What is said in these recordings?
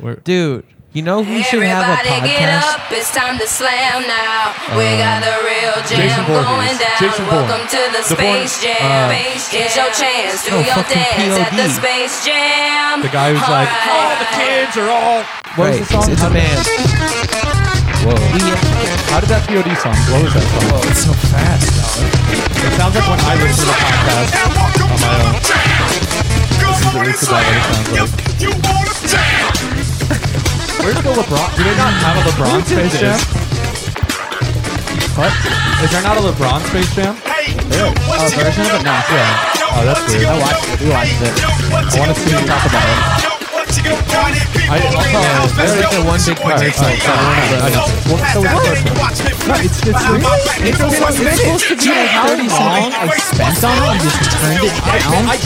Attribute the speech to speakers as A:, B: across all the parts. A: Where-
B: Dude, you know who should have a
C: Everybody get
B: podcast?
C: up, it's time to slam now. we got the real
A: Uh, Jason
C: jam
A: Voorhees.
C: going down.
A: Jason
C: Welcome
A: Voorhees.
C: to the,
A: The Voorhees-
C: Space Jam.
A: uh,
C: Here's your chance. Do
B: Oh,
C: your
B: fucking
C: dance at the
B: POD.
C: Space Jam.
A: The guy who's
C: All
A: like,
C: right.
A: all the kids are all. What
B: Wait,
A: was the song?
B: it's, it's a band.
A: Whoa.
B: We-
A: How did that POD song? What was that song?
D: It's so fast, dog.
A: It sounds like when I listen to the podcast on my own. This is, this is about what it sounds like. Where's the LeBron? Do they not have a LeBron Space Jam? What? Is there not a LeBron Space Jam?
E: A version of it? No.
A: Yeah.
E: Oh, that's weird. I watched it. We watched it.
A: I want to see you talk about it.
E: I also, there is the one big part.
A: Oh, sorry, I know. Well, so what's the first
E: No, it's it's really
A: It's supposed to be like 30
D: songs, like, spent on it and just turned it
E: I bet- I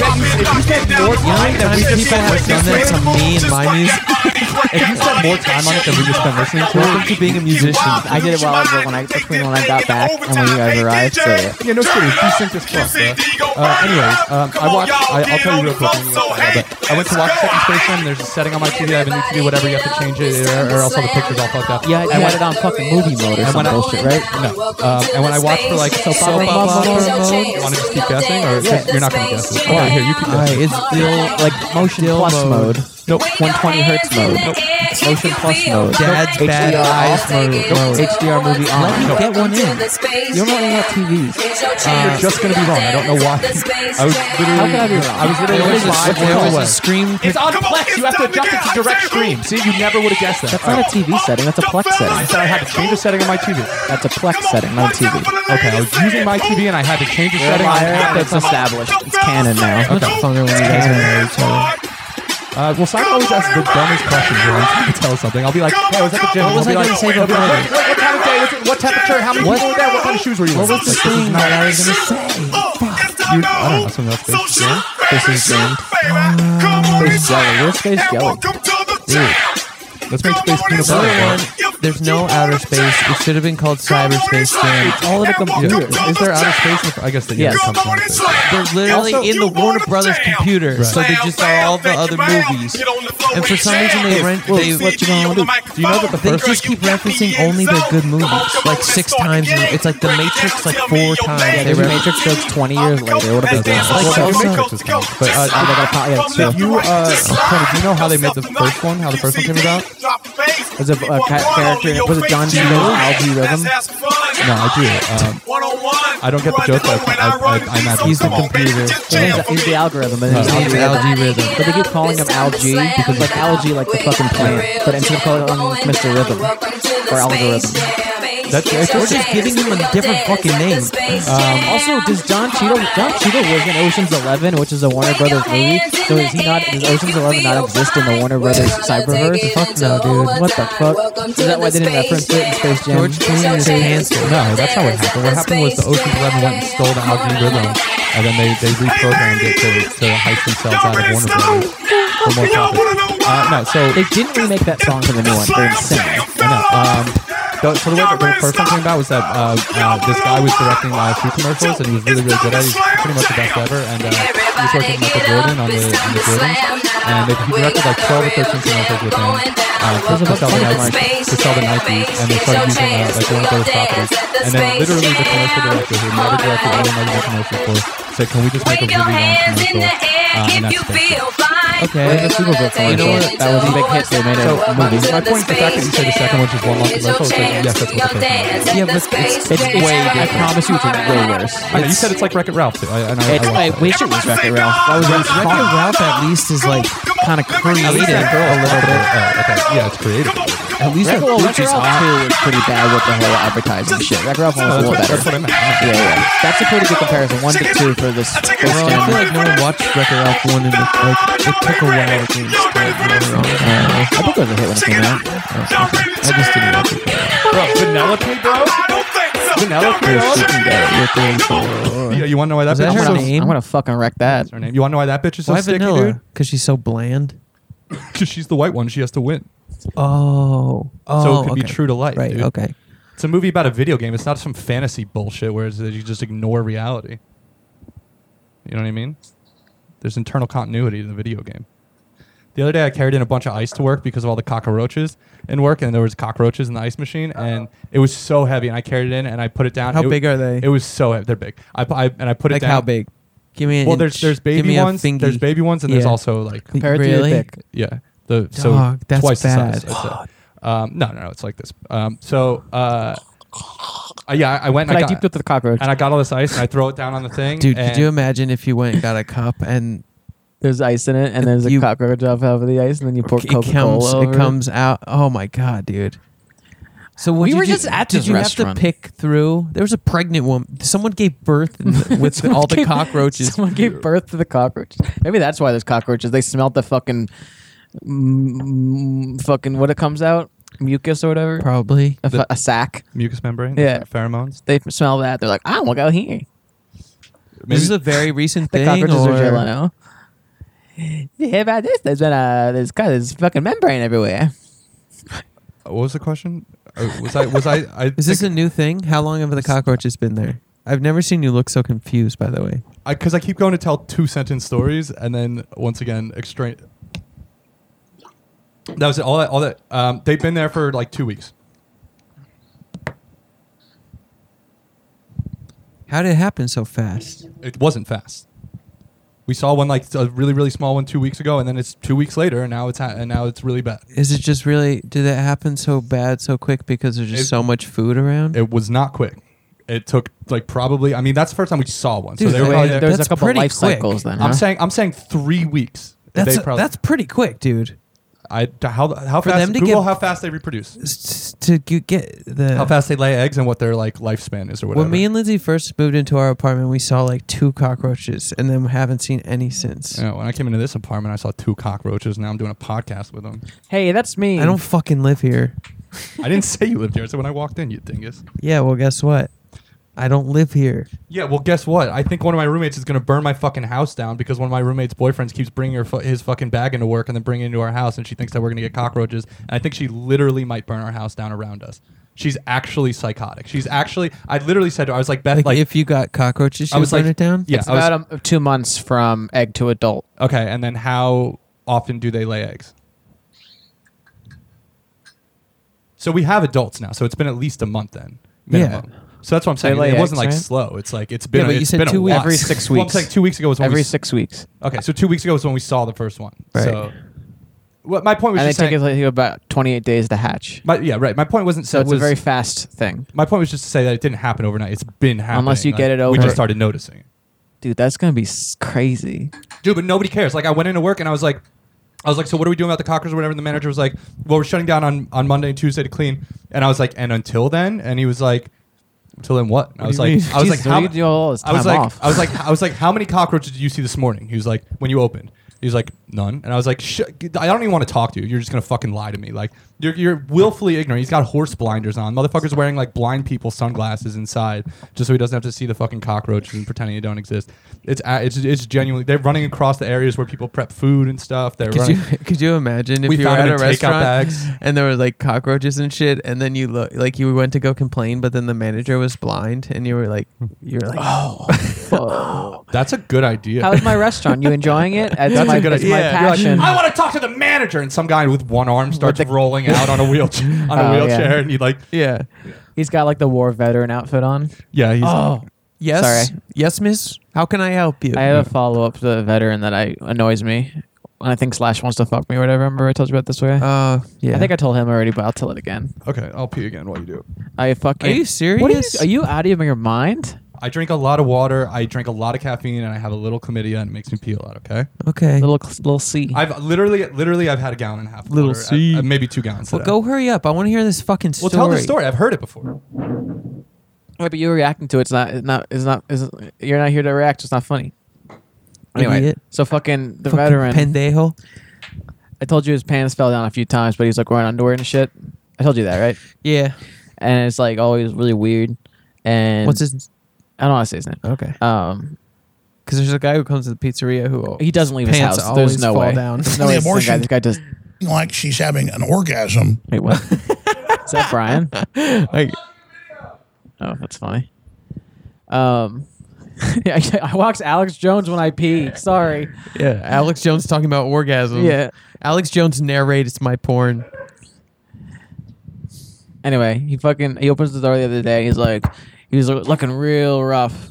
E: bet you if you spent more
A: You know,
E: time
A: that
E: than
A: we
E: we
A: people have done
E: people have done
A: that
E: that
A: to
E: to
B: me
E: me
B: and
E: and
B: my
E: my
B: music.
E: music.
A: If you spent more time on it than we just spent listening to
B: Welcome
A: it,
B: to being a musician.
E: I did it while I was when I between when I got back and when you guys arrived. So yeah.
A: Yeah, no kidding. He's sync as fuck, bro. Uh, anyways, um, I watched. I, I'll tell you real quick. when you watch it, But I went to watch Second Space Jam. There's a setting on my TV. I have a new TV. Whatever, you have to change it, or, or else all the pictures all fucked up.
D: Yeah, I
A: And
D: had
A: when-
D: it on fucking movie mode or
A: and
D: some
A: when I-
D: bullshit, right?
A: No. Um, and when I watch for like soap
B: Soap
A: opera mode,
B: opera mode.
A: you want to just keep guessing, or you're not gonna guess this. Okay, here you keep
B: Alright,
A: guessing.
B: it's still like
D: Motion
B: Still
D: plus
B: mode.
D: mode.
A: Nope.
D: 120 hertz mode. Motion plus mode.
B: Dad's
D: HDR
B: bad eyes
D: off
B: mode.
D: mode. HDR movie on.
B: Let me get one in.
D: You're not even at TVs.
C: You're
A: just gonna be wrong. I don't know why. I was
D: How could I be
A: literally.
D: wrong?
A: I was
B: There
A: literally
B: was a,
A: five
B: there
A: minutes
B: was
A: away.
B: a scream.
A: It's on
E: Come on,
A: Plex. You
E: it's
A: have to
E: time to
A: adjust it
E: get
A: to
E: out
A: direct
E: there.
A: stream. See, you never would have guessed that.
D: That's not a TV setting. That's a Plex
A: I
D: setting.
A: said I had to change the setting on my TV.
D: That's a Plex setting, not a TV.
A: Okay, I was using my TV and I had to change the
D: You're a
A: setting on
D: liar.
A: an app
D: That's
A: that's a
D: established. It's canon now.
B: Okay. Funner when you guys know each other.
A: Uh, well, Simon always asks the dumbest questions when I'm trying to tell something. I'll be like, hey, I was at the gym.
E: What
B: was
A: He'll
B: I
A: be
B: gonna say
A: he'll be
B: before
A: like,
B: that?
A: what, what time of day? Was it, what temperature? How many
B: What-
A: people were there? What kind of shoes were you
B: What
A: wearing?
B: was the thing that I was gonna say?
A: Dude, Oh, I don't know. Something else. Space Jam?
E: This is Jam.
D: Space Jelly. Where's Space Jelly?
A: Let's make Space Peanut
B: Another one.
A: Butter.
B: There's no outer space. It should have been called Cyberspace Jam.
E: All in a computer.
A: Yeah. Is there outer space? in the- I guess that, yeah,
D: Yes.
A: it comes from space.
B: They're literally
A: Also-
B: in the Warner Brothers computer, so they just are all the other movies. And for some reason, they rent. They
E: What you
B: gonna
E: gonna do?
B: do?
E: Do you know that the
B: They
E: first-
B: just keep referencing only the good movies, like six times. in- It's like The Matrix, like four times.
D: They
B: They
D: The
B: reference.
D: Matrix jokes 20 years later. What have they done?
A: Well,
D: Like,
A: The
D: so-
A: Matrix is coming, but uh,
D: Oh, they got a pro- yeah, it's true.
A: You, uh, Tony, do you know how they made the first one? How the first one came about?
D: Was it a ca- character? Was it John Dino's algae rhythm?
A: No, I do. Um, I don't get the joke, but I- I- I- I'm happy.
E: He's the
A: Come on, baby,
E: computer.
A: just
D: He's he's the algorithm. And
B: Uh,
A: No.
D: he's the
B: He's the
D: algorithm.
B: algorithm.
D: But they keep calling him algae because like algae like the fucking plant, but instead of calling him Mr. Rhythm or algorithm.
A: That's- it's-
B: We're just giving him a different fucking name.
D: Um, also, does John Cheadle John Cheadle was in Ocean's Eleven, which is a Warner Brothers movie? So is he not? Does Ocean's Eleven not exist in the Warner Brothers Cyberverse?
C: Fuck no, dude.
D: What the fuck? Is that why they didn't reference it in Space Jam?
B: George Clooney is canceled.
A: No, that's not what happened. What happened was the Ocean's Eleven went and stole the algae rhythm, and uh, then they, they reprogrammed it to, to heist themselves out of Warner Brothers for more profit. Uh, no, so
D: They didn't remake that song for the new one. They're insane.
A: I know. Um, the, so the way that the first one came about was that uh, uh, this guy was directing uh, food commercials, and he was really, really good at it. He's pretty much the best ever, and uh, he was working with Michael Jordan on the, on the Jordans, and they, he directed like 12 or 13 commercials with him. Uh, first to sell the Nikes, to sell the Nikes, and they started using uh, like one of those properties. And then literally the commercial director who never directed any Nike commercial before said, "Can we just make a
C: Wave
A: really
C: your
A: long
C: hands in
A: commercial?"
C: the air
A: Uh,
C: if
A: and that's
C: you
A: basically
C: feel fine.
B: Okay. It was a Super Bowl
C: You know
B: commercial.
C: what?
D: That was a big hit. They made a
A: So my,
D: movie.
A: my point is the fact that you say the second one is one long commercial. Is like, yes, that's what the first one. Is.
B: Yeah, but it's, it's
D: It's, it's
B: way
D: I
B: different.
D: promise you, it's way worse.
A: I know, you said it's like Wreck-It Ralph too. I, and I,
D: It's,
A: I
D: I
A: watched
D: wish it was Wreck-It Ralph. That was really
B: Wreck-It
D: fun.
B: Ralph at least is like
D: kind of
A: that. At
D: creative. Uh,
A: least that girl a little bit. Oh, okay. Yeah, it's creative.
B: At least that
D: Wreck-It Ralph
B: bitch is hot.
D: 2 was pretty bad with the whole advertising shit. Wreck-It Ralph 1 was a
A: That's
D: little
A: what,
D: better.
A: that's what I meant.
D: Yeah, yeah. That's a pretty good comparison. 1 to 2 for this. this
B: Well, I feel
D: genre.
B: like no one watched Wreck-It Ralph one, and it, like it took a while to get
D: I think it was a hit when it came out.
B: I just didn't watch it.
A: Bro, Penelope, bro. Penelope. Yeah, you want to know why that
B: Was that
A: bitch
B: her
A: is so-
B: name?
D: I'm gonna fucking wreck that.
A: Her name. You want to know why that bitch is so
B: Why
A: sticky,
B: vanilla?
A: dude?
B: Because she's so bland.
A: Because she's the white one. She has to win.
B: Oh, oh,
A: So it could be
B: okay.
A: true to life,
B: Right.
A: dude.
B: Okay.
A: It's a movie about a video game. It's not some fantasy bullshit where it's, you just ignore reality. You know what I mean? There's internal continuity in the video game. The other day, I carried in a bunch of ice to work because of all the cockroaches in work, and there was cockroaches in the ice machine, and it was so heavy. And I carried it in, and I put it down.
B: How
A: It-
B: big are they?
A: It was so heavy. They're big. I, pu- I and I put it
B: Like
A: down.
B: how big? Give me an
A: Well, there's
B: inch.
A: there's
B: Give me
A: baby
B: a
A: ones.
B: fingy.
A: There's baby ones, and there's
B: Yeah.
A: also like
D: Compared to your
B: really?
D: dick.
A: yeah. The
B: Dog,
A: so
B: that's
A: twice
B: bad.
A: the size. I'd say. Um, no, no, no. It's like this. Um, so uh, uh, yeah, I went
D: But
A: and
D: I,
A: I, got,
D: deeped up the cockroach.
A: and I got all this ice and I throw it down on the thing.
B: Dude,
A: and
B: could you imagine if you went and got a cup and
D: There's ice in it, and there's a
B: You-
D: cockroach off of the ice, and then you pour
B: it comes
D: Coca Cola.
B: it comes out? Oh my god, dude. So
D: We
B: what'd you
D: were
B: do-
D: just at
B: did
D: this
B: you have
D: restaurant.
B: to pick through? There was a pregnant woman. Someone gave birth in the- with the- all the cockroaches.
D: Someone gave birth to the cockroaches. Maybe that's why there's cockroaches. They smelt the fucking, mm, fucking what it comes out, mucus or whatever,
B: Probably.
D: a, fu- a sack.
A: mucus membrane?
D: Yeah.
A: pheromones.
D: They smell that. They're like, I want to go here.
B: This is a very recent
D: The
B: thing.
D: cockroaches
B: or
D: are jello now. You hear about this? There's been a there's got this fucking membrane everywhere.
A: What was the question? Uh, was I was I? I
B: Is this a
A: think-
B: new thing? How long have the cockroaches been there? I've never seen you look so confused. By the way,
A: I because I keep going to tell two sentence stories and then once again extra. That was it. All that. All that. Um, they've been there for like two weeks.
B: how did it happen so fast?
A: It wasn't fast. We saw one like a really really small one two weeks ago, and then it's two weeks later, and now it's ha- and now it's really bad.
B: Is it just really? Did it happen so bad so quick because there's just
A: It-
B: so much food around?
A: It was not quick. It took like probably. I mean, that's the first time we saw one.
B: Dude,
A: so they were
B: wait,
A: probably there.
D: there's
B: That's
D: a couple
B: pretty
D: life
B: quick.
D: cycles then.
A: I'm
D: huh?
A: saying I'm saying three weeks.
B: that's
A: They probably-
B: that's pretty quick, dude.
A: I d- how how
B: For
A: fast
B: them to
A: Google
B: get-
A: how fast they reproduce,
B: S- To g- get the
A: how fast they lay eggs, and what their like lifespan is or whatever.
B: When me and Lindsay first moved into our apartment, we saw like two cockroaches, and then we haven't seen any since.
A: Yeah, when I came into this apartment, I saw two cockroaches. Now I'm doing a podcast with them.
D: hey, that's me.
B: I don't fucking live here.
A: I didn't say you lived here. I said when I walked in, you dingus.
B: Yeah, well, guess what? I don't live here.
A: Yeah, well, guess what? I think one of my roommates is going to burn my fucking house down because one of my roommates' boyfriends keeps bringing her fu- his fucking bag into work and then bringing it into our house, and she thinks that we're going to get cockroaches. And I think she literally might burn our house down around us. She's actually psychotic. She's actually. I literally said to her, I was like, Beth,
B: Like,
A: like,
B: if you got cockroaches, you
A: I was
B: would burn
A: like,
B: it down.
A: Yeah,
D: It's
A: I was-
D: about um, two months from egg to adult.
A: Okay, and then how often do they lay eggs? So we have adults now, so it's been at least a month then. Minimum.
B: Yeah.
A: So that's what I'm saying.
D: lay
A: it wasn't
D: eggs,
A: like
D: right?
A: slow. It's like it's been.
B: but
A: a-
B: you
A: it's
B: said
A: been a
B: two weeks.
A: while.
D: Every six
A: Well, I'm
D: weeks.
A: saying two weeks ago was when we
D: Every
A: s-
D: six weeks.
A: Okay, so two weeks ago was when we saw the first one.
B: Right.
A: So, what my point was
D: And it
A: just saying.
D: takes like about 28 days to hatch.
A: my, yeah, right. My point wasn't
D: So
A: that
D: it's a
A: was-
D: very fast thing.
A: My point was just to say that it didn't happen overnight. It's been happening.
D: Unless you
A: Like,
D: get it
A: we
D: over-
A: just started noticing. it.
D: Dude, that's going to be s- crazy.
A: dude, but nobody cares. Like I went into work and I was like, I was like, so what are we doing about the cockroaches or whatever? And the manager was like, well, we're shutting down on, on Monday and Tuesday to clean. And I was like, and until then, and he was like, until then what? And I was
B: do
A: like,
B: you
A: I was like,
D: Jesus, what do you do all this
A: I was
D: time
A: like,
D: off?
A: I was like, I was like, how many cockroaches did you see this morning? He was like, when you opened. He was like, none. And I was like, Sh- I don't even want to talk to you. You're just gonna fucking lie to me. Like you're you're willfully ignorant. He's got horse blinders on. Motherfucker's wearing like blind people sunglasses inside just so he doesn't have to see the fucking cockroaches and pretending they don't exist. It's a- it's it's genuinely they're running across the areas where people prep food and stuff. They're
B: Could
A: running.
B: you could you imagine if
A: We
B: you were
A: found
B: at
A: them
B: a
A: in takeout
B: restaurant
A: bags.
B: and there were like cockroaches and shit, and then you look like you went to go complain, but then the manager was blind, and you were like, you were like, oh,
D: Whoa.
A: That's a good idea.
D: How's my restaurant? You enjoying it? It's
A: That's
D: my,
A: a good
D: it's
A: idea.
D: my
B: Yeah. You're like,
D: passion.
A: I want to talk to the manager, and some guy with one arm starts
D: the-
A: rolling out on a wheelchair on a
D: Oh, yeah.
A: wheelchair, and he like,
B: yeah,
D: He's got like the war veteran outfit on.
A: yeah, he's
B: oh, yes,
D: Sorry.
B: yes, miss, how can I help you?
D: I have a follow up to the veteran that I annoys me. And I think Slash wants to fuck me or whatever. Remember I told you about this way?
B: uh, yeah,
D: I think I told him already, but I'll tell it again.
A: okay. I'll pee again while you do. it.
D: I fucking.
B: Are you serious?
D: What are, you, are you out of your mind?
A: I drink a lot of water. I drink a lot of caffeine, and I have a little chlamydia, and it makes me pee a lot. Okay.
B: okay.
D: Little little C.
A: I've literally, literally, I've had a gallon and a half. Of
B: Little
A: water,
B: seed.
A: uh, uh, maybe two gallons.
B: Well,
A: today.
B: go hurry up. I want to hear this fucking story.
A: Well, tell the story. I've heard it before.
D: Wait, but you're reacting to it. It's not. It's not. It's not. It's, you're not here to react. so It's not funny. Anyway,
B: Idiot.
D: so fucking the
B: Fucking
D: veteran.
B: Pendejo.
D: I told you his pants fell down a few times, but he's like wearing underwear and shit. I told you that, right?
B: Yeah.
D: And it's like always really weird. And
B: What's his?
D: I don't want to say his name.
B: Okay.
D: Um,
B: Because there's a guy who comes to the pizzeria who
D: he doesn't leave his
B: pants
D: house.
B: always
D: There's no
B: fall
D: way.
B: down.
D: There's no way. This guy,
F: Abortion.
D: this guy does.
F: like she's having an orgasm.
D: Wait, what? Is that Brian?
B: like,
D: Oh, that's funny. Um, Yeah, I watch Alex Jones when I pee. Sorry.
B: Yeah, Alex Jones talking about orgasm.
D: Yeah.
B: Alex Jones narrates my porn.
D: Anyway, he fucking he opens the door the other day. He's like, he was looking real rough.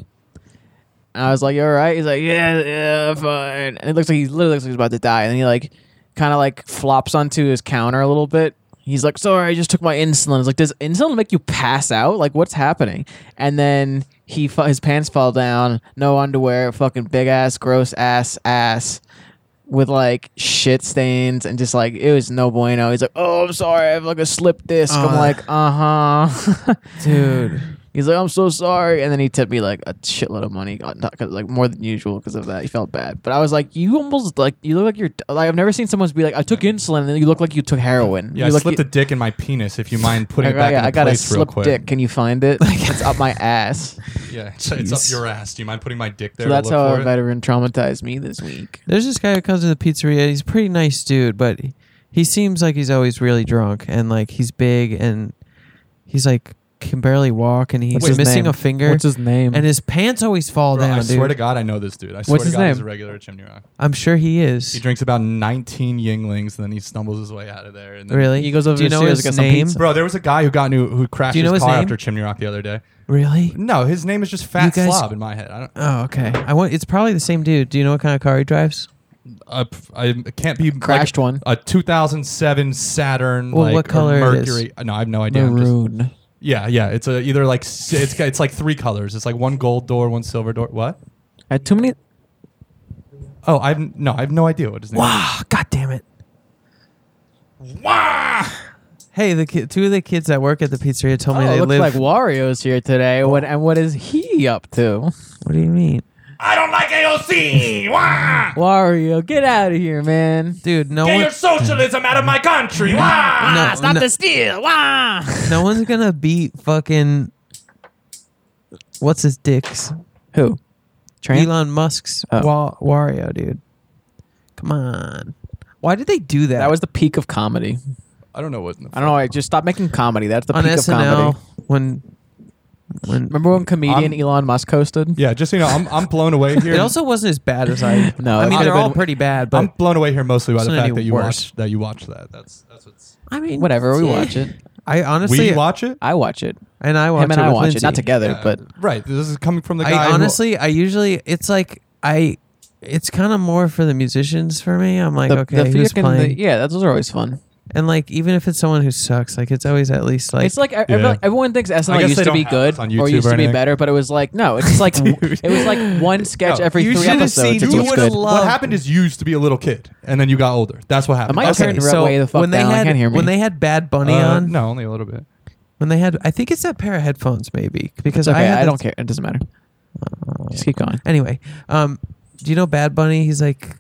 D: And I was like, "You all right?" He's like, "Yeah, yeah, fine." And it looks like he literally looks like he's about to die. And he like, kind of like flops onto his counter a little bit. He's like, "Sorry, I just took my insulin." It's like, "Does insulin make you pass out? Like, what's happening?" And then he fu- his pants fall down, no underwear, fucking big ass, gross ass, ass with like shit stains and just like it was no bueno. He's like, "Oh, I'm sorry, I have like a slip disc." I'm
B: Ugh.
D: like, "Uh huh."
B: Dude.
D: He's like, I'm so sorry. And then he tipped me like a shitload of money, uh, not- 'cause, like more than usual because of that. He felt bad. But I was like, you almost like, you look like you're, like, I've never seen someone be like, I took insulin and then you look like you took heroin.
A: Yeah,
D: you
A: I
D: look,
A: slipped
D: you,
A: a dick in my penis. If you mind
D: I
A: putting it
D: got-
A: back
D: yeah,
A: in
D: I got
A: place
D: a
A: real
D: slip
A: quick.
D: dick. Can you find it? it's up my ass.
A: Yeah, it's, it's up your ass. Do you mind putting my dick there?
D: So that's
A: to
D: how
A: look
D: a
A: for it?
D: veteran traumatized me this week.
B: There's this guy who comes to the pizzeria. He's a pretty nice dude, but he seems like he's always really drunk and like he's big and he's like can barely walk and he's
D: What's his
B: missing
D: name?
B: a finger.
D: What's his name?
B: And his pants always fall
A: Bro,
B: down,
A: I
B: dude.
A: swear to God, I know this dude. I swear to
D: his
A: God, he's
D: name?
A: a regular at Chimney Rock.
B: I'm sure he is.
A: He drinks about 19 Yinglings, and then he stumbles his way out of there. And then
B: really?
D: He goes over
B: Do you
D: to
B: know
D: Sears
B: his
D: to get some
B: name?
D: pizza.
A: Bro, there was a guy who got new who crashed
B: Do you know
A: his
B: his
A: car
B: name?
A: after Chimney Rock the other day.
B: Really?
A: No, his name is just Fat
B: You guys-
A: Slob in my head. I don't.
B: Oh, okay. I want. It's probably the same dude. Do you know what kind of car he drives? Uh,
A: I, I can't be like
D: Crashed one.
A: A 2007 Saturn.
B: Well,
A: like,
B: what
A: or
B: color it is?
A: Mercury. Uh, No, I have no idea. I'm just-
D: Maroon.
A: yeah, yeah. It's a, either like s- it's got- it's like three colors. It's like one gold door, one silver door. What?
D: I had too many.
A: Oh, I have no, I have no idea what his name. is.
B: Ah, god damn it. Hey, the ki- two of the kids that work at the pizzeria told me
D: Oh, it
B: they
D: looks
B: live.
D: like Wario's here today. What and what is he up to?
B: what do you mean,
E: I don't like AOC. Wah!
D: Wario, get out of here, man.
B: dude? No one.
E: socialism out of my country. Wah!
B: No, no,
D: steal. Wah!
B: no one's gonna beat fucking. What's his dicks?
D: Who? Tran-
B: Elon Musk's
D: Oh.
B: Wa- Wario, dude. Come on. Why did they do that?
D: That was the peak of comedy.
A: I don't know what. in the
D: I don't know. I just stop making comedy. That's the
B: on
D: peak of
B: SNL
D: comedy.
B: when when
D: Remember when comedian
A: I'm-
D: Elon Musk hosted?
A: Yeah, just so you know, I'm, I'm blown away here.
B: it also wasn't as bad as I.
D: No,
B: I
D: it
B: mean
D: could've
B: they're all
D: been-
B: pretty bad,
A: I'm
B: but
A: blown away here mostly by
B: It's
A: the
B: not
A: fact
B: any
A: that you
B: worse.
A: watch that you watch that. That's that's what's
B: I mean
D: Whatever. We watch it.
B: I honestly
A: we watch it.
D: I watch it.
B: and I watch
D: Him
B: it
D: and I
B: with
D: watch it.
B: Lindsay.
D: Not together, but
A: right, this is coming from the guy.
B: I
A: who-
B: honestly, I usually it's like I, it's kind of more for the musicians for me. I'm like,
D: the,
B: okay,
D: the
B: who's
D: freaking-
B: playing?
D: the- yeah, those are always fun.
B: And like, even if it's someone who sucks, like it's always at least like
D: It's like I- I feel like everyone thinks SNL
A: guess
D: used
A: they
D: to be
A: don't have
D: good
A: this on
D: or
A: YouTube
D: used
A: or
D: to be
A: anything.
D: better, but it was like no, it's just like it was like one sketch
A: No,
D: every
B: you
D: three
B: should've
D: episodes.
B: seen-
D: It's
B: you
D: what's
B: would've
D: good.
B: loved-
A: Oh. what happened is you used to be a little kid, and then you got older. That's what happened.
D: Am I
A: That's
D: turned
A: it.
D: red way the fuck
B: when they
D: down? I
B: had
D: can't hear me.
B: when they had Bad Bunny
A: Uh,
B: on.
A: no, only a little bit.
B: when they had, I think it's that pair of headphones maybe because
D: It's okay,
B: I, had
D: I,
B: that-
D: don't care. It doesn't matter. Just keep going.
B: Anyway, um, do you know Bad Bunny? He's like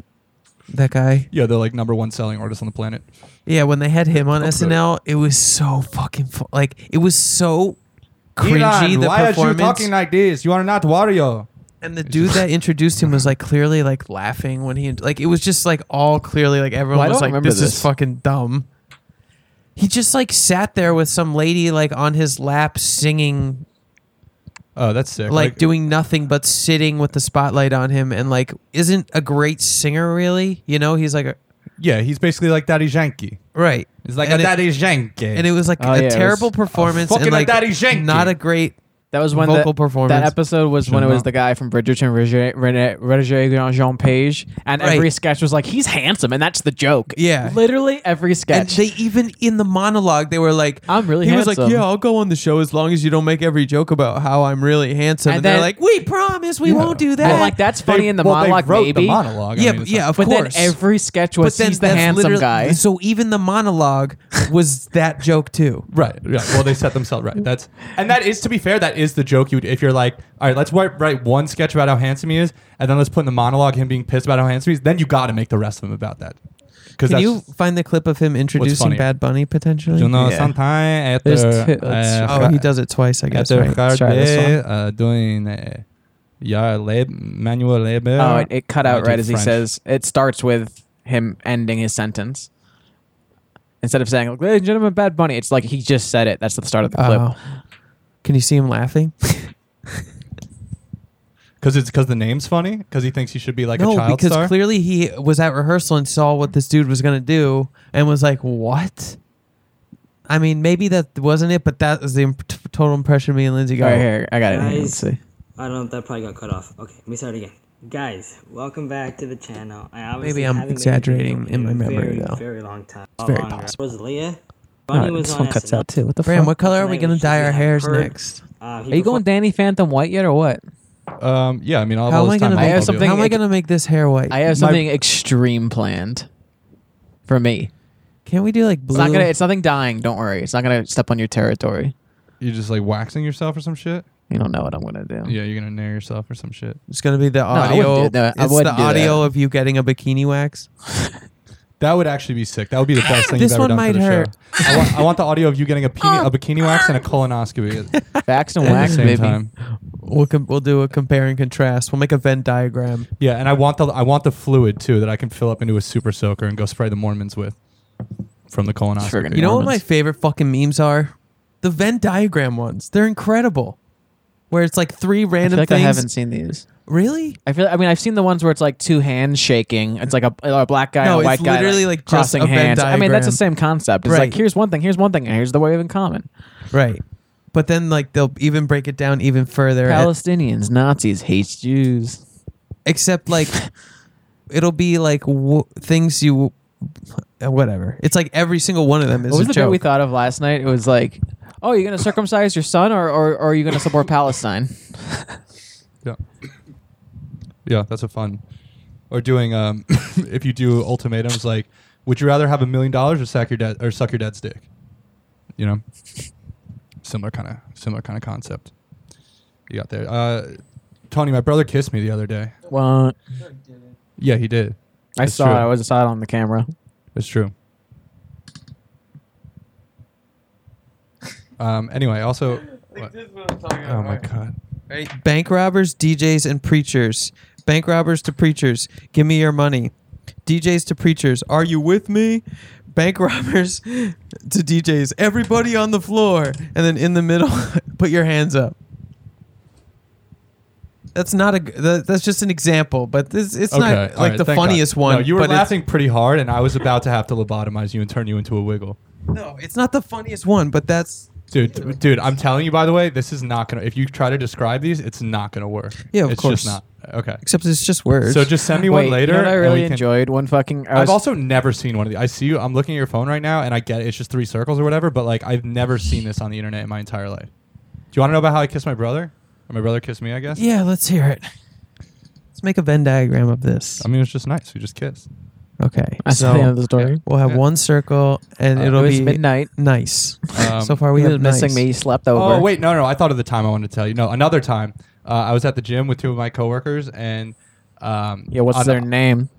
B: that guy.
A: Yeah, they're like number one selling artist on the planet.
B: Yeah, when they had him on
A: Okay.
B: SNL, it was so fucking fu- like it was so cringy the performance.
A: like this? You are not Wario.
B: and the dude that introduced him was like clearly like laughing when he like it was just like all clearly like everyone
D: Well, I
B: was
D: don't
B: like
D: remember
B: this,
D: this.
B: is fucking dumb. He just like sat there with some lady like on his lap singing
A: Oh, that's sick.
B: like, doing nothing but sitting with the spotlight on him and like isn't a great singer really you know he's like a,
A: yeah, he's basically like Daddy Yankee.
B: right
A: He's like
B: and
A: a
B: it,
A: Daddy Yankee.
B: and it was like
D: Oh,
B: a
D: yeah, it was
B: terrible
D: a
B: performance and
A: fucking
B: like
A: Daddy Yankee.
B: not a great
D: That was when
B: vocal
D: the,
B: performance.
D: That episode was when it was
A: not.
D: the guy from Bridgerton, Roger, Rene, Roger Jean- Jean Page, and
B: Right.
D: every sketch was like, "He's handsome," and that's the joke.
B: Yeah.
D: literally every
B: And
D: sketch.
B: they even in the monologue, they were like,
D: I'm really
B: He was like,
D: handsome.
B: "Yeah, I'll go on the show as long as you don't make every joke about how I'm really handsome."
D: And
B: And, they're
D: then-
B: like, "We promise, we won't do that."
D: Well, like that's funny
A: They-
D: in the
A: well, they
D: monologue,
A: wrote
D: maybe.
A: The monologue. I
B: Yeah,
A: mean,
B: but-
A: it's
B: yeah,
A: not-
B: of
D: But then
B: course.
D: every sketch
B: but
D: was
B: then
D: he's the
B: that's
D: handsome
B: literally-
D: guy.
B: So even the monologue was that joke too.
A: Right. Yeah. Well, they set themselves right. That's and that is to be fair. That is the joke. You would if you're like, all right, let's write, write one sketch about how handsome he is, and then let's put in the monologue him being pissed about how handsome he is. Then you got to make the rest of them about that. Because
B: Can
A: that's
B: you find the clip of him introducing
A: funnier.
B: Bad Bunny potentially?
A: you know
D: Yeah.
A: sometime at
D: There's
A: the
D: two- let's
A: uh,
B: Oh, he does it twice, I
A: at
B: guess.
A: the
B: Right?
A: hard
D: try this
A: day, uh, doing uh, yeah lab, manual labor.
D: oh, it, it cut
A: I
D: out
A: did
D: right as he
A: French.
D: says. It starts with him ending his sentence. Instead of saying, like, ladies and gentlemen, Bad Bunny, it's like he just said it. That's the start of the clip.
B: Oh. Can you see him laughing?
A: Because it's because the name's funny. Because he thinks he should be like a
B: no,
A: child
B: because
A: star.
B: clearly he was at rehearsal and saw what this dude was gonna do and was like, "What?" I mean, maybe that wasn't it, but that was the imp- t- total impression me and Lindsay got.
D: All right, here. I got it. Here, let's
G: Guys,
D: see.
G: I don't. That probably got cut off. Okay, let me start again. Guys, welcome back to the channel. I obviously
B: Maybe I'm
G: haven't made a
B: exaggerating
G: video
B: in my
G: a
B: memory,
G: very,
B: though.
G: Very long time. It's
B: very possible.
G: Rosalia.
D: All
G: Bunny
D: right,
G: was
D: this
G: on
D: one cuts
G: SNL.
D: out too. What the
B: Bram,
D: fuck?
B: what color are we
G: Tonight
B: gonna
G: should
B: dye
G: be
B: our
G: a
B: hairs
G: bird.
B: next?
G: Uh, he
D: Are you
G: performed-
D: going Danny Phantom white yet or what?
A: um, yeah, I mean, all
B: How am
A: this
B: I
A: time
B: gonna
A: I'll-
B: make
A: I'll do
D: something-
A: it.
B: How am I gonna make this hair white?
D: I have something extreme planned for me.
B: Can we do like blue?
D: It's not gonna. It's nothing dying. Don't worry. It's not gonna step on your territory.
A: You're just like waxing yourself or some shit.
D: You don't know what I'm gonna do.
A: Yeah, you're gonna nair yourself or some shit.
B: It's gonna be the
D: I
B: audio.
D: wouldn't do that. I
B: it's the
D: wouldn't do
B: audio
D: that.
B: of you getting a bikini wax.
A: That would actually be sick. That would be the best thing
B: This
A: you've
B: one
A: ever done
B: might
A: for the
B: hurt. Oh,
A: show. I want, I want the audio of you getting a, bikini, a bikini wax and a colonoscopy at
D: Facts and
A: the
D: wax,
A: same
D: baby.
A: time.
B: We'll com- we'll do a compare and contrast. We'll make a Venn diagram.
A: Yeah, and I want the I want the fluid too that I can fill up into a super soaker and go spray the Mormons with from the
D: Sure,
A: colonoscopy.
D: gonna-
B: You know what my
D: Mormons.
B: favorite fucking memes are? The Venn diagram ones. They're incredible. Where it's like three
D: I
B: random
D: feel like I
B: things.
D: haven't seen these.
B: Really?
D: I feel. I mean, I've seen the ones where it's like two hands shaking. It's like a, a black guy
B: No,
D: and a
B: it's
D: white guy
B: literally, like, just
D: crossing
B: a Venn
D: hands. I mean, that's the
B: diagram.
D: same concept. It's
B: Right.
D: like here's one thing, here's one thing, and here's the way of in common.
B: Right. But then like they'll even break it down even further. at-
D: Palestinians, Nazis, hate Jews.
B: except like it'll be like w- things you whatever. It's like every single one of them is
D: What was
B: a
D: the bit
B: joke.
D: we thought of last night? It was like, oh, you're gonna circumcise your son, or or, or are you gonna support Palestine?
A: Yeah. Yeah, that's a fun. Or doing um, if you do ultimatums like, would you rather have a million dollars or sack your dad or suck your dad's dick? You know, similar kind of similar kind of concept. You got there, uh, Tony. My brother kissed me the other day.
D: Well,
A: Yeah, he did.
D: I
A: It's
D: saw
A: true.
D: it. I wasn't saw it on the camera.
A: It's true. Um. Anyway, also. what- Oh my god.
B: Right? Bank robbers, DJs, and preachers. Bank robbers to preachers. Give me your money. DJs to preachers. Are you with me? Bank robbers to DJs. Everybody on the floor. And then in the middle, put your hands up. That's not a. g- tha- That's just an example, but this it's
A: all
B: not like
A: right,
B: the
A: thank God.
B: funniest one.
A: No, you were
B: but it's-
A: laughing pretty hard, and I was about to have to lobotomize you and turn you into a wiggle.
B: No, it's not the funniest one, but that's
A: Dude, d- dude, I'm telling you. By the way, this is not gonna. If you try to describe these, it's not gonna work.
B: Yeah, of
A: it's
B: course.
A: Just not okay.
B: except it's just words.
A: So just send me
D: Wait,
A: one later.
D: You know what I
A: and
D: really
A: we can-
D: enjoyed one fucking. I
A: I've
D: was,
A: also never seen one of these. I see you. I'm looking at your phone right now, and I get it, it's just three circles or whatever. But like, I've never seen this on the internet in my entire life. Do you want to know about how I kissed my brother? Or my brother kissed me, I guess.
B: yeah, let's hear it. Let's make a Venn diagram of this.
A: I mean, it was just nice. We just kissed.
B: Okay,
D: That's
B: so
D: the end of the story.
B: we'll have
A: Yeah.
B: one circle, and
A: Uh,
B: it'll
D: it was
B: be
D: midnight.
B: Nice.
A: Um,
B: so far, we
D: He
B: have
D: was missing
B: nice.
D: me. He slept over.
A: Oh wait, no, no. I thought of the time I wanted to tell you. No, another time. Uh, I was at the gym with two of my coworkers, and um,
D: Yeah, what's
A: on,
D: their name?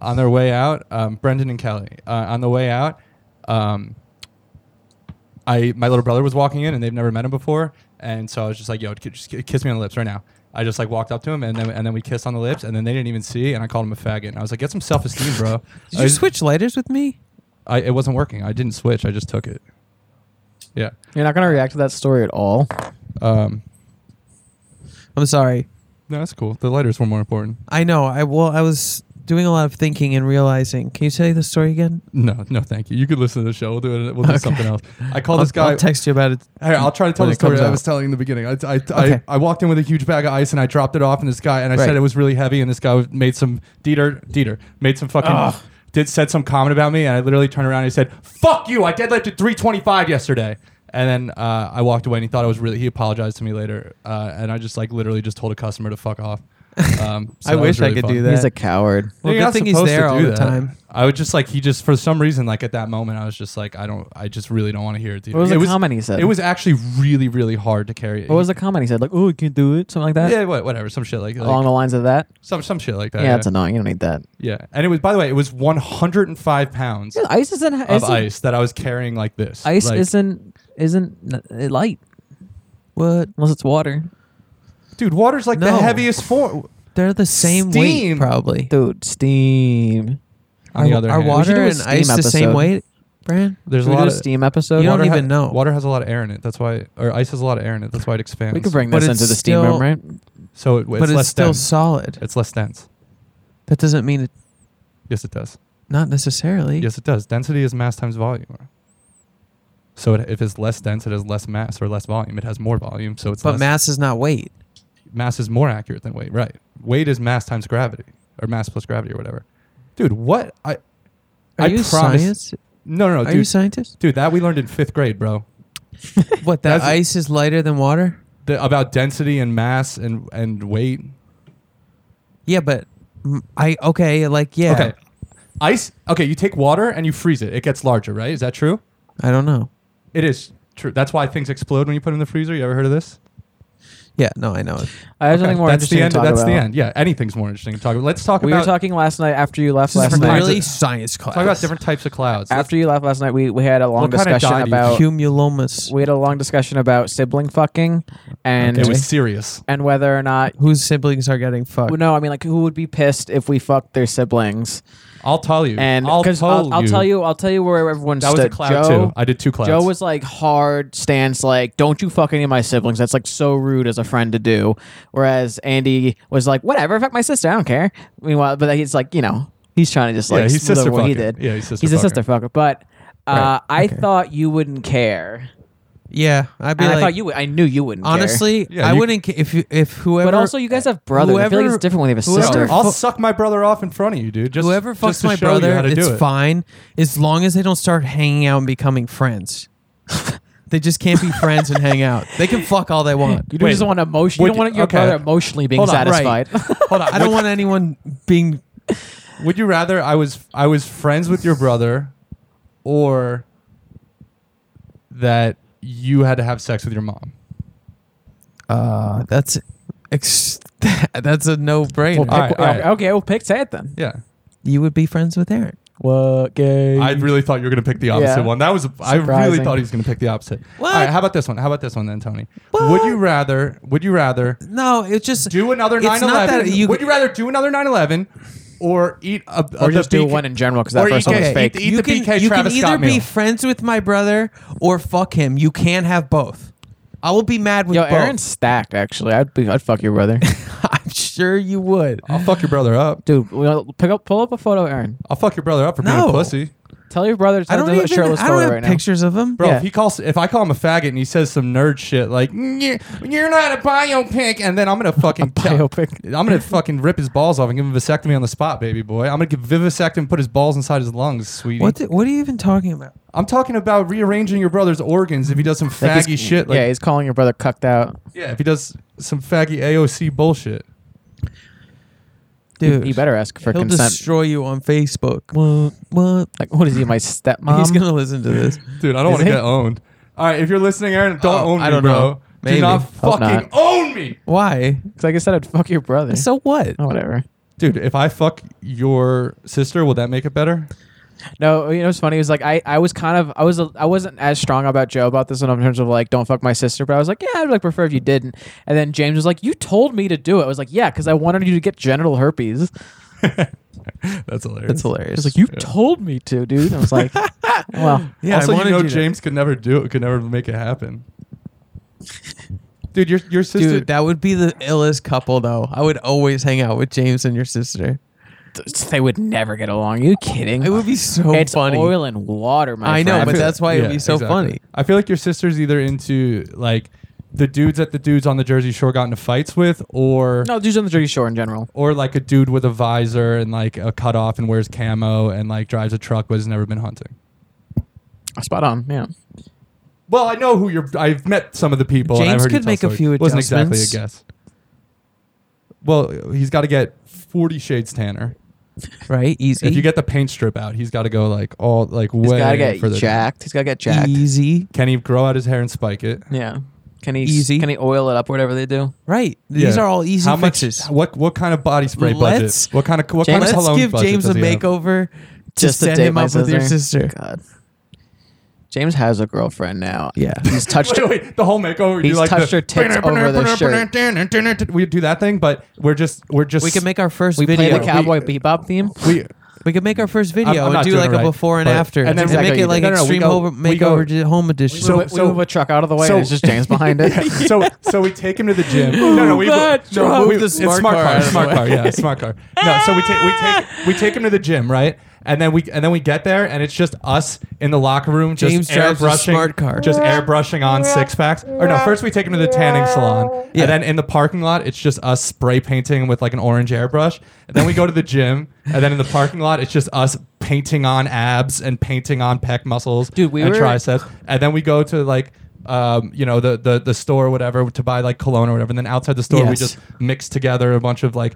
A: on their way out? Um, Brendan and Kelly. Uh, on the way out, um, I my little brother was walking in, and they've never met him before, and so I was just like, "Yo, ki- just ki- kiss me on the lips right now." I just like walked up to him, and then and then we kissed on the lips, and then they didn't even see, and I called him a faggot, and I was like, "Get some self esteem, bro."
B: Did
A: I
B: you
A: was-
B: switch lighters with me?
A: I, it wasn't working. I didn't switch. I just took it. Yeah.
D: You're not gonna react to that story at all.
A: Um,
B: I'm sorry.
A: no, that's cool. The lighters were more important.
B: I know. I well, I was doing a lot of thinking and realizing. Can you say the story again?
A: No, no, thank you. You could listen to the show. We'll do it. We'll do something else. I called this
B: I'll,
A: guy.
B: I'll text you about it.
A: Hey, I'll try to tell
B: when
A: the
B: it
A: story
B: comes
A: that I
B: out.
A: was telling in the beginning. I, I, I,
B: Okay.
A: I walked in with a huge bag of ice and I dropped it off, and this guy and I
B: Right.
A: said it was really heavy, and this guy was- made some Dieter Dieter made some fucking did said some comment about me, and I literally turned around and he said, "Fuck you! I deadlifted 325 yesterday." And then uh, I walked away, and he thought I was really. He apologized to me later, uh, and I just like literally just told a customer to fuck off. Um, so
B: I
A: that was
B: wish I
A: really
B: could
A: fun.
B: do that.
D: He's a coward.
B: Well,
A: You're
B: good
A: not
B: thing he's
A: supposed to
B: there
A: do
B: all the
A: that.
B: time.
A: I was just like, he just for some reason, like at that moment, I was just like, I don't, I just really don't want to hear it. Dude.
D: What was
A: it
D: the comment he said?
A: It was actually really, really hard to carry.
D: What was the comment he said? Like, oh, I can't do it, something like that.
A: Yeah, Oh, what, whatever, some shit like, like
D: Along the lines of that.
A: some some shit like that.
D: Yeah, that's annoying. You don't need that.
A: yeah. And it was, by the way, it was 105 pounds
D: Dude, ice isn't
A: of
D: isn't-
A: ice that I was carrying like this.
D: Ice
A: Like,
D: isn't isn't n- light. What? Unless it's water,
A: dude. Water's like the
B: No.
A: heaviest form.
B: They're the same weight,
A: Steam.
B: probably.
D: dude. Steam.
A: On the
B: Are-
A: other
B: are
A: hand,
D: should
B: water
D: do a
B: and
D: steam
B: ice the same
D: episode.
B: weight, Bran?
A: there's
D: Should
A: a
D: we do
A: lot
D: a
A: of
D: steam episode.
B: You don't
A: water
B: even know.
A: Water has a lot of air in it. That's why, or ice has a lot of air in it. That's why it expands.
D: we could bring
B: But
D: this
B: it's
D: into the steam room,
B: still-
D: right?
A: so it, it's
B: but it's,
A: less
B: still
A: dense.
B: solid.
A: it's less dense.
B: That doesn't mean it.
A: Yes, it does.
B: Not necessarily.
A: Yes, it does. Density is mass times volume. So it, if it's less dense, it has less mass or less volume. It has more volume, so it's
B: but
A: less,
B: mass is not weight.
A: mass is more accurate than weight, right? Weight is mass times gravity, or mass plus gravity, or whatever. Dude, what I?
B: Are
A: I
B: you a
A: promise-
B: science?
A: No,
B: Are
A: no, no
B: you a
A: dude.
B: scientist?
A: dude, that we learned in fifth grade, bro.
B: What that
A: That's-
B: ice is lighter than water?
A: The, about density and mass and and weight.
B: Yeah, but mm, I okay, like yeah.
A: Okay, ice. Okay, you take water and you freeze it. It gets larger, right? Is that true?
B: I don't know.
A: It is true. That's why things explode when you put it in the freezer. You ever heard of this?
B: Yeah, no, I know it.
D: I have
A: Okay,
D: something more
A: that's
D: interesting
A: the end.
D: to talk
A: that's
D: about.
A: the end. Yeah, anything's more interesting to talk about. Let's talk
D: We
A: about
D: were talking last night after you left
B: This
D: last
B: is
D: night.
B: really science class.
A: talk about different types of clouds.
D: After you left last night, we, we had a long
A: What kind of
D: discussion
A: dye do you
D: about
B: cumulomus.
D: we had a long discussion about sibling fucking and
A: it was serious.
D: and whether or not
B: Whose siblings are getting fucked?
D: well, no, I mean like who would be pissed if we fucked their siblings
A: I'll tell you.
D: and
A: I'll,
D: because
A: tell
D: I'll, I'll tell you I'll tell you where everyone
A: That was
D: stood.
A: a cloud
D: Joe,
A: too. I did two clouds.
D: Joe was like hard stance, like don't you fuck any of my siblings. That's like so rude as a friend to do. Whereas Andy was like whatever, fuck my sister, I don't care. Meanwhile, but he's like you know he's trying to just
A: Yeah,
D: like
A: he's sister
D: live what he
A: fucking.
D: did.
A: Yeah, he's sister
D: he's a
A: fucking.
D: sister fucker. But uh, I thought you wouldn't care,
B: Yeah, I'd be
D: and
B: like
D: I thought you would. I knew you wouldn't. care.
B: honestly,
A: Yeah,
B: I
A: you-
B: wouldn't ca- if you, if whoever
D: But also, you guys have brothers. I feel like
B: whoever-
D: it's different when you have a
B: whoever-
D: sister.
A: I'll
B: fu-
A: suck my brother off in front of you, dude. Just
B: whoever
A: just
B: fucks
A: to
B: my
A: show you
B: brother,
A: how to
B: it's
A: do it.
B: fine as long as they don't start hanging out and becoming friends. they just can't be friends and hang out. They can fuck all they want.
D: You don't
A: Wait.
D: just want emotion. You
A: Would
D: don't
A: you-
D: want your
A: okay.
D: brother emotionally being
A: Hold on,
B: right.
D: satisfied.
A: Hold on.
B: I don't
A: would,
B: want anyone being
A: Would you rather I was I was friends with your brother, or that you had to have sex with your mom?
B: uh that's ex- that's a no-brainer.
A: Well, All right, all right.
D: Okay, we'll pick Ted then.
A: Yeah,
B: you would be friends with Eric.
D: What gay?
A: I really thought you were gonna pick the opposite
D: Yeah.
A: one. That was I really
D: Surprising.
A: thought he was gonna pick the opposite.
B: What?
A: All right, how about this one? How about this one then, Tony?
B: What?
A: Would you rather? Would you rather
B: No, it's just
A: do another
B: It's not
A: 9/11?
B: that you-
A: would you rather do another 9/11 or eat a
D: or just do one in general because that
A: or
D: first
A: you
D: one was
A: can-
D: fake.
A: eat the BK
B: you
A: Travis
B: can
A: Scott
B: either be
A: meal.
B: friends with my brother or fuck him. You can't have both. I will be mad with
D: Yo,
B: both.
D: Aaron's stacked. Actually, I'd be, I'd fuck your brother,
B: I'm sure you would.
D: Oh,
A: I'll fuck your brother up.
D: dude. We'll pick up, pull up a photo, Aaron.
A: I'll fuck your brother up for being
B: No.
A: a pussy.
D: Tell your brother to
B: I don't
D: do a
B: even.
D: shirtless
B: I don't
D: photo
B: have
D: right now.
B: pictures of him.
A: Bro,
D: Yeah.
A: if he calls if I call him a faggot and he says some nerd shit like "Mm, you're, you're not a biopic and then I'm gonna fucking kill-
D: biopic.
A: I'm gonna fucking rip his balls off and give him a vasectomy on the spot, baby boy. I'm gonna give vivisect and put his balls inside his lungs, sweetie.
B: What? the- what are you even talking about?
A: I'm talking about rearranging your brother's organs if he does some
D: Like, he's-
A: faggy shit. Like,
D: yeah,
A: yeah,
D: he's calling your brother cucked out.
A: if he does some faggy AOC bullshit.
B: Dude,
D: You better ask for
B: he'll
D: consent.
B: destroy you on Facebook. What? What?
D: like, what is he, my stepmom?
B: He's gonna listen to this.
A: Dude, I don't want to
D: he?
A: get owned. All right, if you're listening, Aaron, don't
B: Oh,
A: own me,
B: I don't
A: bro.
B: know.
A: Do
B: Maybe.
A: not
D: Hope
A: fucking
D: not.
A: own me,
B: Why?
D: 'Cause like I said, I'd fuck your brother.
B: So what?
D: oh, whatever.
A: dude. If I fuck your sister, will that make it better?
D: No, you know what's funny is like I, I was kind of I was I wasn't as strong about Joe about this one in terms of like don't fuck my sister, but I was like yeah I'd like prefer if you didn't. And then James was like you told me to do it. I was like yeah because I wanted you to get genital herpes.
A: That's hilarious.
B: That's hilarious.
D: He's like you told me to, dude. I was like well
B: yeah,
A: also,
B: I
A: you
B: wanted
A: know,
B: to-
A: James could never do it. Could never make it happen. Dude, your your sister.
B: Dude, that would be the illest couple, though. I would always hang out with James and your sister.
D: they would never get along. Are you kidding?
B: It would be so
D: it's
B: funny.
D: oil and water, my
B: I know,
D: friend.
B: but that's why it'd
A: Yeah,
B: be so
A: exactly.
B: funny.
A: I feel like your sister's either into like the dudes that the dudes on the Jersey Shore got into fights with, or
D: no dudes on the Jersey Shore in general.
A: or like a dude with a visor and like a cutoff and wears camo and like drives a truck but has never been hunting.
D: Spot on, yeah.
A: Well, I know who you're. I've met some of the people. and I've
B: James
A: heard you
B: could
A: tell
B: make a
A: stories.
B: few
A: Wasn't exactly a
B: adjustments.
A: guess. Well, he's got to get forty shades tanner.
B: right? Easy.
A: If you get the paint strip out, he's got to go like all like
D: He's
A: way
D: gotta get
A: further. down.
D: jacked. He's gotta get jacked.
B: easy,
A: Can he grow out his hair and spike it?
D: Yeah. Can he
B: Easy.
D: Can he oil it up? Whatever they do.
B: right? These
A: Yeah.
B: are all easy
A: How much?
B: fixes.
A: What what kind of body spray
B: Let's-
A: budget? What kind of what kind of
B: Let's
A: cologne
B: give
A: budget
B: James a
A: does he have?
B: makeover. Just,
D: just to
B: set
D: date
B: him
D: my
B: up with your sister.
D: God. James has a girlfriend now.
B: Yeah.
D: He's touched
A: Wait, wait, the whole makeover.
D: He's
A: do like
D: touched
A: the,
D: her tits over their
A: We do that thing, but we're just we're just
B: We can make our first
D: We
B: video.
D: play the Cowboy Bebop theme.
A: we
B: We could make our first video
A: I'm
B: and
A: not
B: do
A: doing
B: like
A: it
B: a
A: right,
B: before and
A: but-
B: after,
A: and
B: and,
A: then
D: exactly
B: make
D: you
B: it
D: do.
B: like
A: No, no, no, we
B: extreme
A: go-
B: over,
A: we
B: makeover
A: go-
B: to home edition.
A: So-
D: we, move- we move a truck out of the way.
A: so-
D: and it's just James behind it.
A: so so we take him to the gym. No, no, we
B: that
A: no,
B: drove
A: we,
B: the
A: it's
B: smart
A: smart
B: car
A: car,
B: out of the
A: smart
B: way.
A: car, yeah, smart car. No, so we take we take we take him to the gym, right? And then we and then we get there, and it's just us in the locker room, just
B: James drives a
A: airbrushing,
B: smart car.
A: just airbrushing on six packs. Or no, first we take him to the tanning salon,
B: Yeah.
A: and then in the parking lot, it's just us spray painting with like an orange airbrush. And then we go to the gym, and then in the parking lot, it's just us painting on abs and painting on pec muscles
D: Dude, we
A: and
D: were-
A: triceps, and then we go to like um, you know the, the the store or whatever to buy like cologne or whatever, and then outside the store we
B: Yes.
A: just mix together a bunch of like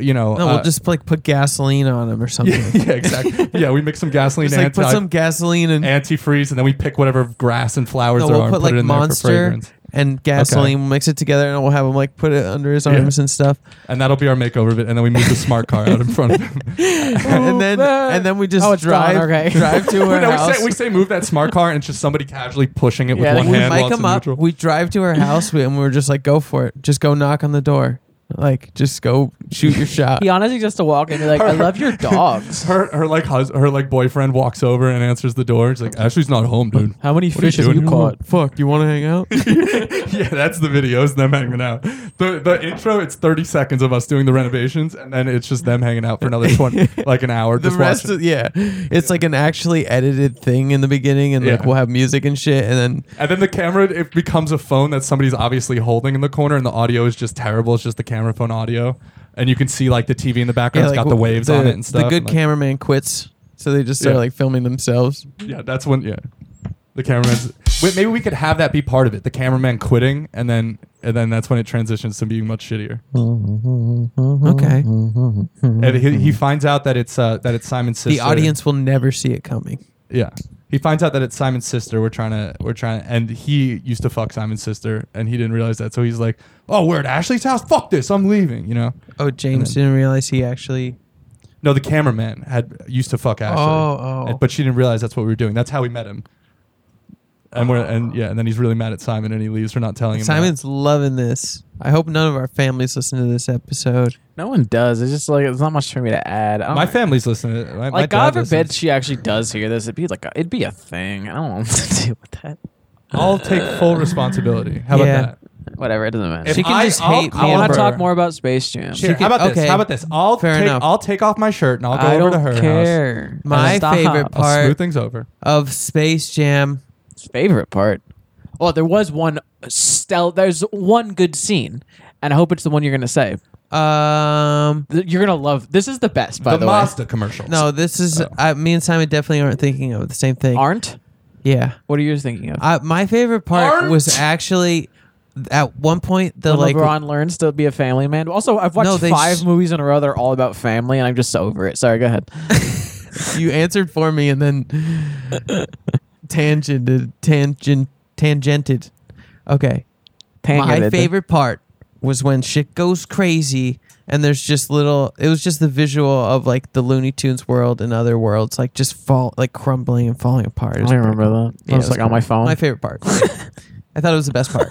A: you know
B: no,
A: uh,
B: we'll just like put gasoline on them or something.
A: yeah, yeah exactly yeah we mix some gasoline
B: Just
A: and
B: like put some gasoline and
A: antifreeze and then we pick whatever grass and flowers
B: no,
A: there
B: we'll
A: are
B: put
A: and
B: like
A: put it in there for
B: monster
A: fragrance,
B: and gasoline. We'll mix it together and we'll have him like put it under his arms and stuff.
A: and that'll be our makeover of it, and then we move the smart car out in front of him.
B: and then and then we just
D: Oh, it's
B: drive
D: gone, okay.
B: drive to her
A: no, we,
B: house.
A: say, we say move that smart car, and it's just somebody casually pushing it with
D: Yeah, like
A: one
B: we
A: hand. while
B: mic
A: it's
B: him
A: in
B: up.
A: neutral.
B: We drive to her house, we, and we were just like, "Go for it! Just go knock on the door, like just go shoot your shot."
D: He honestly just to walk in and be like, I love your dogs.
A: her her like hus- her like boyfriend walks over and answers the door. She's like, Ashley's not home, dude.
D: How many
A: What are
D: fish have
A: doing
D: you
A: here?
D: caught?
B: Fuck, you want to hang out?
A: yeah, that's the videos, them hanging out. The the intro, it's 30 seconds of us doing the renovations, and then it's just them hanging out for another 20, like an hour.
B: the
A: just
B: rest,
A: watching.
B: of, yeah, it's like an actually edited thing in the beginning, and like
A: Yeah.
B: we'll have music and shit, and then
A: and then the camera, it becomes a phone that somebody's obviously holding in the corner, and the audio is just terrible. It's just the camera phone audio. And you can see like the TV in the
B: yeah,
A: background,
B: like,
A: it's got the
B: w-
A: waves on it and stuff.
B: The good
A: and, like,
B: cameraman quits, so they just start
A: Yeah.
B: like filming themselves.
A: Yeah, that's when, yeah. The cameraman's. Wait, maybe we could have that be part of it. The cameraman quitting, and then and then that's when it transitions to being much shittier.
B: Okay,
A: And he, he finds out that it's uh, that it's Simon's sister.
B: the audience will never see it coming.
A: Yeah. He finds out that it's Simon's sister. We're trying to, we're trying, and he used to fuck Simon's sister, and he didn't realize that. So he's like, "Oh, we're at Ashley's house. Fuck this. I'm leaving." You know?
B: Oh, James didn't realize he actually.
A: No, the cameraman had used to fuck Ashley.
B: Oh, oh.
A: And- But she didn't realize that's what we were doing. That's how we met him. And we're and yeah, and then he's really mad at Simon, and he leaves for not telling him. that.
B: Simon's loving this. I hope none of our families listen to this episode.
D: No one does. It's just like, it's not much for me to add. I don't-
A: my family's listening. My, my
D: Like, God
A: dad
D: forbid
A: listens.
D: she actually does hear this. It'd be like, a, it'd be a thing. I don't want to deal with that.
A: I'll take full responsibility. How
B: Yeah.
A: about that?
D: Whatever, it doesn't matter.
A: If
B: She can
A: I-
B: just
A: I'll-
B: hate me
A: I'll
D: I
B: and
D: want
A: Amber.
D: to
B: her.
D: talk more about Space Jam.
A: Here, how
B: can-
A: about this?
B: okay.
A: How about this? I'll
B: Fair
A: take,
B: enough.
A: I'll take off my shirt and I'll go
D: I
A: over
D: don't
A: to her house.
D: care.
B: My
D: Stop.
B: favorite
A: I'll
B: Part-
A: smooth things over.
B: of Space Jam.
D: favorite part. Well, there was one stel. There's one good scene, and I hope it's the one you're gonna say.
B: Um,
D: Th- You're gonna love. This is the best, by
A: The,
D: the,
A: Mazda commercials.
B: no, this is I, me and Simon definitely aren't thinking of the same thing.
D: way. Aren't?
B: Yeah,
D: What are you thinking of?
B: I, my favorite part
A: Aren't?
B: was actually at one point the
D: When
B: like
D: LeBron learns to be a family man. Also, I've watched
B: No, they
D: five
B: sh-
D: movies in a row. They're all about family, and I'm just over it. Sorry, go ahead.
B: you answered for me and then tangented tangent tangented. Okay, my
D: Tangent.
B: favorite part was when shit goes crazy and there's just little it was just the visual of like the looney tunes world and other worlds like just fall like crumbling and falling apart It
D: I
B: was
D: don't remember that.
B: Yeah,
D: I was
B: it was
D: like on my phone.
B: my favorite part i thought it was the best part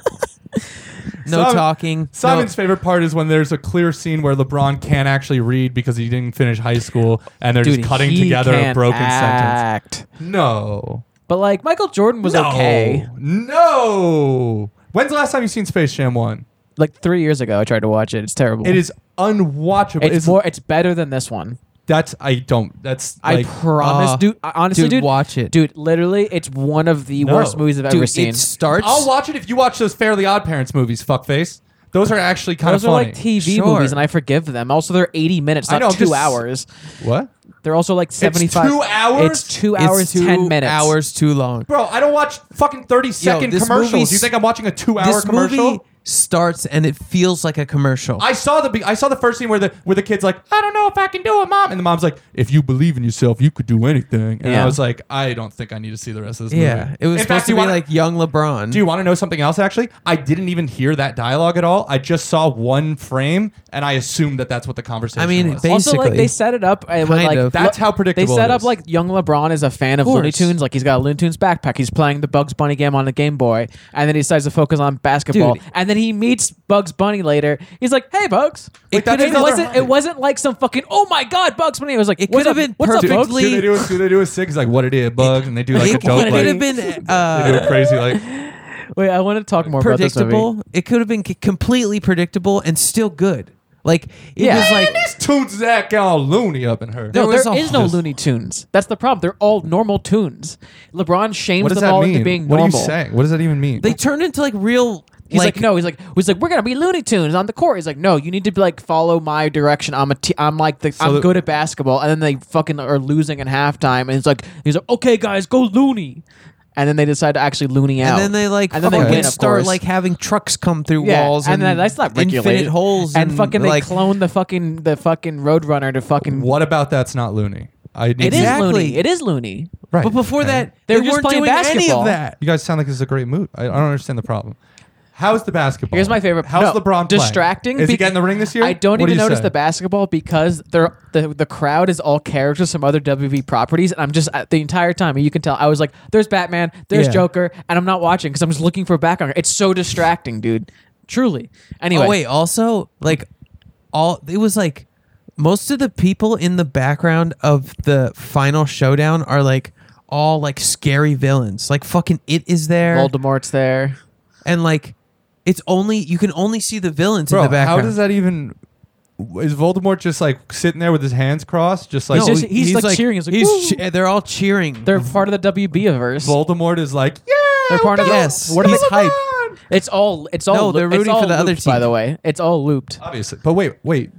B: no
A: Simon-
B: talking
A: Simon's
B: no,
A: favorite part is when there's a clear scene where LeBron can't actually read because he didn't finish high school, and they're
D: Dude,
A: just cutting
D: he
A: together a
D: can't
A: broken sentence.
D: act.
A: No,
D: But like Michael Jordan was
A: no,
D: okay.
A: no. When's the last time you've seen Space Jam One?
D: Like three years ago, I tried to watch it. It's terrible.
A: It is unwatchable.
D: It's more. It's better than this one.
A: That's I don't. That's like,
D: I promise,
B: uh,
D: dude. I- Honestly,
B: dude,
D: dude,
B: watch it.
D: dude. Literally, it's one of the
A: No.
D: worst movies I've ever
B: dude
D: seen.
B: it starts
A: I'll watch it if you watch those Fairly Odd Parents movies. Fuckface. Those are actually kind
D: Those
A: of
D: are
A: funny.
D: like TV
B: Sure.
D: movies, and I forgive them. Also, they're eighty minutes,
A: I
D: not
A: know, I'm
D: two
A: just-
D: hours.
A: what,
D: They're also like seventy-five.
A: two hours?
D: It's two
B: it's
D: hours,
B: two
D: ten minutes.
B: hours too long
A: bro? I don't watch fucking thirty second
B: this
A: commercials.
B: movie's-
A: You think I'm watching a two hour
B: this
A: commercial?
B: movie starts and it feels like a commercial
A: I saw the be- I saw the first scene where the where the kid's like, I don't know if I can do it, mom, and the mom's like, if you believe in yourself, you could do anything. And
D: Yeah.
A: I was like, I don't think I need to see the rest of this movie.
B: yeah it was
A: In
B: supposed
A: fact,
B: to
A: you
B: be
A: wanna-
B: like young lebron
A: Do you want to know something else? Actually, I didn't even hear that dialogue at all. I just saw one frame, and I assumed that that's what the conversation.
B: I mean,
A: was.
B: ba-
D: Also, like
B: Basically.
D: they set it up. And,
B: Kind
D: like,
B: of.
A: That's how predictable
D: They set
A: it
D: up
A: is.
D: like young LeBron is a fan of,
B: course.
D: Looney Tunes. Like he's got a Looney Tunes backpack. He's playing the Bugs Bunny game on the Game Boy, and then he decides to focus on basketball.
B: Dude.
D: and then he meets Bugs Bunny later. He's like, "Hey, Bugs."
B: It
D: It,
B: could've been-
D: wasn't. It wasn't like some fucking. Oh my god, Bugs Bunny. It was like,
B: It
D: "What's
B: could've
D: up?
B: been
D: What's up, Bugs?"
B: perfectly-
A: Oh, Do they do a, do they do a six like what it is bugs and they do like a
B: it
A: joke
B: could have
A: like
B: been
A: they do
B: uh,
A: a crazy like
D: Wait, I want to talk more about this movie.
B: predictable. It could have been c- completely predictable and still good. Like it
D: Yeah.
B: was like
A: toot Zach all loony up in her.
B: No,
D: No,
B: there's
D: there
B: a-
D: is no
B: Just-
D: Looney Tunes. That's the problem. They're all normal tunes. LeBron shames
A: What does
D: them
A: that
D: all
A: mean?
D: into being
A: what
D: normal.
A: are you saying? What does that even mean?
B: they turned into like real.
D: He's like, no. He's like, he's like, we're gonna be Looney Tunes on the court. He's like, no, you need to be like follow my direction. I'm a, t- I'm like the, I'm
A: the-
D: good at basketball. And then they fucking are losing in halftime. And he's like, he's like, okay, guys, go Looney. And then they decide to actually Looney out.
B: And then they like
D: and then they
B: fucking
D: win, of
B: start
D: course.
B: like having trucks come through
D: yeah.
B: walls
D: and
B: and,
D: then that's not regulated.
B: infinite holes
D: And, fucking they
B: like,
D: clone the fucking the fucking Roadrunner to fucking.
A: what about that's not loony? I need
D: It
A: to-
D: is
B: Exactly.
D: Looney. It is Looney.
A: Right.
B: But before
A: okay.
B: that,
D: They
B: they,
D: were just
B: weren't
D: playing
B: doing any
D: basketball.
B: of that.
A: you guys sound like this is a great mood. I, I don't understand the problem. How's the basketball?
D: Here's my favorite.
A: How's
D: no,
A: LeBron playing?
D: Distracting.
A: Is he
D: bec-
A: getting the ring this year?
D: I don't
A: What do
D: even
A: you
D: notice
A: say?
D: the basketball because they're, the the crowd is all characters from other WV properties, and I'm just I- the entire time you can tell I was like, "There's Batman, there's
B: Yeah.
D: Joker," and I'm not watching because I'm just looking for background. It's so distracting, dude. Truly. Anyway,
B: Oh wait, also like all it was like most of the people in the background of the final showdown are like all like scary villains. Like fucking it is there
D: Voldemort's there.
B: and like it's only you can only see the villains
A: Bro,
B: in the background.
A: how does that even? Is Voldemort just like sitting there with his hands crossed, just like
D: He's just- he's, like, cheering. He's like, "Woo!"
B: che- they're all cheering.
D: They're part of the WB verse.
A: Voldemort is like, yeah,
D: They're part of the-
B: Yes,
D: What are
B: he's
D: they
B: hype.
D: It's all. It's all.
B: No, they're
D: it's
B: rooting
D: all
B: for the other
D: looped, By
B: team.
D: the way, it's all looped.
A: obviously. But wait, wait,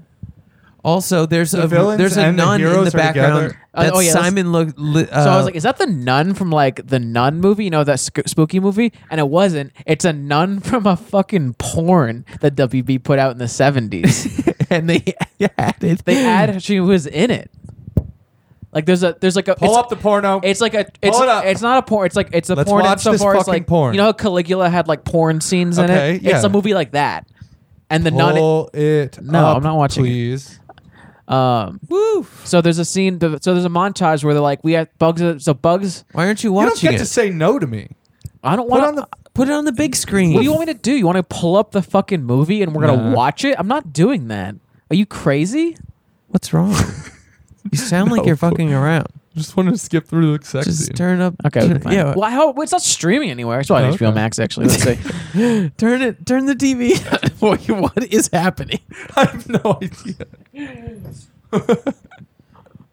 B: Also, there's
A: The
B: a
A: villains
B: there's a
A: and the
B: nun in
A: heroes
B: the
A: are
B: background.
A: together.
D: Uh,
B: That's
D: oh, yeah, that's-
B: Simon. Look, li-
D: So I
B: uh,
D: was like, "Is that the nun from like the nun movie? You know that sc- spooky movie?" And it wasn't. It's a nun from a fucking porn that WB put out in the seventies.
B: and they added
D: they add she was in it. Like there's a there's like a
A: pull
D: it's,
A: up the porno.
D: It's like a it's
A: it up.
D: it's not a porn. It's like it's a
A: Let's
D: porn.
A: watch this
D: insofar as,
A: fucking
D: like,
A: porn.
D: You know how Caligula had like porn scenes
A: Okay,
D: in it. It's
A: yeah.
D: a movie like that. And the nun.
A: pull it.
D: No,
A: up,
D: I'm not watching it.
A: Please,
D: Um,
B: Woo!
D: so there's a scene. So there's a montage where they're like, we have bugs. So bugs.
B: Why aren't you
A: you don't
B: watching
A: get
B: it?
A: to say no to me.
D: I don't
A: Put
D: want
A: on the
B: Put it on the big screen.
D: What do you want me to do? You want to pull up the fucking movie and we're gonna watch it? I'm not doing that. Are you crazy?
B: What's wrong? you sound like
A: No.
B: you're fucking around.
A: Just wanted to skip through the sex
B: Just
A: scene.
B: turn up.
D: Okay, fine.
B: yeah.
D: Well, I hope it's not streaming anywhere. It's probably on HBO
A: Okay.
D: Max actually. Let's see.
B: Turn it. Turn the TV. on. What- what is happening?
A: I have no idea.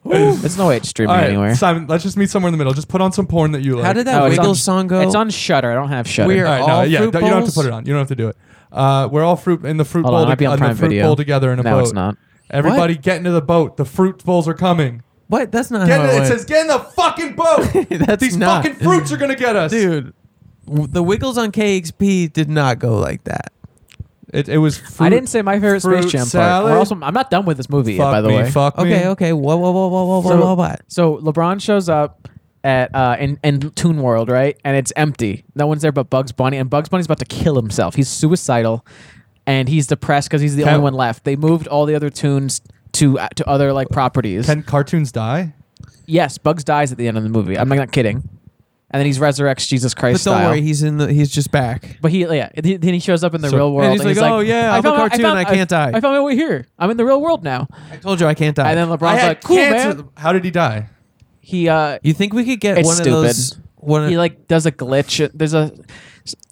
D: it's no way it's streaming
A: All right,
D: anywhere.
A: Simon, let's just meet somewhere in the middle. Just put on some porn that you like.
B: How did that
D: Oh, it's
B: wiggle
D: on-
B: song go?
D: It's on Shutter. I don't have Shutter.
B: We are-
A: All right, no,
B: all
A: yeah,
B: fruit
A: don't- you don't have to
B: bowls?
A: put it on. You don't have to do it. Uh, we're all fruit in the fruit
D: Hold
A: bowl.
D: on, it might be on
A: in the
D: Prime
A: fruit
D: Video.
A: bowl together in a
D: No,
A: boat.
D: it's not.
A: Everybody get into the boat. The fruit bowls are coming.
B: What? That's not
A: Get
B: how
A: in,
B: it,
A: it
B: went.
A: says get in the fucking boat.
B: That's
A: These
B: not-
A: fucking fruits are gonna get us,
B: dude. w- The Wiggles on KXP did not go like that.
A: It, it was. Fruit,
D: I didn't say my favorite
A: fruit
D: Space Jam part.
A: salad.
D: We're also, I'm not done with this movie yet,
A: Fuck
D: by the
A: me,
D: way.
A: fuck me.
B: Okay. Okay. Whoa. Whoa. Whoa. Whoa. Whoa. Whoa.
D: So,
B: Whoa. What?
D: so LeBron shows up at uh, in in Toon World, right? And it's empty. No one's there but Bugs Bunny, and Bugs Bunny's about to kill himself. He's suicidal, and he's depressed because he's the
A: Can-
D: only one left. They moved all the other tunes to uh, to other like properties.
A: Can cartoons die?
D: yes, Bugs dies at the end of the movie. I'm not kidding. And then he's resurrects Jesus Christ
B: But don't
D: style.
B: worry, he's in the. He's just back.
D: But he, yeah, he- then he shows up in the
A: So-
D: real world.
B: he's like, "Oh, yeah, I'm a
D: found my-
B: cartoon,
D: found-
B: I can't die."
D: I found my way here. I'm in the real world now.
B: I told you I can't die.
D: And then
A: I
D: LeBron's
A: had
D: like, cool,
A: cancer.
D: man.
A: How did he die?
D: He, uh,
B: you think we could get
D: It's
B: one
D: stupid.
B: of those? One.
D: he like does a glitch. There's a.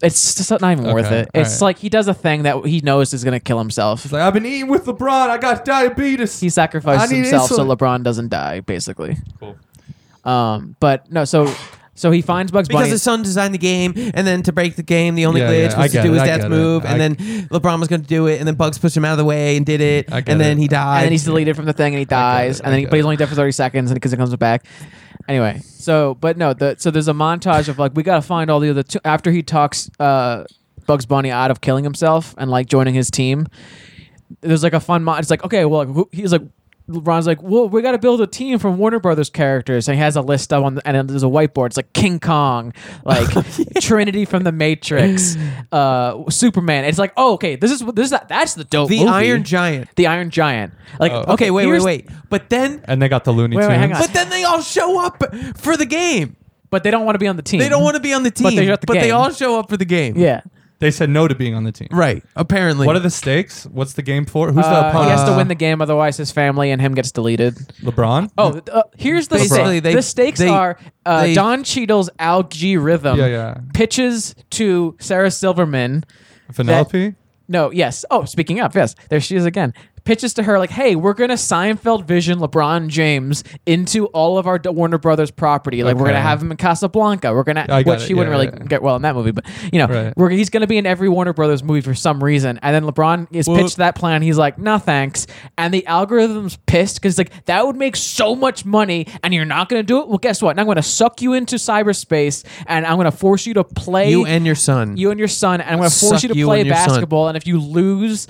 D: It's just not even worth
A: Okay,
D: it. It's
A: alright.
D: like he does a thing that he knows is gonna kill himself.
A: It's like I've been eating with LeBron. I got diabetes.
D: He
A: I
D: sacrifices
A: need
D: himself so
A: insulin.
D: LeBron doesn't die, basically. Cool. Um, but no, so so he finds Bugs
B: because
D: Bunny.
B: his son designed the game, and then to break the game, the only
A: Yeah,
B: glitch
A: yeah, I
B: was to
A: get
B: do
A: it,
B: his
A: I
B: dad's
A: get it.
B: move,
A: I-
B: and then LeBron was going to do it, and then Bugs pushed him out of the way and did it,
A: I get
B: and then
A: it.
B: he died.
D: and then he's deleted from the thing and he dies
A: it,
D: and then
A: I
D: he,
A: get
D: but he's
A: it.
D: only dead for 30 seconds because it comes back anyway so but no the, so there's a montage of like we gotta find all the other two after he talks uh bugs bunny out of killing himself and like joining his team there's like a fun mod it's like okay well like, who- he's like LeBron's like, well, we got to build a team from Warner Brothers characters, and he has a list up on, the, and then there's a whiteboard. It's like King Kong, like Trinity from the Matrix, uh, Superman. It's like, oh, okay, this is this is that's the dope.
B: the
D: movie
B: Iron Giant.
D: the Iron Giant. Like,
B: Okay, wait, wait,
D: here's-
B: wait. But then,
A: and they got the Looney
D: Wait, wait, hang
A: Tunes.
D: on.
B: but then they all show up for the game.
D: But they don't want to be on the team.
B: They don't want to be on the team,
D: But they're at the
B: they
D: game.
B: all show up for the game.
D: Yeah.
A: They said no to being on the team.
B: Right. Apparently.
A: What are the stakes? What's the game for? Who's the
D: Uh, he has
A: opponent?
D: to win the game, otherwise his family and him gets deleted.
A: LeBron.
D: Oh, th- uh, here's the
B: Basically,
D: sta-
B: they-
D: the stakes
B: they-
D: are uh,
B: they-
D: Don Cheadle's algae rhythm.
A: Yeah, yeah.
D: Pitches to Sarah Silverman.
A: Penelope.
D: No, yes. Oh, speaking of, yes, there she is again. Pitches to her like, "Hey, we're gonna Seinfeld vision LeBron James into all of our D- Warner Brothers property. Like, we're
A: Okay.
D: gonna have him in Casablanca. We're gonna,
A: I got
D: which
A: it.
D: he wouldn't
A: Yeah,
D: really
A: yeah.
D: get well in that movie, but you know,
A: Right.
D: we're, he's gonna be in every Warner Brothers movie for some reason. And then LeBron is pitched that plan. He's like, "No, thanks." And the algorithm's pissed because like that would make so much money, and you're not gonna do it. Well, guess what? Now I'm gonna suck you into cyberspace, and I'm gonna force you to play
B: you and your son?
D: you and your son, and I'm going to
B: Suck
D: force you to
B: you
D: play
B: and your son.
D: basketball. And if you lose,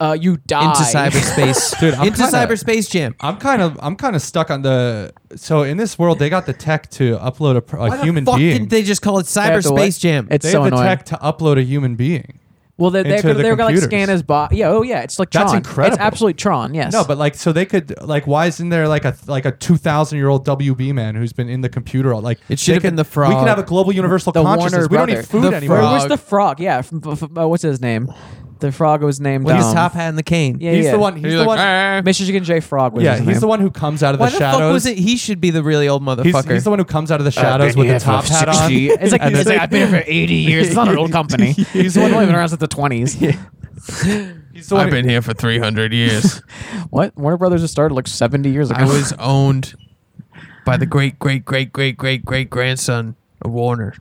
D: uh, you die.
B: into cyberspace,
A: Dude, I'm
B: into
A: kinda-
B: cyberspace jam.
A: I'm kind of I'm kind of stuck on the. So in this world, they got the tech to upload a, pr- a human
B: Fuck
A: being.
B: didn't they just call it
D: They have to what?
B: cyberspace jam?
D: It's
A: They
D: so
A: have the
D: annoying.
A: tech to upload a human being.
D: well, they, they're,
A: into
D: gonna-
A: the
D: they're going to like
A: computers.
D: scan his body. Yeah, oh yeah, it's like
A: That's
D: Tron.
A: incredible.
D: It's absolutely Tron. Yes.
A: No, but like, so they could like, why isn't there like a like a two thousand year old WB man who's been in the computer? all- Like,
B: It should
A: they
B: have been
A: could-
B: the frog.
A: We can have a global universal
D: the Warner
A: consciousness. We don't
D: brother.
A: need food
B: The
A: anymore.
D: Where was
B: frog.
D: the frog? Yeah, from, f- f- uh, what's his name? The frog was named.
B: With his
D: um,
B: top hat and the cane.
D: Yeah,
A: He's
D: yeah.
A: the one. He's, the one.
D: Michigan J. Frog. Was
A: yeah,
D: his
A: he's
D: name.
A: the one who comes out of
B: Why
A: the
B: the
A: shadows.
B: fuck was it? He should be the really old motherfucker.
A: He's, he's the one who comes out of the shadows with the top hat on.
D: It's like,
A: And
D: it's
A: then-
D: like I've been here for 80 years. It's not an old company. He's the one who's been around since the 20s.
A: He's the one. who-
B: here for 300 years.
D: What? Warner Brothers just started like 70 years ago.
B: I was owned by the great, great, great, great, great, great grandson of Warner,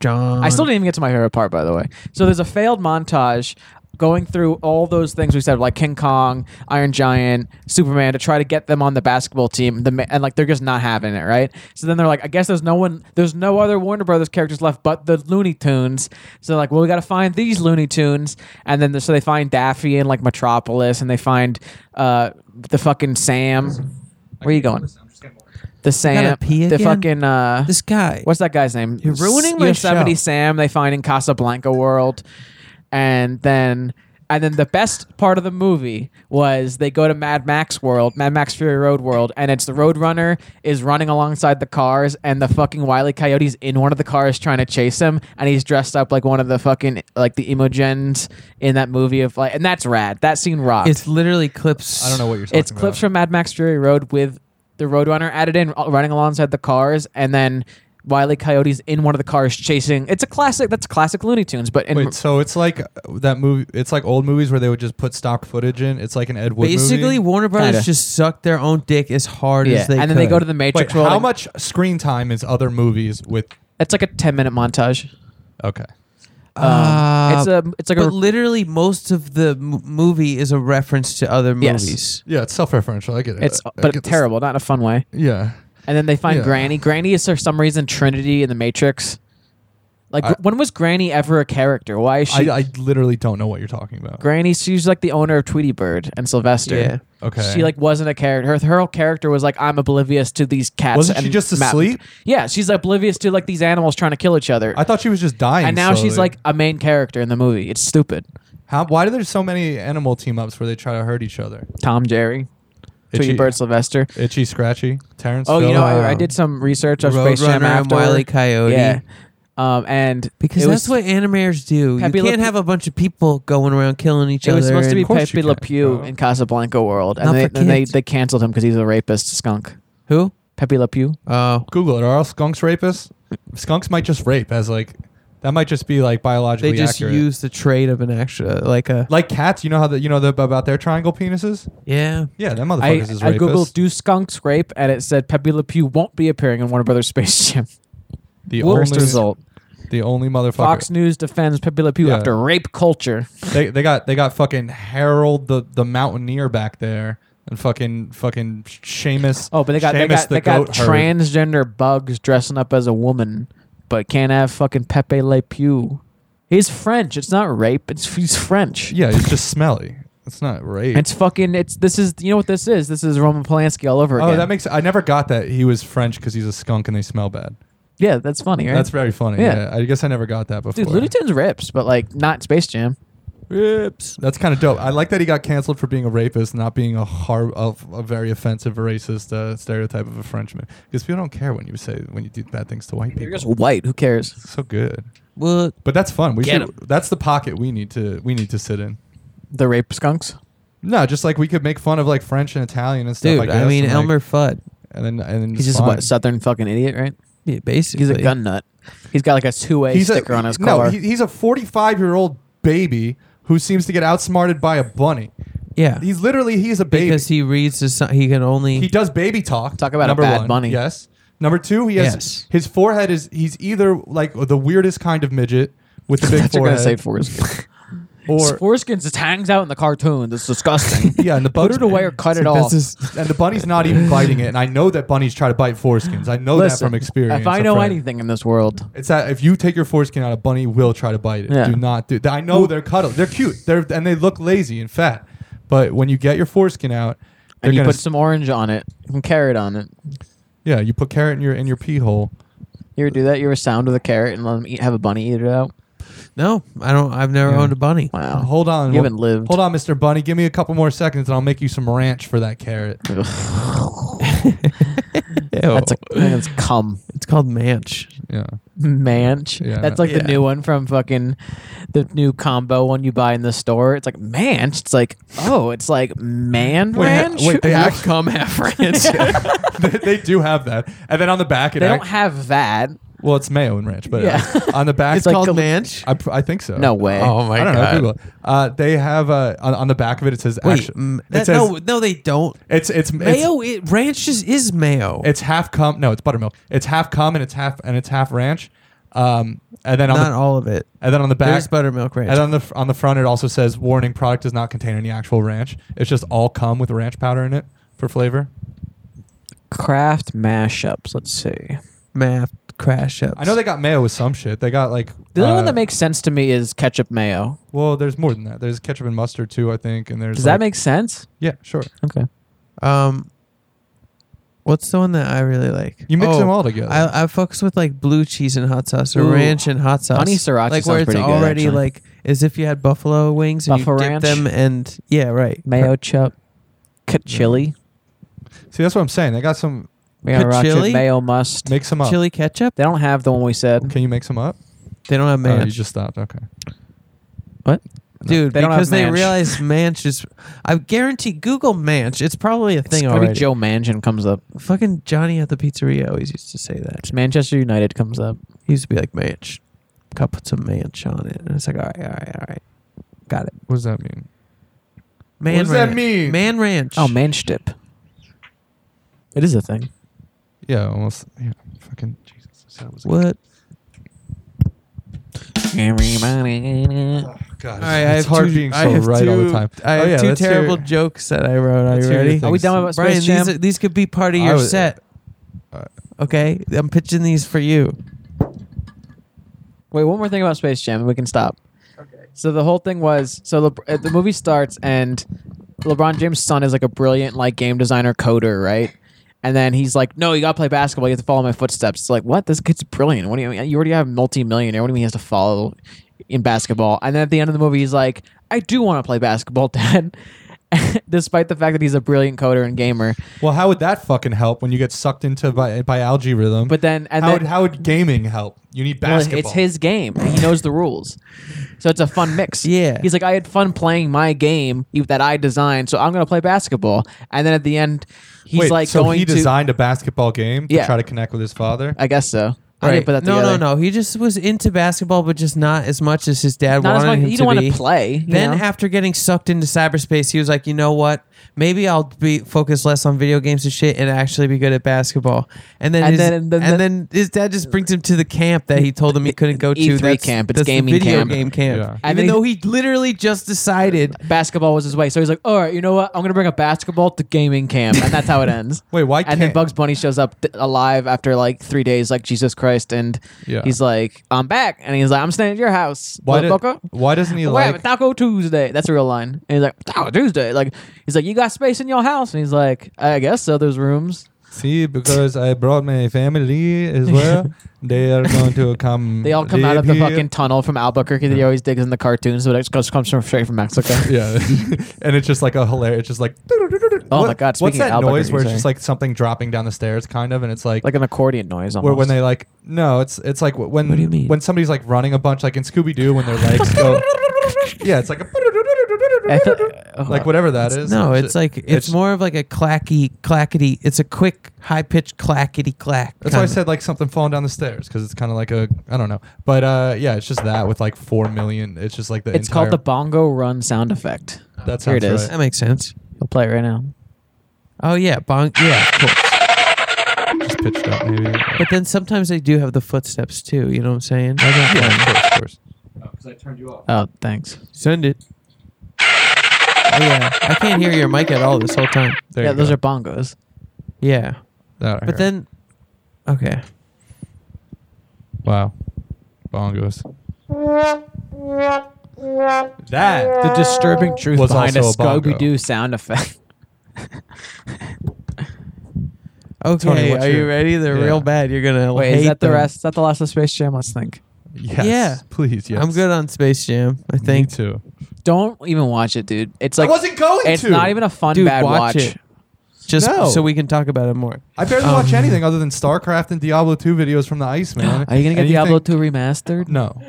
B: John.
D: I still didn't even get to my favorite part, by the way. So there's a failed montage going through all those things we said, like King Kong, Iron Giant, Superman, to try to get them on the basketball team. The ma- and like they're just not having it, right? So then they're like, I guess there's no one, there's no other Warner Brothers characters left but the Looney Tunes. So they're like, well, we got to find these Looney Tunes, and then so they find Daffy and like Metropolis, and they find uh the fucking Sam. Where are you going? The Sam,
B: pee
D: the
B: again?
D: fucking uh,
B: This guy.
D: What's that guy's name? You're
B: ruining my
D: Yosemite
B: show.
D: Sam. They find in Casablanca World, and then and then the best part of the movie was they go to Mad Max World, Mad Max Fury Road World, and it's the Road Runner is running alongside the cars, and the fucking Wiley Coyote's in one of the cars trying to chase him, and he's dressed up like one of the fucking like the emogens in that movie of like, and that's rad. That scene rocks.
B: It's literally clips.
A: I don't know what you're talking
D: It's
A: about.
D: clips from Mad Max Fury Road with the Roadrunner added in, uh, running alongside the cars, and then Wiley Coyote's in one of the cars chasing. It's a classic. That's classic Looney Tunes, but in,
A: Wait, so it's like that movie. It's like old movies where they would just put stock footage in. It's like an Ed Wood
B: Basically,
A: movie.
B: Warner Brothers
D: Kinda.
B: just sucked their own dick as hard
D: yeah,
B: as they
D: and then they
B: could.
D: go to the Matrix
A: Wait,
D: World.
A: how
D: and-
A: much screen time is other movies with?
D: It's like a ten-minute montage.
A: Okay,
D: Um,
B: Uh,
D: it's a. It's like a.
B: But literally, most of the m- movie is a reference to other
D: Yes.
B: movies.
A: yeah, it's self-referential. I get it.
D: It's
A: uh, I- I
D: but
A: get this.
D: terrible, not in a fun way.
A: Yeah,
D: And then they find
A: Yeah.
D: Granny. Granny is for some reason Trinity in the Matrix. Like
A: I-
D: when was Granny ever a character? Why is she?
A: I, I literally don't know what you're talking about.
D: Granny, she's like the owner of Tweety Bird and Sylvester.
B: Yeah.
A: Okay.
D: She like wasn't a character. Her, her whole character was like, I'm oblivious to these cats.
A: Wasn't she
D: and
A: just
D: mountains."
A: asleep?
D: Yeah, she's oblivious to like these animals trying to kill each other.
A: I thought she was just dying.
D: and now she's
A: slowly.
D: like a main character in the movie. It's stupid.
A: How, why are there so many animal team ups where they try to hurt each other?
D: Tom Jerry, Tweety
A: Itchy-
D: Bird, Sylvester.
A: Itchy, scratchy, Terrence.
D: Oh, you
A: Phil.
D: know, I, I
B: um,
D: did some research of Space Jam
B: Roadrunner and
D: after
B: Wile E. Coyote.
D: Yeah. Um, and
B: Because
D: it
B: that's
D: was,
B: what animators do.
D: Pepe
B: you
D: Le
B: can't
D: Pew-
B: have a bunch of people going around killing each
D: it
B: other.
D: was supposed to be
B: and-
A: course
D: Pepe
A: you
D: Le
A: can,
D: Pew
A: bro.
D: in Casablanca World, and
B: Not
D: they,
B: for
D: then they
B: kids.
D: they canceled him because he's a rapist skunk.
B: who?
D: Pepe Le Pew.
B: Oh,
A: Google it. Are all skunks rapists? Skunks might just rape as like that might just be like biologically
B: they just
A: accurate.
B: use the trait of an extra, like a
A: like cats. You know how the, you know the, about their triangle penises?
B: yeah.
A: Yeah, that motherfuckers
D: I, I
A: is rapist.
D: googled do skunks rape, and it said Pepe Le Pew won't be appearing in Warner Brothers Space Jam.
A: the
D: Worst
A: only,
D: result.
A: The only motherfucker.
D: Fox News defends Pepe Le Pew
A: Yeah.
D: after rape culture.
A: They, they got they got fucking Harold the the mountaineer back there and fucking fucking Seamus.
D: Oh, but they got they
A: Seamus
D: got,
A: the
D: they got
A: goat herd.
D: transgender bugs dressing up as a woman, but can't have fucking Pepe Le Pew. He's French. It's not rape. It's he's French.
A: Yeah, he's just smelly. It's not rape.
D: It's fucking. It's this is you know what this is. This is Roman Polanski all over
A: oh,
D: again.
A: that makes I never got that he was French because he's a skunk and they smell bad.
D: yeah. That's funny, right?
A: That's very funny.
D: Yeah.
A: Yeah. I guess I never got that before.
D: dude. Looney Tunes rips, but like not Space Jam.
A: Rips. That's kind of dope. I like that he got canceled for being a rapist, not being a har- of a very offensive, racist uh, stereotype of a Frenchman. Because people don't care when you say when you do bad things to white people.
D: white. Who cares?
A: so good.
B: What?
A: But that's fun. We
B: Get
A: should, that's the pocket we need to we need to sit in.
D: The rape skunks.
A: No, just like we could make fun of like French and Italian and stuff
B: Dude,
A: like that.
B: I mean, Elmer Fudd.
A: and then and then
D: He's just
A: fun.
D: what southern fucking idiot, right?
B: Yeah, basically.
D: He's a gun nut. He's got like a two way sticker on his car.
A: No, he, he's a 45 year old baby who seems to get outsmarted by a bunny.
B: Yeah.
A: He's literally he's a baby.
B: because he reads his son, he can only
A: he does baby talk.
D: Talk about a
A: number
D: bad
A: one.
D: bunny.
A: Yes. Number two, he has
B: Yes.
A: his forehead is he's either like the weirdest kind of midget with the big
D: That's what
A: forehead,
D: I'm gonna say foreskin.
A: or
D: Foreskin just hangs out in the cartoons. It's disgusting.
A: yeah, and the
D: Put
A: bunny
D: it away or cut it
B: This
D: off.
B: is-
A: and the bunny's not even biting it. And I know that bunnies try to bite foreskins. I know that
D: Listen,
A: from experience.
D: If I
A: I'm
D: know
A: afraid.
D: anything in this world,
A: It's that if you take your foreskin out, a bunny will try to bite it.
D: Yeah.
A: Do not do. I know they're cuddly. They're cute. They're and they look lazy and fat. But when you get your foreskin out, they're
D: and you
A: gonna.
D: put some orange on it, and carrot on it.
A: yeah, you put carrot in your in your pee hole.
D: You ever do that? You ever sound with a carrot and let them eat, have a bunny eat it out?
B: no, I don't. I've never owned a bunny.
D: Wow.
A: Hold on.
D: You haven't lived.
A: Hold on, Mister Bunny. Give me a couple more seconds, and I'll make you some ranch for that carrot.
D: That's a that's cum.
B: it's called manch.
A: Yeah.
D: Manch.
A: Yeah.
D: That's like the new one from fucking the new combo one you buy in the store. It's like manch. It's like oh, it's like man
A: Wait, ha-
D: ranch.
A: wait, they
D: They,
A: act-
B: Come half ranch.
A: they, they do have that. And then on the back, it
D: don't
A: act-
D: have that.
A: well, it's mayo and ranch, but uh,
D: Yeah.
A: on the back,
B: it's called
D: a-
B: manch.
A: I, pr- I think so.
D: No way.
B: Oh my
A: I don't
B: god.
A: know. Google. it. Uh, they have uh, on, on the back of it. It says
B: Wait,
A: action-
B: mm,
A: it
B: that,
A: says
B: no, no, they don't.
A: it's it's it's-
B: Mayo, it, ranch just is mayo.
A: It's half cum. No, it's buttermilk. It's half cum and it's half and it's half ranch. Um, and then on
B: Not
A: the,
B: all of it.
A: and then on the back,
B: There's buttermilk ranch.
A: And on the on the front, it also says warning: product does not contain any actual ranch. It's just all cum with ranch powder in it for flavor.
D: Craft mashups. Let's see.
B: Math crash ups.
A: I know they got mayo with some shit. They got like
D: The only
A: uh,
D: one that makes sense to me is ketchup mayo.
A: well. There's more than that. There's ketchup and mustard too, I think. And there's
D: Does
A: like-
D: that make sense?
A: yeah, sure.
D: Okay.
B: Um, what's the one that I really like?
A: You mix
B: Oh,
A: them all together.
B: I, I fucks with like blue cheese and hot sauce or
D: Ooh.
B: ranch and hot sauce.
D: Honey sriracha
B: like
D: sounds
B: where it's
D: pretty good,
B: already
D: actually.
B: like as if you had buffalo wings and
D: Buffalo
B: you dip
D: ranch.
B: them and yeah, right.
D: Mayo chup. Cut
A: Mm.
D: chili.
A: See, that's what I'm saying. They got some.
D: Mayo
B: Cut
D: rocket,
B: chili?
D: Mayo must.
A: Make some up.
B: Chili ketchup?
D: They don't have the one we said.
A: Can you make some up?
B: They don't have
A: Oh,
B: manch,
A: you just stopped. Okay.
D: What?
B: dude.
D: They don't have
B: because they
D: manch.
B: realize manch is. I guarantee Google manch. It's probably a
D: It's
B: thing
D: already
B: already.
D: Joe Manchin comes up.
B: Fucking Johnny at the pizzeria always used to say that.
D: It's Manchester United comes up.
B: He used to be like manch. Got put some manch on it, and it's like all right, all right, all right. Got it.
A: What does that mean?
B: Man
A: does that
B: ranch.
A: mean?
B: Man ranch.
D: Oh, Manch dip. It is a thing.
A: Yeah, almost. Yeah, fucking Jesus. That sound was
B: What?
D: Everybody.
A: God,
B: All right, I have
A: it's hard
B: two,
A: being
B: I
A: so
B: have
A: right all the
B: two-
A: time.
B: I
A: Oh,
B: have
A: yeah,
B: two
A: let's hear-
B: terrible jokes that I wrote. Are
A: let's
B: you
A: hear your
B: ready?
A: thing. Are we
D: done with Space
B: Brian,
D: Jam?
B: these, are- these could be part of
A: I uh,
B: your
A: was-
B: set. Okay, I'm pitching these for you.
D: Wait, one more thing about Space Jam, and we can stop. Okay. So the whole thing was so Le- uh, the movie starts, and LeBron James' son is like a brilliant like game designer coder, right? And then he's like, "No, you gotta play basketball. You have to follow my footsteps." It's like, what? This kid's brilliant. What do you mean? You already have a multi-millionaire. What do you mean he has to follow in basketball? And then at the end of the movie, he's like, "I do want to play basketball, Dad." Despite the fact that he's a brilliant coder and gamer,
A: Well, how would that fucking help when you get sucked into by, by algae rhythm?
D: but then and
A: how,
D: then
A: would, how would gaming help? You need
D: Well,
A: basketball.
D: it's his game. and He knows the rules. So it's a fun mix.
B: Yeah.
D: He's like, I had fun playing my game that I designed, so I'm going to play basketball. And then at the end, he's
A: Wait,
D: like
A: so
D: going
A: he
D: to.
A: designed a basketball game to
D: Yeah. Uh,
A: try to connect with his father.
D: I guess so. I didn't put that
B: no,
D: together.
B: no, no. He just was into basketball, but just not as much as his dad
D: Not as
B: wanted
D: much.
B: him
D: You
B: to
D: don't want
B: be.
D: to play. you
B: Then
D: know?
B: after getting sucked into cyberspace, he was like, you know what? Maybe I'll be focused less on video games and shit and actually be good at basketball. And then
D: And
B: his,
D: then- and then-
B: and then his dad just brings him to the camp that he told him he couldn't go to.
D: E3
B: That's-
D: E camp. It's
B: that's the
D: gaming
B: video
D: camp.
B: game camp.
A: Yeah.
D: And
B: Even
D: then
B: though he literally just decided
D: basketball was his way. So he's like, all right, you know what? I'm going to bring a basketball to gaming camp. And that's how it ends.
A: Wait, why
D: And then
A: can't-
D: Bugs Bunny shows up th- alive after like three days, like Jesus Christ. And
A: Yeah.
D: he's like, I'm back. And he's like, I'm staying at your house.
A: Why, did,
D: motherfucker."
A: why doesn't he
D: What
A: like?
D: happened? Taco Tuesday. That's a real line. And he's like, Taco Tuesday. Like he's like, you got space in your house? And he's like, I guess so. There's rooms.
A: See, because I brought my family as well. they are going to come.
D: They all come out
A: live
D: of the
A: here.
D: fucking tunnel from Albuquerque that he always digs in the cartoons, but it just comes from straight from Mexico.
A: Yeah, and it's just like a hilarious. It's just like.
D: Oh my God,
A: What's
D: speaking of
A: that noise
D: Albuquerque,
A: where it's
D: sorry.
A: just like something dropping down the stairs, kind of, and it's like
D: Like an accordion noise almost.
A: Where when they like no, it's it's like wh- when
D: What do you mean?
A: when somebody's like running a bunch, like in Scooby Doo, when their legs go. yeah, it's like a
D: I thought- oh,
A: like whatever that is.
B: No, it's like it's,
A: more.
B: more of like a clacky clackety. It's a quick, high pitched clackety clack.
A: That's why I
B: kinda.
A: said like something falling down the stairs because it's kind of like a I don't know, but uh, yeah, it's just that with like four million. It's just like the
D: It's
A: entire,
D: called the bongo run sound effect.
A: That
D: Here it
A: sounds
D: is.
A: right.
B: that makes sense.
D: I'll play it right now.
B: Oh yeah, bong. Yeah, of course.
A: It's pitched up maybe.
B: But then sometimes they do have the footsteps too. You know what I'm saying?
A: yeah, of course, of course.
D: Oh, thanks.
B: Send it. Oh, yeah, I can't hear your mic at all this whole time.
A: There
D: yeah,
A: you
D: those
A: go.
D: are bongos.
B: Yeah,
A: That right
B: but
A: here.
B: then, okay.
A: wow, bongos. That
D: The disturbing truth
A: Was
D: behind a
A: also a bongo.
D: Scooby Doo sound effect.
B: Okay,
A: Tony, what's
B: are
A: your-
B: you ready? They're
A: Yeah.
B: real bad. You're gonna
D: Wait,
B: hate
D: is that the
B: them.
D: rest? Is that the last of Space Jam? Let's think.
A: yes,
B: Yeah.
A: please, yes.
B: I'm good on Space Jam. I
A: Me
B: think.
A: too.
D: Don't even watch it, dude. It's like
A: I wasn't going
D: It's
A: to.
D: not even a fun
B: Dude,
D: bad watch.
B: watch it. Just
A: No.
B: so we can talk about it more.
A: I barely watch
B: Um,
A: anything other than StarCraft and Diablo 2 videos from the Iceman.
D: Are you gonna get
A: And
D: Diablo
A: think-
D: 2 remastered?
A: No,
D: Are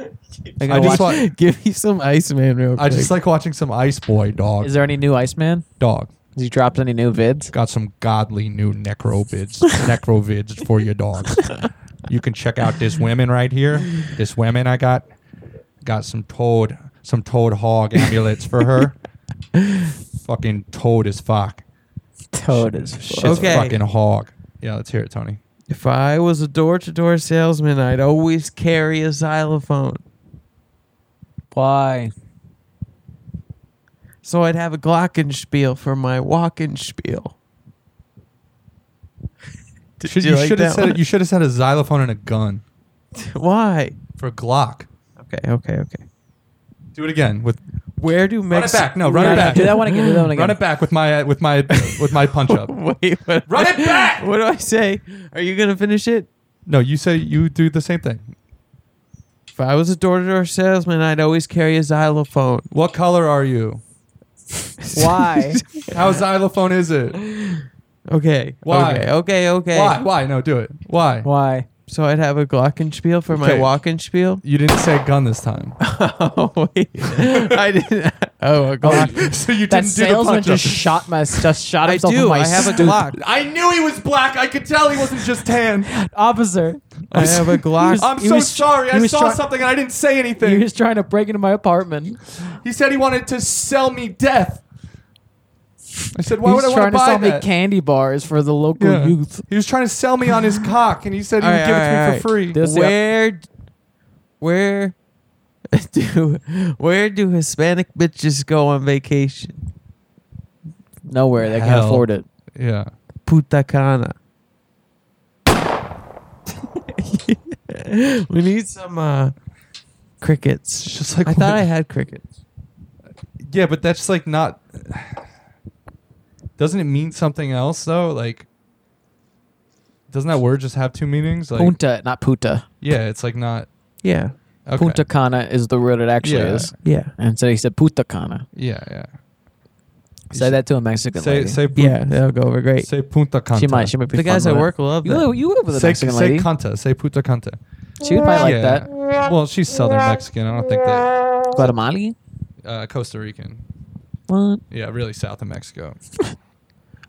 D: you
A: I
D: gonna
A: just
D: watch-
A: wa-
B: Give me some Iceman real quick.
A: I just like watching some Ice Boy dog.
D: Is there any new Iceman?
A: dog?
D: Has he dropped any new vids?
A: got some godly new necrobids necrovids for your dogs. You can check out this women right here. This women I got got some toad some toad hog amulets for her. fucking toad as fuck.
D: Toad is fuck.
A: Shit's
B: Okay.
A: fucking hog. Yeah, let's hear it, Tony.
B: If I was a door to door salesman, I'd always carry a xylophone.
D: Why?
B: So I'd have a glockenspiel for my glockenspiel. Did
A: Should,
B: you
A: you
B: like
A: should have
B: that
A: said
B: one?
A: you should have said a xylophone and a gun
B: Why?
A: for Glock.
B: Okay, okay, okay.
A: Do it again with
B: Where do
A: run it
B: Mexico?
A: back. No, run
D: Yeah,
A: it back.
D: Do that one again. Do that one again.
A: Run it back with my uh, with my with my punch up.
B: Wait, what,
A: Run it back.
B: what do I say? Are you gonna finish it?
A: No, you say you do the same thing.
B: If I was a door to door salesman, I'd always carry a xylophone.
A: What color are you?
D: Why?
A: How xylophone is it?
B: Okay.
A: Why?
B: Okay, okay, okay.
A: Why? Why? No, do it. Why?
D: Why?
B: So I'd have a glockenspiel for my
A: Okay.
B: glockenspiel.
A: You didn't say gun this time.
B: oh wait, I didn't. Oh, a glock.
A: so you
D: That
A: didn't do the
D: salesman
A: punch
D: just
A: up.
D: shot my just shot
B: I
D: himself in
B: do.
D: my
B: I have a
D: stupid-
B: glock.
A: I knew he was black. I could tell he wasn't just tan.
D: officer.
B: I have a glock.
A: I'm
D: He
A: so
D: was-
A: sorry.
D: he
A: I
D: was
A: saw
D: try-
A: something and I didn't say
D: He
A: anything.
D: was trying to break into my apartment.
A: He said he wanted to sell me death. I said, why
D: He
A: would
D: was
A: I
D: trying
A: want
D: to
A: buy
D: sell me
A: that?
D: candy bars for the local
A: Yeah.
D: youth.
A: He was trying to sell me on his cock, and he said he
B: All
A: would
B: right,
A: give it
B: all
A: to me
B: right,
A: for
B: all
A: free.
D: This-
B: where, where do where do Hispanic bitches go on vacation?
D: Nowhere they can't
A: Hell.
D: afford it.
A: yeah.
B: Puta Cana. we need some uh, crickets.
A: It's just like
B: I thought I had crickets.
A: Yeah, but that's like not. Doesn't it mean something else though? Like, doesn't that word just have two meanings? Like,
D: Punta, not puta.
A: yeah, it's like not.
B: Yeah,
A: Okay.
D: Punta Cana is the word it actually
A: Yeah.
D: is.
B: yeah,
D: And so he said Punta Cana.
A: Yeah, yeah.
D: Say that to a Mexican
A: Say
D: lady.
A: say pun-
B: yeah. That'll go over great.
A: Say punta canta.
D: she might. She might be.
B: The
D: fun
B: guys at
D: with it.
B: work love
D: You
B: that.
D: live, you live with a
A: say,
D: Mexican
A: say
D: lady.
A: canta. Say puta canta.
D: she would probably
A: yeah.
D: like that.
A: Well, she's Southern Mexican. I don't think that.
D: Guatemala.
A: Uh, Costa Rican.
D: What?
A: Yeah, really south of Mexico.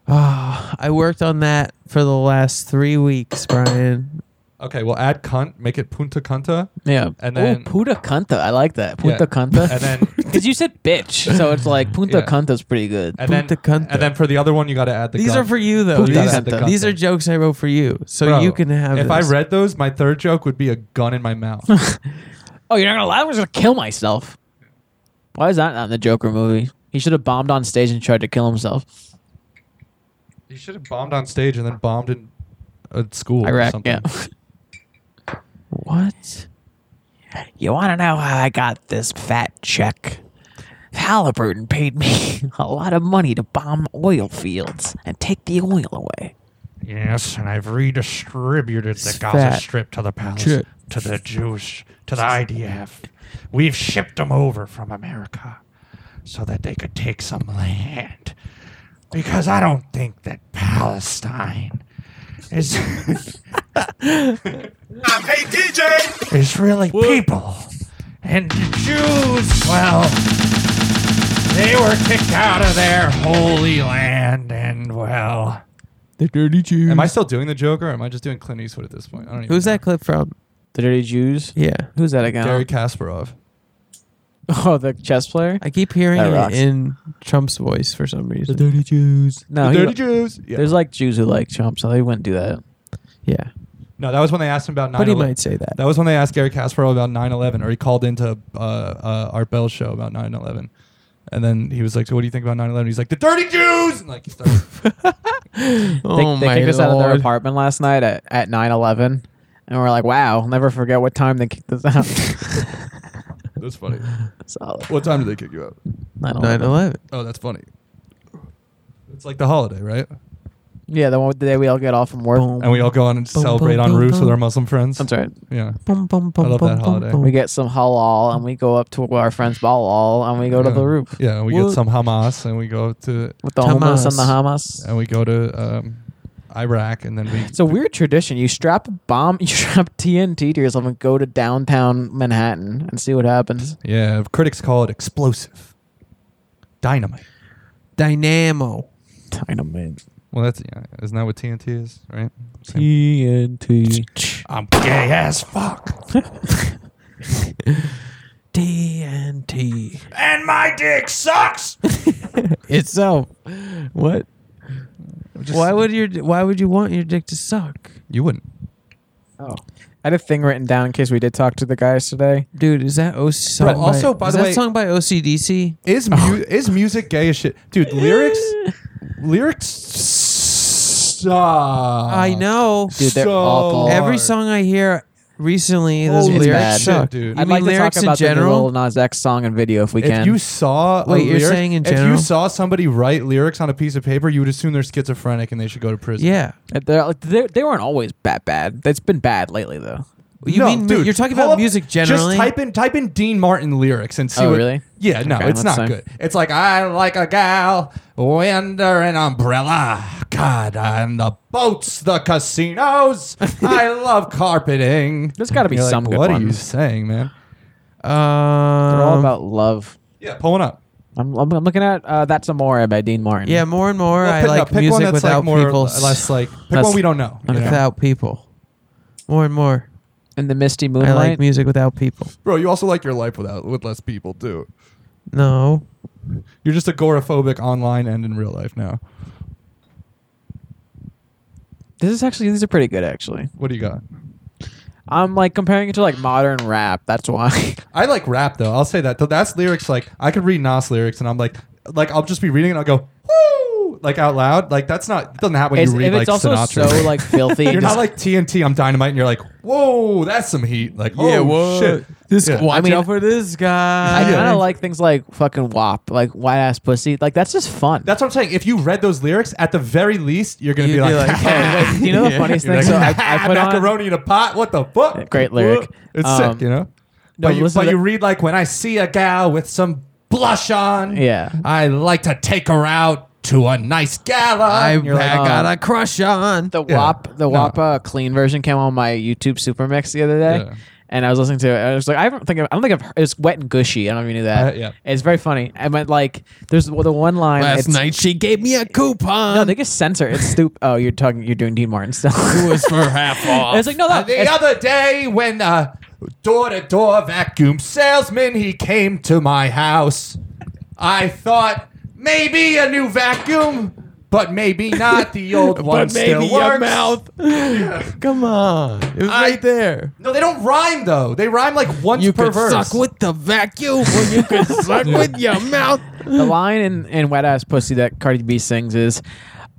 B: Ah, I worked on that for the last three weeks, Brian.
A: Okay, well, add cunt, make it punta canta.
D: Yeah.
A: And
D: Oh,
A: then-
D: Puta Canta. I like that.
A: Yeah.
D: Puta Canta.
A: And then-
D: because you said bitch, so it's like Punta
A: Yeah.
D: Canta's pretty good.
A: And then,
B: Punta canta.
A: and then for the other one, you got to add the.
B: These
A: gun.
B: are for you though.
D: Puta
B: These,
D: canta.
B: these are jokes I wrote for you, so
A: Bro,
B: you can have.
A: If
B: this.
A: I read those, my third joke would be a gun in my mouth.
D: Oh, you're not gonna lie? I was gonna kill myself. Why is that not in the Joker movie? He should have bombed on stage and tried to kill himself.
A: You should have bombed on stage and then bombed in a school. or
D: Iraq.
A: something.
D: Yeah. what? You want to know how I got this fat check? Halliburton paid me a lot of money to bomb oil fields and take the oil away.
H: Yes, and I've redistributed the
B: It's
H: Gaza
B: fat.
H: Strip to the Palestinians,
B: Shit.
H: to the Jews, to the IDF. We've shipped them over from America so that they could take some land. Because I don't think that Palestine is,
E: Hey, DJ!
H: is really people. And the Jews, well, they were kicked out of their holy land, and well.
B: The dirty Jews.
A: Am I still doing the Joker? or Am I just doing Clint Eastwood at this point? I don't even
B: Who's
A: know.
B: that clip from?
D: The Dirty Jews.
B: Yeah.
D: Who's that again?
A: Gary Kasparov.
D: Oh, the chess player.
B: I keep hearing
D: That
B: it
D: rocks.
B: in Trump's voice for some reason.
A: Jews.
D: No,
A: the
B: Oh,
D: he-
A: dirty Jews. Yeah.
D: There's like Jews who like Trump, so they wouldn't do that.
B: yeah.
A: No, that was when they asked him about 9
B: But he might say that.
A: That was when they asked Gary Kasparov about 9/11, or he called into uh, uh, Art Bell's show about 9/11, and then he was like, "So what do you think about 9/11?" He's like, "The dirty Jews!" And like, he starts,
D: They,
B: oh
D: they
B: my
D: kicked us out of their
B: Lord.
D: apartment last night at, at 9-11. And we're like, wow, I'll never forget what time they kicked us out.
A: that's funny.
D: Solid.
A: What time did they kick you out?
D: 9/11.
B: 9-11.
A: Oh, that's funny. It's like the holiday, right?
D: Yeah, the one with the day we all get off from work.
A: And we all go on and celebrate on
B: boom,
A: roofs with
B: boom.
A: our Muslim friends.
D: That's right.
A: Yeah.
B: Bum, bum, bum,
A: I love
B: bum,
A: that
B: bum,
A: holiday.
B: bum.
D: We get some halal and we go up to our friend's balal and we go to the
A: Yeah.
D: roof
A: Yeah, we
B: What?
A: get some Hamas, and we go to
D: with the homeless and the Hamas.
A: and we go to um, Iraq, and then we
D: It's a weird tradition. You strap a bomb, you strap TNT to yourself and go to downtown Manhattan and see what happens.
A: yeah. Critics call it explosive, dynamite.
B: Dynamo.
D: Dynamite.
A: Well, that's yeah. Isn't that what TNT is, right? Same-
D: TNT.
H: I'm gay as fuck.
B: TNT.
H: And my dick sucks.
B: Itself. What?
A: Just-
B: why would your Why would you want your dick to suck,
A: you wouldn't?
D: Oh. I had a thing written down in case we did talk to the guys today.
B: dude? Is that OC? Song
A: Bro, also, by
B: is
A: the
B: that
A: way-
B: song by OCDC.
A: Is
D: Oh.
A: mu- is music gay as shit, dude? Lyrics, lyrics. Suck. Uh,
B: I know.
D: Dude, they're awful.
B: Every song I hear recently, those
A: Holy
B: lyrics
D: bad.
B: suck.
A: Shit, dude.
B: You
D: I'd
B: mean
D: like to
B: lyrics
D: talk about
B: in
D: the
B: general?
D: Lil Nas X song and video if we
A: If
D: can.
A: you saw a
B: Wait, you're
A: lyric-
B: saying in
A: if you
B: general?
A: saw somebody write lyrics on a piece of paper, you would assume they're schizophrenic and they should go to prison.
B: Yeah.
D: Uh, They're, like, they're, they weren't always that bad. That's been bad lately, though.
B: You
A: No,
B: mean
A: dude,
B: you're talking
A: pull
B: about
A: up-
B: music generally?
A: Just type in type in Dean Martin lyrics and see
D: Oh,
A: what.
D: really?
A: Yeah, no,
D: Okay,
A: it's not
D: let's see.
A: good. It's like I like a gal under an umbrella. God, I'm the boats, the casinos. I love carpeting.
D: There's gotta be
A: You're like,
D: some good
A: What are
D: ones.
A: you saying, man?
B: Um,
D: They're all about love.
A: Yeah, pull one up.
D: I'm, I'm, I'm looking at uh, That's Amore by Dean Martin.
B: Yeah, more and more
A: Well,
B: I
A: pick, no,
B: like
A: pick one
B: music
A: that's
B: without
A: like more
B: people.
A: less like pick
D: That's-
A: one we don't know. you know?
B: without people. More and more,
D: In the Misty
B: I
D: Moonlight.
B: like music without people.
A: Bro, you also like your life without with less people too.
B: No,
A: You're just agoraphobic online and in real life now.
D: This is actually, these are pretty good, actually.
A: What do you got?
D: I'm like comparing it to like modern rap. That's why.
A: I like rap though. I'll say that. Though that's lyrics like I could read Nas lyrics and I'm like like I'll just be reading it and I'll go woo like out loud. Like that's not it doesn't happen when
D: It's-
A: you read
D: if
A: like
D: it's also
A: Sinatra.
D: so like filthy.
A: you're
D: and
A: not
D: just-
A: like TNT. I'm dynamite, and you're like, whoa, that's some heat. Like, oh shit.
B: This
A: Yeah.
B: watch
D: I mean-
B: out for this
D: I
B: guy.
D: kind of like things like fucking WAP, like white ass pussy. Like that's just fun.
A: That's what I'm saying. If you read those lyrics, at the very least, you're gonna
B: You'd
A: be,
B: be
A: like,
B: like,
D: Oh, wait, you know the funniest
A: You're
D: thing?
A: like,
D: So I, I put on
A: macaroni in a pot. What the fuck?
D: Great lyric.
A: It's
D: Um,
A: sick, you know.
D: no,
A: but you,
D: listen
A: but
D: to-
A: you read like when I see a gal with some blush on.
D: Yeah.
A: I like to take her out to a nice gala.
B: I,
A: And you're like,
B: I
D: oh.
B: got a crush on.
D: the
A: Yeah.
D: WAP the
A: No.
D: WAP uh, clean version came on my YouTube super mix the other day.
A: Yeah.
D: And I was listening to it. and I was like, I haven't think I've- I don't think I've heard, it's wet and gushy. I don't even knew that.
A: Uh, yeah.
D: It's very funny. I meant like there's the one line.
B: Last
D: it's,
B: night she gave me a coupon.
D: No, they just censor. It's stupid. Oh, you're talking. You're doing Dean Martin stuff.
B: it was for half off.
D: it's like no,
A: Uh,
D: that,
A: the
D: it's-
A: other day when a door-to-door vacuum salesman he came to my house, I thought maybe a new vacuum, but maybe not. The old one
B: but maybe
A: still works.
B: your mouth. Come on, it was
A: I-
B: right there.
A: No, they don't rhyme though. They rhyme like once
B: You
A: per
B: could
A: verse.
B: suck with the vacuum, or you could suck with your mouth.
D: the line in, in Wet Ass Pussy that Cardi B sings is,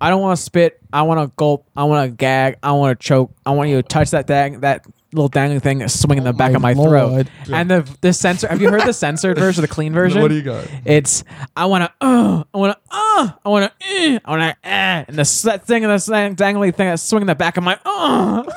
D: I don't want to spit. I want to gulp. I want to gag. I want to choke. I want you to touch that thing, that little dangling thing swinging the back of my
B: Lord.
D: throat. And the the censor. Have you heard the censored version, or the clean version?
A: What do you got?
D: It's I want to, uh, I want to, uh, I want to, uh, I want to, uh, and the s- that thing and the s- dangly thing that's swinging the back of my, uh.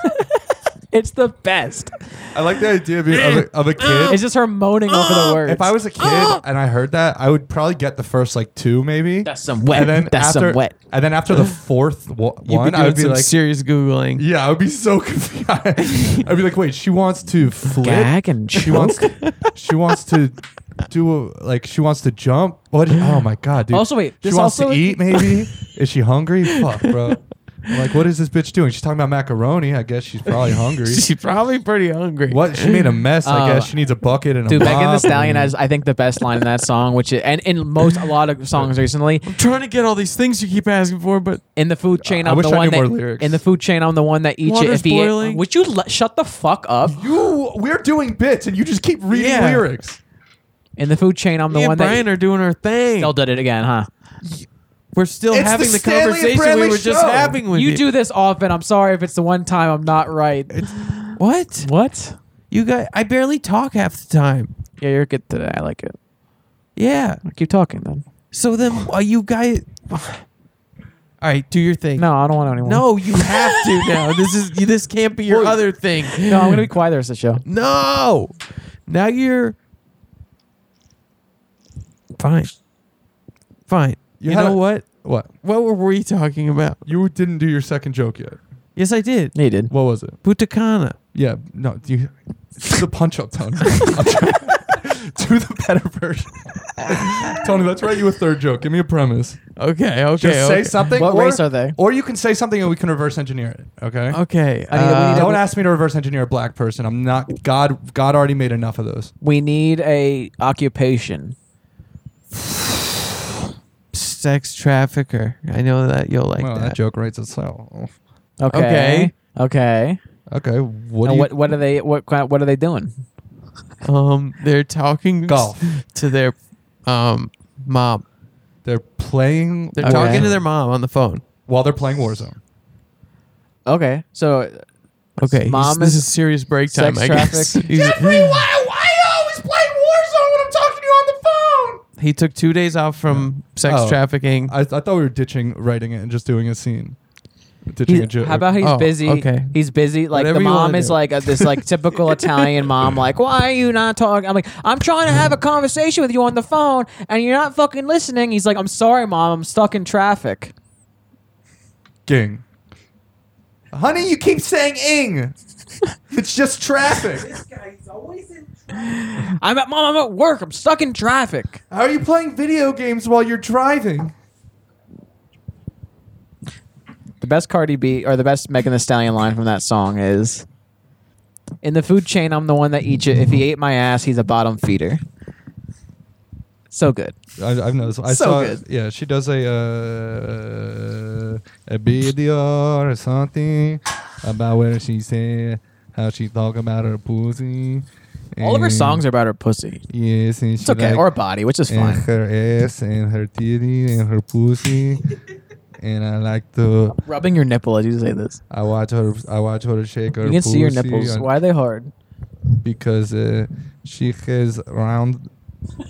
D: it's the best.
A: I like the idea of, being, of, a, of a kid.
D: It's just her moaning over the words.
A: If I was a kid and I heard that, I would probably get the first like two, maybe.
D: That's some wet.
A: And then
D: That's
A: after,
D: some wet.
A: And then after the fourth wo-
B: You'd be
A: one, I
B: doing
A: would be
B: some
A: like,
B: serious googling.
A: yeah, I would be so confused. I'd be like, wait, she wants to flip.
D: gag and
A: She wants. To, she wants to do a, like she wants to jump. What? Oh my god, dude.
D: Also, wait,
A: She
D: this
A: wants
D: also-
A: to eat. Maybe is she hungry? Fuck, bro. I'm like, what is this bitch doing? She's talking about macaroni. I guess she's probably hungry.
B: She's probably pretty hungry.
A: What she made a mess. I
D: Oh.
A: guess she needs a bucket and a
D: Dude, Megan
A: mop
D: the
A: and-
D: Stallion has, I think, the best line in that song, which is, and in most a lot of songs recently,
B: trying to get all these things you keep asking for, but
D: in the food chain,
A: I
D: I'm
A: wish
D: the
A: I
D: one
A: knew more
D: that
A: lyrics.
D: in the food chain, I'm the one that eats it
B: Water's
D: if he.
B: boiling.
D: Would you le- shut the fuck up?
A: You, we're doing bits, and you just keep reading
B: Yeah.
A: lyrics.
D: In the food chain, I'm the
B: me
D: one
B: and Brian
D: that.
B: are doing our thing.
D: Y'all did it again, huh?
B: We're still
A: It's
B: having
A: the
B: the,
A: Stanley and
B: conversation
A: Bradley
B: we were just
A: show.
B: having with you.
D: You do this often. I'm sorry if it's the one time I'm not right.
B: what?
D: What?
B: You guys, I barely talk half the time.
D: Yeah, you're good today. I like it.
B: Yeah.
D: Keep talking then.
B: So then, are you guys? All right, do your thing.
D: No, I don't want anyone.
B: no, you have to now. This is this can't be your other thing.
D: no, I'm gonna be quiet the rest of the show.
B: No. Now you're fine. Fine. You,
A: had
B: know
A: a-
B: what?
A: What?
B: What were we talking about?
A: You didn't do your second joke yet.
B: Yes, I did.
D: You did.
A: What was it?
B: Butakana.
A: Yeah, no, you do the punch up, Tony. I'm trying- do the better version. Tony, let's write you a third joke. Give me a premise.
B: Okay, okay.
A: Just say
B: okay.
A: something.
D: What
A: or,
D: race are they?
A: Or you can say something and we can reverse engineer it. Okay.
B: Okay.
D: need- we
B: uh,
D: need
A: Don't ask me to reverse engineer a black person. I'm not God. God already made enough of those.
D: We need a occupation.
B: sex trafficker. I know that you'll like
A: well, that.
B: that.
A: joke writes itself.
D: Okay. Okay.
A: Okay. What do
D: And
A: you?
D: what what are they what kind- what are they doing?
B: Um, they're talking
A: Golf.
B: to their um mom.
A: They're playing.
B: They're
A: Warzone
B: talking to their mom on the phone.
A: while they're playing Warzone.
D: Okay, so
B: Okay,
D: Mom
B: he's- this
D: is
B: is serious break time.
D: sex
B: I guess
D: traffic.
B: He's-
A: why why always playing Warzone when I'm talking to you on the phone?
B: he took two days off from sex
A: Oh.
B: trafficking.
A: I, I thought we were ditching writing it and just doing a scene. Ditching a
D: he's,
A: joke. Uh,
D: how about he's
B: Oh,
D: busy?
B: okay.
D: he's busy. Like
B: Whatever
D: the
B: you
D: mom
B: wanna
D: is
B: do.
D: like a, this like typical Italian mom. Like, why are you not talking? I'm like, I'm trying to have a conversation with you on the phone, and you're not fucking listening. He's like, I'm sorry, mom. I'm stuck in traffic.
A: ing? Honey, you keep saying ing. it's just traffic.
D: I'm at mom. I'm at work. I'm stuck in traffic.
A: How are you playing video games while you're driving?
D: The best Cardi B or the best Megan the Stallion line from that song is. In the food chain, I'm the one that eats it. If he ate my ass, he's a bottom feeder. So good.
A: I, I've noticed. I
D: So
A: saw.
D: good.
A: Yeah, she does a uh, a video or something about where she said how she talk about her pussy.
D: All of her songs are about her pussy.
A: Yes, and
D: It's okay, or body, which is
A: and
D: fine.
A: her ass and her titty and her pussy. and I like to
D: Rubbing your nipple as you say this.
A: I watch her I watch her shake her
D: You can see your
A: pussy
D: nipples.
A: on-
D: Why are they hard?
A: because uh, she has round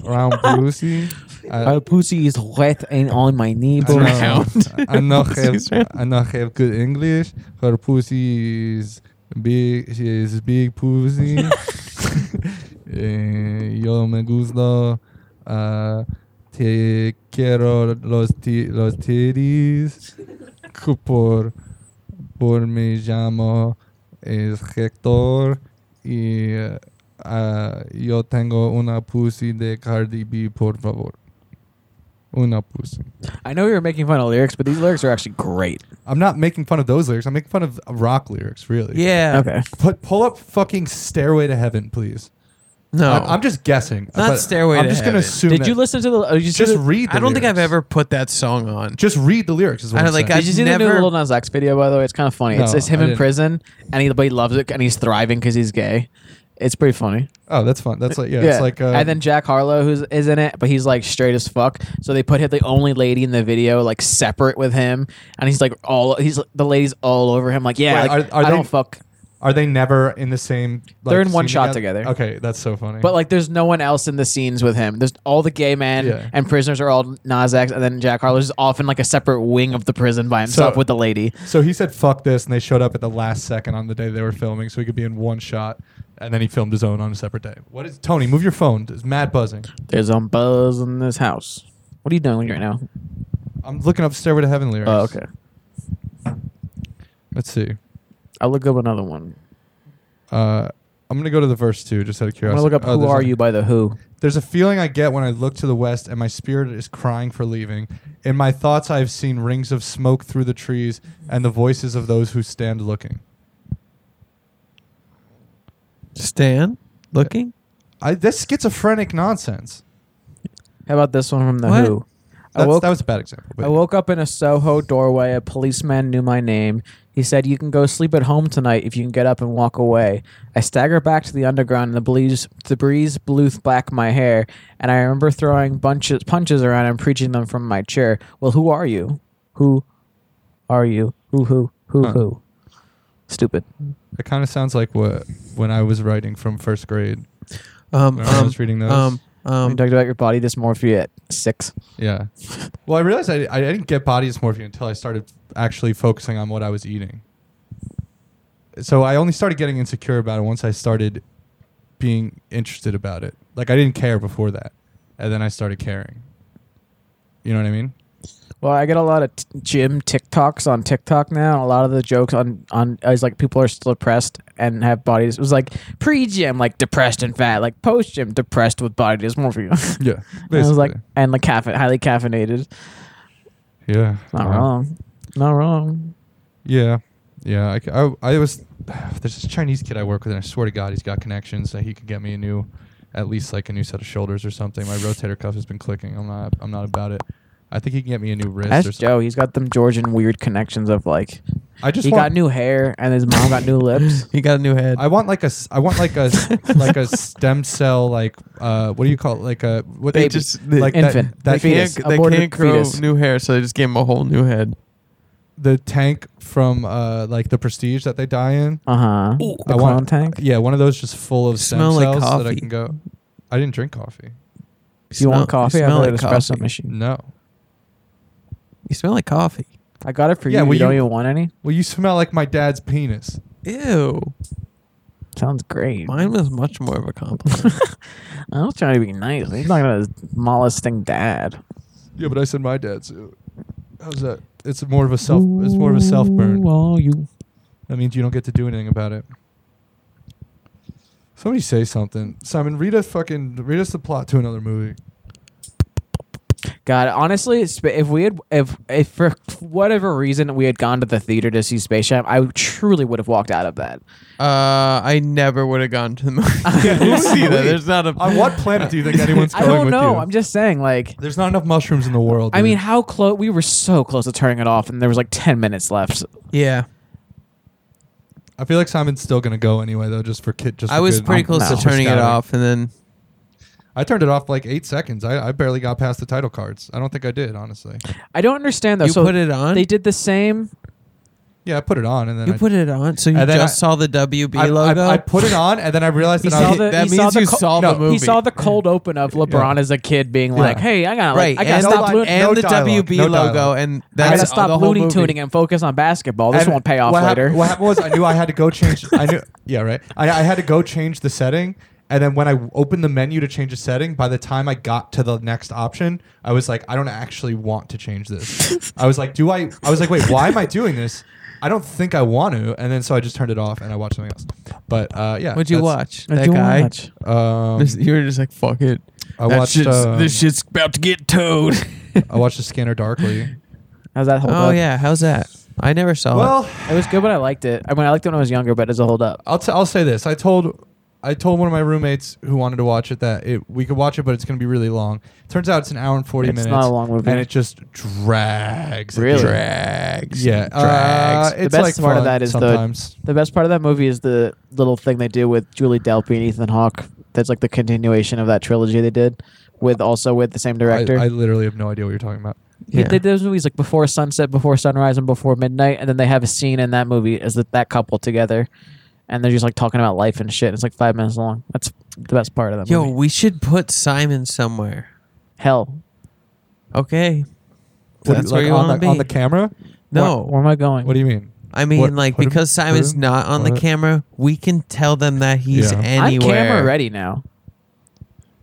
A: round pussy. I,
D: Our pussy is wet and on my knee.
A: I
D: bro.
A: know, I know have
B: Pussy's round.
A: I know have good English. Her pussy is big. She is big pussy. Eh, Yo me gusta uh, te quiero los ti los titties cu- por por me llamo es Hector y eh, ah, yo tengo una pussy de Cardi B por favor una pussy.
D: I know you're making fun of lyrics, but these lyrics are actually great.
A: I'm not making fun of those lyrics. I'm making fun of rock lyrics, really.
B: yeah.
D: Okay.
A: Put pull up fucking Stairway to Heaven, please.
B: No,
A: I, I'm just guessing.
B: Not
A: but
B: Stairway
A: I'm
B: to
A: just gonna
B: Heaven.
A: assume.
D: Did
A: that-
D: you listen to the? oh, Did you see
A: Just
D: the-
A: read. The
B: I don't think I've
A: lyrics.
B: ever put that song on.
A: Just read the lyrics. Is what
B: I
A: I
B: don't
A: like.
B: like,
A: I
B: I
D: Did you see the new
B: never-
D: Lil Nas X video? By the way, it's kind of funny. it's
A: No,
D: it's him
A: I
D: in
A: didn't.
D: prison, and he but he loves it, and he's thriving because he's gay. It's pretty funny.
A: oh, that's fun. That's like yeah. It's like uh,
D: and then Jack Harlow who's is in it, but he's like straight as fuck. So they put him, the only lady in the video like separate with him, and he's like all he's the ladies all over him. Like yeah,
A: Wait,
D: like,
A: are- are
D: I
A: they-
D: don't fuck.
A: Are they never in the same? Like,
D: They're in one
A: scene
D: shot together.
A: Okay, that's so funny.
D: But like, there's no one else in the scenes with him. There's all the gay men
A: Yeah.
D: and prisoners are all Nas X, and then Jack Harlow's is often like a separate wing of the prison by himself
A: So-
D: with the lady.
A: so he said "fuck this," and they showed up at the last second on the day they were filming, so he could be in one shot. And then he filmed his own on a separate day. What is Tony? Move your phone. It's mad buzzing.
D: There's a buzz in this house. What are you doing right now?
A: I'm looking up "Stairway to Heaven" lyrics.
D: Oh, okay.
A: Let's see.
D: I'll look up another one.
A: Uh, I'm gonna go to the verse two, just out of
D: I'm
A: curiosity.
D: gonna look up
A: Oh,
D: "Who
A: there's
D: Are
A: a-
D: You" by the Who.
A: There's a feeling I get when I look to the west and my spirit is crying for leaving. In my thoughts, I have seen rings of smoke through the trees and the voices of those who stand looking.
B: Stan, looking.
A: I, that's schizophrenic nonsense.
D: How about this one from the
B: What?
D: Who? I
A: That's,
D: woke,
A: that was a bad example.
D: I
A: But
D: woke up in a Soho doorway. A policeman knew my name. He said, "You can go sleep at home tonight if you can get up and walk away." I staggered back to the underground, and the breeze, the breeze blew th- back my hair. And I remember throwing bunches, punches around and preaching them from my chair. Well, who are you? Who are you? Who who who who? Stupid.
A: it kind of sounds like what when I was writing from first grade.
B: Um,
A: Remember I
B: um,
A: was reading those?
B: um,
D: we
B: um,
D: talked about your body dysmorphia at six.
A: Yeah. Well, I realized I, I didn't get body dysmorphia until I started actually focusing on what I was eating. So I only started getting insecure about it once I started being interested about it. Like I didn't care before that, and then I started caring. You know what I mean?
D: Well, I get a lot of t- gym TikToks on TikTok now. and A lot of the jokes on on is like people are still depressed and have bodies. It was like pre gym, like depressed and fat. Like post gym, depressed with body dysmorphia.
A: Yeah.
D: and it was like and like caffe- highly caffeinated.
A: yeah.
D: Not
A: Um,
D: wrong. Not wrong.
A: Yeah, yeah. I, c- I- I was there's this Chinese kid I work with, and I swear to God, he's got connections that he could get me a new, at least like a new set of shoulders or something. My rotator cuff has been clicking. I'm not. I'm not about it. I think he can get me a new wrist. or
D: That's
A: something.
D: Joe. He's got them Georgian weird connections of like
A: I just
D: he
A: want,
D: got new hair and his mom got new lips.
B: he got a new head.
A: I want like a. s- I want like a s- like a stem cell like uh what do you call it like a what
B: They
A: they
B: just-
A: like that-
D: infant.
A: that,
D: They
A: tank-
D: fetus, aborted fetus.
B: new hair, so they just gave him a whole new head.
A: the tank from uh like the Prestige that they die in.
D: Uh huh. The
A: I
D: clone
A: want-
D: tank.
A: Yeah, one of those just full of stem
B: Smell
A: cells
B: like
A: that I
B: coffee.
A: can go. I didn't drink coffee.
D: Do you want coffee?
B: You
D: I have
B: smell
D: an
B: like
D: espresso
B: coffee.
D: machine.
A: No.
B: You smell like coffee.
D: I got it for you.
A: Yeah, well,
D: you don't
A: you-
D: even want any?
A: Well, you smell like my dad's penis.
B: Ew.
D: Sounds great.
B: Mine was much more of a compliment.
D: I was trying to be nice. He's not gonna molesting dad.
A: Yeah, but I said my dad's. uh, How's that? It's more of a self. It's more of a self burn.
B: Oh,
D: Well, you.
A: That means you don't get to do anything about it. Somebody say something, Simon. Read us fucking. Read us the plot to another movie.
D: God, honestly, sp- if we had, if if for whatever reason we had gone to the theater to see Space Jam, I truly would have walked out of that.
B: uh, I never would have gone to the movie. I didn't see that. There's not a.
A: On what planet do you think anyone's
D: I
A: going
D: don't
A: with
D: know.
A: you?
D: I'm just saying, like,
A: There's not enough mushrooms in the world.
D: I mean,
A: dude.
D: how close? We were so close to turning it off, and there was like ten minutes left.
B: Yeah,
A: I feel like Simon's still gonna go anyway, though, just for kid. Just
B: I
A: for
B: was
A: good-
B: pretty
D: I'm-
B: close
D: no.
B: to turning it
A: Scouting.
B: off, and then
A: I turned it off like eight seconds. I, I barely got past the title cards. I don't think I did, honestly.
D: I don't understand though.
B: you
D: so
B: put it on.
D: They did the same.
A: Yeah, I put it on, and then
B: You
A: I,
B: put it on, so you
A: And
B: just
A: then I-
B: saw the WB
A: I, I-
B: logo.
A: I put it on, and then I realized
D: He
A: that I
D: saw
A: was,
D: the,
B: that
D: he
B: means
D: saw the
B: you
D: co-
B: saw
A: the
D: no, He
B: movie.
D: saw the cold open of LeBron as a kid being like, "Hey, I gotta,
B: right,
D: like, I gotta
B: and,
D: stop
B: the,
D: looting."
B: and
A: no
B: the
A: dialogue,
B: WB
A: no
B: logo,
A: dialogue.
B: and
D: I
B: that's
D: gotta
B: all- the
D: stop
B: whole
D: looting
B: movie.
D: tuning and focus on basketball. This
A: And
D: won't pay off
A: what hap-
D: later.
A: what happened was I knew I had to go change. I knew, yeah, right. I, I had to go change the setting, and then when I opened the menu to change the setting, by the time I got to the next option, I was like, I don't actually want to change this. I was like, do I? I was like, wait, why am I doing this? I don't think I want to. And then so I just turned it off and I watched something else. But uh, yeah,
B: What'd you
A: that's-
B: watch? That guy.
A: Um,
B: you were just like, "Fuck it."
A: I
B: That
A: watched.
B: shit's-
A: um,
B: this shit's about to get towed.
A: I watched the Scanner Darkly.
D: How's that hold
B: oh
D: up?
B: yeah, how's that? I never saw it.
A: Well,
D: It was good, but I liked it. I mean, I liked it when I was younger, but it's a hold up.
A: I'll t- I'll say this. I told I told one of my roommates who wanted to watch it that it, we could watch it, but it's going to be really long. Turns out it's an hour and forty
D: It's
A: minutes.
D: not a long movie.
A: and it just drags. It
D: Really?
A: drags. Yeah,
B: Drags.
A: Uh,
D: The
A: it's
D: best
A: like
D: part
A: fun
D: of that is the-
A: sometimes.
D: The best part of that movie is the little thing they do with Julie Delpy and Ethan Hawke. That's like the continuation of that trilogy they did with also with the same director.
A: I, I literally have no idea what you're talking about.
D: He
B: Yeah.
D: did those movies like before sunset, before sunrise, and before midnight, and then they have a scene in that movie as that that couple together, and they're just like talking about life and shit. It's like five minutes long. That's the best part of that
B: Yo,
D: movie.
B: we should put Simon somewhere.
D: Hell,
B: Okay.
A: What,
B: That's
A: like,
B: where you
A: on,
B: want
A: the,
B: to
A: on
B: be.
A: the camera?
B: no.
D: where am I going?
A: What do you mean?
B: I mean,
A: What-
B: like,
A: put him-
B: because Simon's
A: put him-
B: not on the
A: what?
B: camera, we can tell them that he's
A: Yeah. I'm
D: I'm
B: anywhere.
D: camera ready now.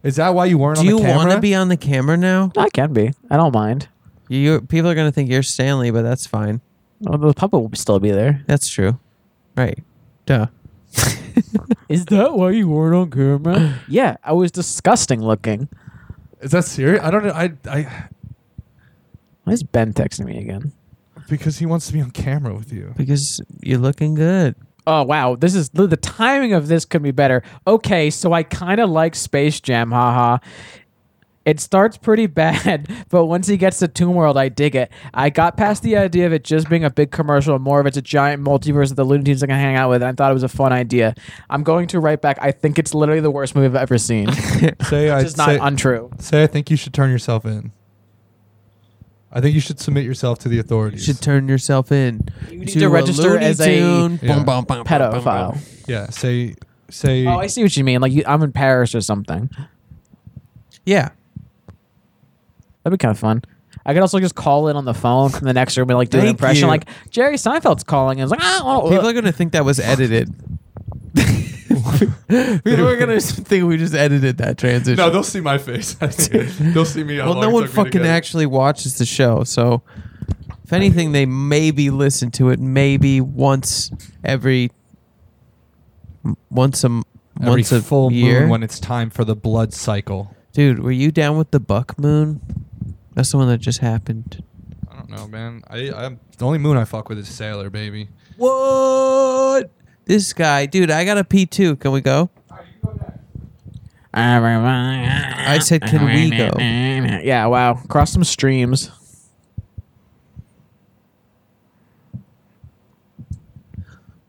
A: Is that why you weren't
B: Do
A: on the
B: you
A: camera?
B: want to be on the camera now?
D: I can be. I don't mind.
B: You people are gonna think you're Stanley, but that's fine.
D: Well, The puppet will still be there.
B: That's true, right? Duh.
D: Is that why you weren't on camera? yeah, I was disgusting looking.
A: Is that serious? I don't know. I, I
D: Why is Ben texting me again?
A: because he wants to be on camera with you.
B: Because you're looking good.
D: Oh wow, this is the, the timing of this could be better. Okay, so I kind of like Space Jam, haha. It starts pretty bad, but once he gets to Tomb World, I dig it. I got past the idea of it just being a big commercial and more of it's a giant multiverse that the Looney Tunes I can hang out with. And I thought it was a fun idea. I'm going to write back. I think it's literally the worst movie I've ever seen. Which
A: Say I
D: is not
A: say,
D: untrue.
A: say I think you should turn yourself in. I think you should submit yourself to the authorities.
B: You should turn yourself in.
D: You need to register as a
A: Yeah.
D: Pedophile.
A: yeah. Say say.
D: Oh, I see what you mean. Like you, I'm in Paris or something.
B: Yeah.
D: That'd be kind of fun. I could also just call in on the phone from the next room and like do an
B: Thank
D: impression,
B: you.
D: like Jerry Seinfeld's calling, and it's like, ah, oh,
B: People
D: uh."
B: are gonna think that was edited. People are gonna think we just edited that transition.
A: no, they'll see my face. they'll see me. how
B: well,
A: long
B: no
A: it
B: one
A: took me to
B: fucking
A: get it.
B: actually watches the show, so if anything, they maybe listen to it maybe once every m- once a m-
A: Every
B: once a
A: full
B: year.
A: moon when it's time for the blood cycle.
B: Dude, were you down with the buck moon? That's the one that just happened.
A: I don't know, man. I I'm, the only moon I fuck with is Sailor, baby.
B: What? This guy, dude, I got a P two. Can we go?
D: "Ah, I
B: said, "Can we go?"
D: Yeah, wow. Cross some streams.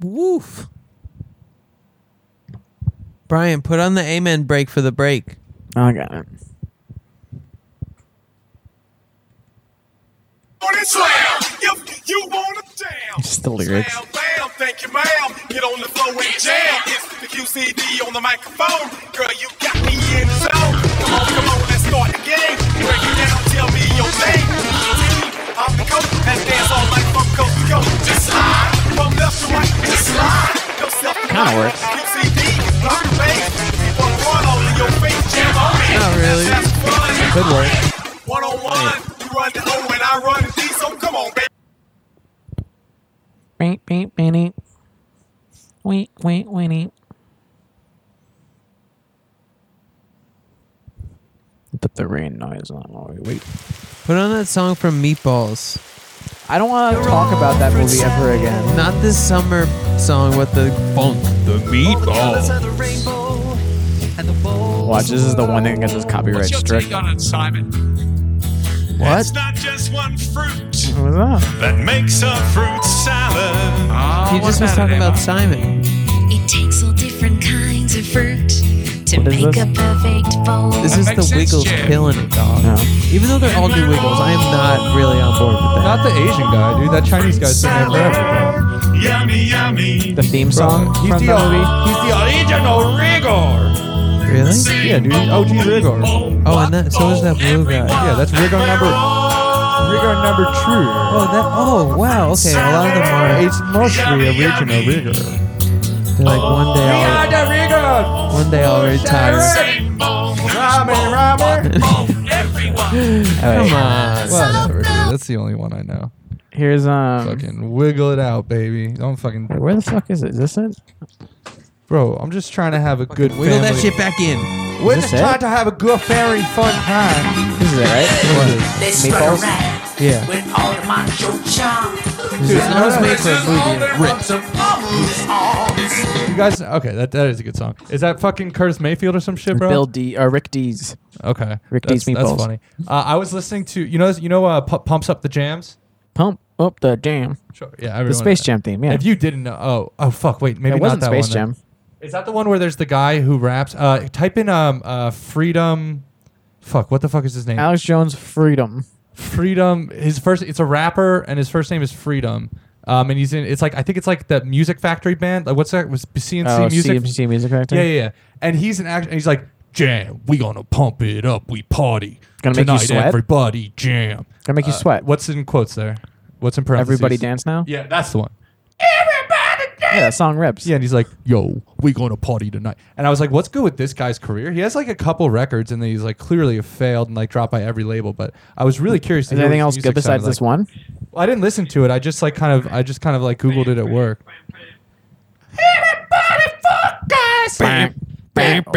B: Woof. Brian, put on the amen break for the break.
D: Oh, I got it.
E: On it, slam. If you wanna jam.
D: Just the lyrics.
E: Slam, bam, thank you, ma'am. Get on the floor and jam. It's the QCD on the microphone. Girl, you got me in the zone. Come on, come on, let's start the game. Break it down, tell me your name. I'm the coach, and dance all night from coast to coast. Just slide from left to right. Just slide yourself.
D: Kinda works.
E: QCD, rock the bass. Keep on going all in your face. Jam on me.
B: Not really.
E: That's fun.
A: Good work.
E: One on one. You run the O and I run the D, so come on, baby.
D: Wait, wait, wait, wait, wait, wait. Put the rain noise on while we wait.
B: Put on that song from Meatballs.
D: I don't want to talk about that movie ever again.
B: Not this summer song with the funk.
D: Watch, this is the one thing that gets us copyright strict.
E: on it, Simon?
B: What?
E: It's not just one fruit
D: What was that?
E: that makes a fruit salad. Oh,
B: He just was talking about Simon.
I: It takes all different kinds of fruit to
D: What is
I: make
D: this?
I: a perfect bowl.
B: This is the Wiggles killing it, dog. Even though they're all new Wiggles, I am not really on board with that.
A: Not the Asian guy, dude. That Chinese guy's sitting there forever.
E: Yummy, yummy.
D: The theme song
A: He's
D: from
A: the,
D: the movie.
A: he's the original Rigor.
B: really?
A: Yeah, dude. OG Rigor.
B: Oh, and that so is that blue guy.
A: Yeah, that's Rigor number. Rigor number true.
B: Oh, that. Oh, wow. Okay, a lot of them are.
A: It's mostly original Rigor.
B: They're like one day I'll
A: the Rigor.
B: one day I'll retire.
A: Ramen, ramen.
B: Come on.
A: Whatever, dude. That's the only one I know.
D: Here's um.
A: Fucking wiggle it out, baby. Don't fucking,
D: Wait, where the fuck is it? Is this it?
A: bro. I'm just trying to have a good.
B: Wiggle that
A: family-
B: shit back in.
A: We're
D: Is
A: just
D: this it?
A: trying to have a good, very fun time.
D: This is it, right? Meatballs?
B: Yeah. Dude, that was made for a movie. and it ripped.
A: You guys, okay, that, that is a good song. Is that fucking Curtis Mayfield or some shit, bro?
D: Bill D or Rick D's.
A: Okay,
D: Rick
A: that's,
D: D's Meatballs.
A: That's funny. Uh, I was listening to you know you know uh, Pu- pumps up the jams.
D: Pump up the jam.
A: Sure. Yeah,
D: The
A: everyone-
D: Space Jam theme, yeah.
A: If you didn't know, oh, oh, fuck, wait, maybe
D: it wasn't
A: not that
D: Space
A: one, then.
D: Jam.
A: Is that the one where there's the guy who raps? Uh, type in um uh freedom. Fuck, what the fuck is his name?
D: Alex Jones Freedom.
A: Freedom. His first. It's a rapper, and his first name is Freedom. Um, and he's in. It's like I think it's like the Music Factory band. Like what's that? Was CNC
D: Oh,
A: Music?
D: CMC Music Factory?
A: Yeah, yeah, yeah. And he's an act. and He's like, jam. We gonna pump it up. We party
D: Gonna make you
A: tonight.
D: sweat?
A: Everybody jam.
D: Gonna make you
A: Uh,
D: sweat.
A: What's in quotes there? What's in parentheses?
D: Everybody dance now.
A: Yeah, that's the one.
D: Yeah, that song rips.
A: Yeah, and he's like, "Yo, we going to party tonight." And I was like, "What's good with this guy's career? He has like a couple records, and then he's like clearly have failed and like dropped by every label." But I was really curious. to
D: Is
A: hear
D: there anything
A: what
D: else
A: his music
D: good besides
A: sounded
D: this
A: like.
D: one?
A: Well, I didn't listen to it. I just like kind of, I just kind of like Googled it at work.
D: Like-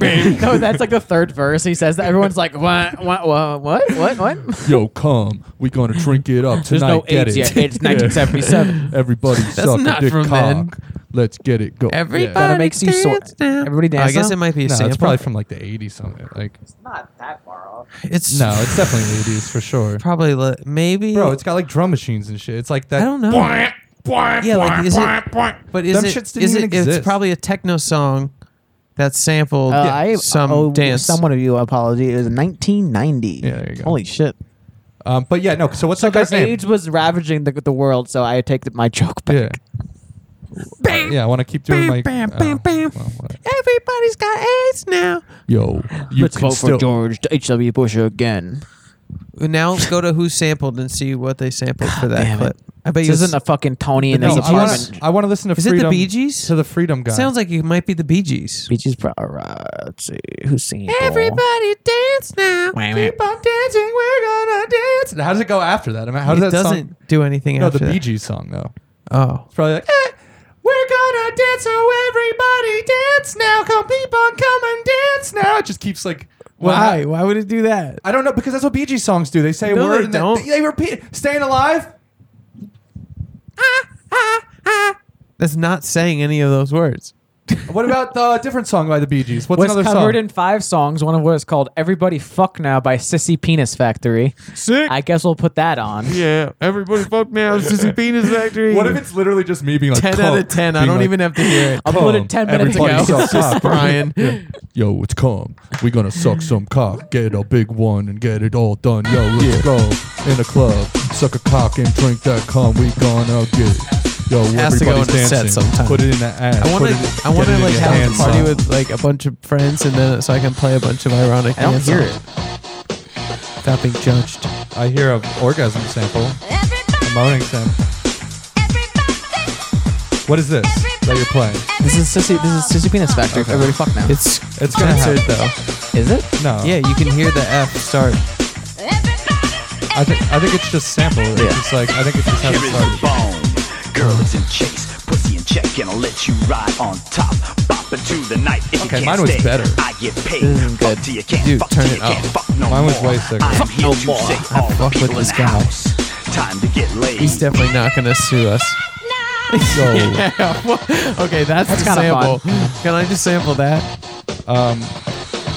D: no, that's like the third verse. He says that everyone's like, what, what, what, what, what, what?
A: Yo, come, we gonna drink it up
D: There's
A: tonight.
D: no
A: get
D: AIDS
A: it.
D: yet. It's 1977.
A: Everybody suck
B: not
A: a dick
B: from then.
A: cock. Let's get it go.
B: Everybody
D: That makes you sore.
B: dance now. Oh,
D: Everybody dance
B: I guess
D: now?
B: it might be a
A: No, it's
B: sample.
A: probably from like the '80s something. Like,
B: It's
A: no, it's definitely '80s for sure.
B: probably li- maybe.
A: Bro, it's got like drum machines and shit. It's like that.
B: I don't know. yeah, like is it? But is
A: Them
B: it?
A: shits didn't
B: is
A: even
B: it? It's
A: exist.
B: probably a techno song that sampled
D: Uh, I
B: some
D: owe
B: dance.
D: Someone of you apology. It was 1990.
A: Yeah, there you go.
D: Holy shit.
A: Um, but yeah, no. So what's
D: So
A: that guy's
D: their
A: name?
D: age was ravaging the, the world, so I take my joke back.
A: Yeah. yeah, I want to keep doing my. oh, well, whatever.
B: Everybody's got AIDS now.
A: Yo, you
D: Let's
A: can
D: vote
A: still.
D: for George H.W. Bush again.
B: Now go to who sampled and see what they sampled for that
D: Damn it.
B: clip. I bet
D: This
B: you
D: isn't a fucking Tony and
A: No,
D: his
A: I wanna-
D: apartment.
A: I want to listen to
B: Is it the
A: freedom.
B: Bee Gees?
A: To the freedom guy.
B: sounds like it might be the Bee Gees.
D: Beaches pro. all right, Let's see. Who's singing?
B: Everybody dance now.
A: Keep on dancing, we're gonna dance. How does it go after that? I mean, how does
B: it
A: that
B: doesn't
A: song?
B: do anything
A: No,
B: after
A: the Bee
B: that.
A: Gees song though.
B: Oh,
A: It's probably like, eh, we're gonna dance, so everybody dance now. Come, keep on, come and dance now. It just keeps like. one half-
B: Why would it do that?
A: I don't know because that's what Bee Gees songs do. They say a
B: No,
A: word
B: they
A: and then-
B: don't.
A: they repeat. Staying alive.
B: That's not saying any of those words.
A: What about the different song by the Bee Gees? What's
D: was
A: another
D: covered
A: song?
D: in five songs. One of which is called "Everybody Fuck Now" by Sissy Penis Factory.
B: Sick.
D: I guess we'll put that on.
B: yeah, everybody fuck now. Sissy Penis Factory.
A: What if it's literally just me being like
B: ten
A: "Come,"
B: out of ten? I
A: being
B: don't
A: like,
B: even have to hear it.
D: Uploaded
A: "Come,
D: ten minutes
A: Oh, everybody
D: ago.
A: suck cock."
B: Brian.
A: Yo, it's come. We gonna suck some cock, get a big one and get it all done. Yo, let's go in a club, suck a cock and drink that cum. We gonna get it. Yo,
B: Has to go
A: everybody's
B: in a set
A: dancing.
B: sometime.
A: Put it in the ass.
B: I want
A: Put it
B: to.
A: in-
B: I want to
A: get it in
B: like
A: your
B: have a
A: hand
B: party
A: song.
B: with like a bunch of friends, and then so I can play a bunch of ironic.
D: I don't
B: dance
D: hear
B: songs
D: it.
B: Without being judged.
A: I hear a orgasm sample, a moaning sample. What is this that you're playing?
D: This is Sissy. This is Sissy Penis Factory. Everybody fuck now.
B: It's
A: It's gonna
B: censored
A: happen.
B: though.
D: is it?
A: No.
B: Yeah, you can hear the F start.
A: I think I think it's just sample. It's just like I think it's just how it
J: Here is the
A: started.
J: bone. Girl, it's in chase. Pussy in check, and I'll let you ride on top. Bop it to the night. If
A: Okay,
J: you can't
A: mine was
J: stay,
A: better.
J: I get paid.
D: This isn't
J: Fuck
D: good.
J: till you can't.
B: Dude,
J: fuck
B: turn
J: till
B: it
J: you can't,
B: up.
J: Fuck no
A: Mine was
J: more.
A: way sicker.
J: I am
A: Fuck
J: here to save all the
B: fuck with
J: people in
B: this
J: the
B: guy.
J: house. Time to get laid.
B: He's definitely not gonna sue us.
A: So
B: Okay, that's, the
D: kinda
B: sample. Can I just sample that?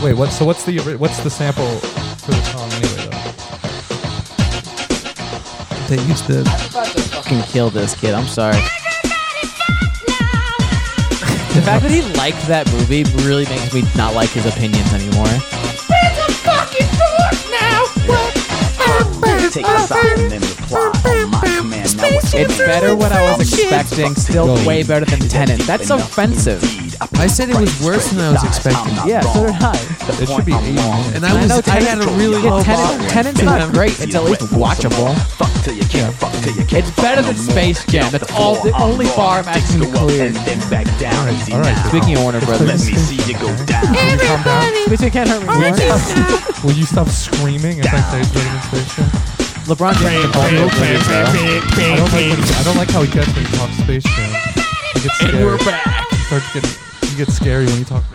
A: wait, what? So what's the what's the sample for the song anyway? Though?
B: They used the
D: Fucking kill this kid. I'm sorry. The fact that he liked that movie really makes me not like his opinions anymore.
J: Take this out and then reply on my command. Now what's your
D: It's better what I was
B: Oh,
D: expecting. Still
A: Yo.
D: way better than Tenet. That's
J: Enough
D: offensive.
J: indeed.
B: I said it was worse than I was expecting.
D: Yeah, so did I.
J: The
A: It should be
J: point I'm
A: eight
J: on
A: minutes.
B: And I was I had a really
D: Yeah,
B: low bar.
D: Tenet, Tenet's not great. It's at least watchable.
J: Fuck till you can't, fuck till you can't.
D: It's better than Space Jam. That's all the only bar I'm actually clear.
J: then back down. easy
A: all right.
J: now.
D: Speaking of Warner
J: Let
D: Brothers,
J: me see you go down.
D: Basically, can't hurt me anymore.
A: Will you stop screaming if I say it's better than Space Jam?
D: LeBron James is also a player, so-
A: I don't like when he, I don't like how he gets when he talks Space Jam. He gets scary. we're back. He starts getting he gets scary when he talks.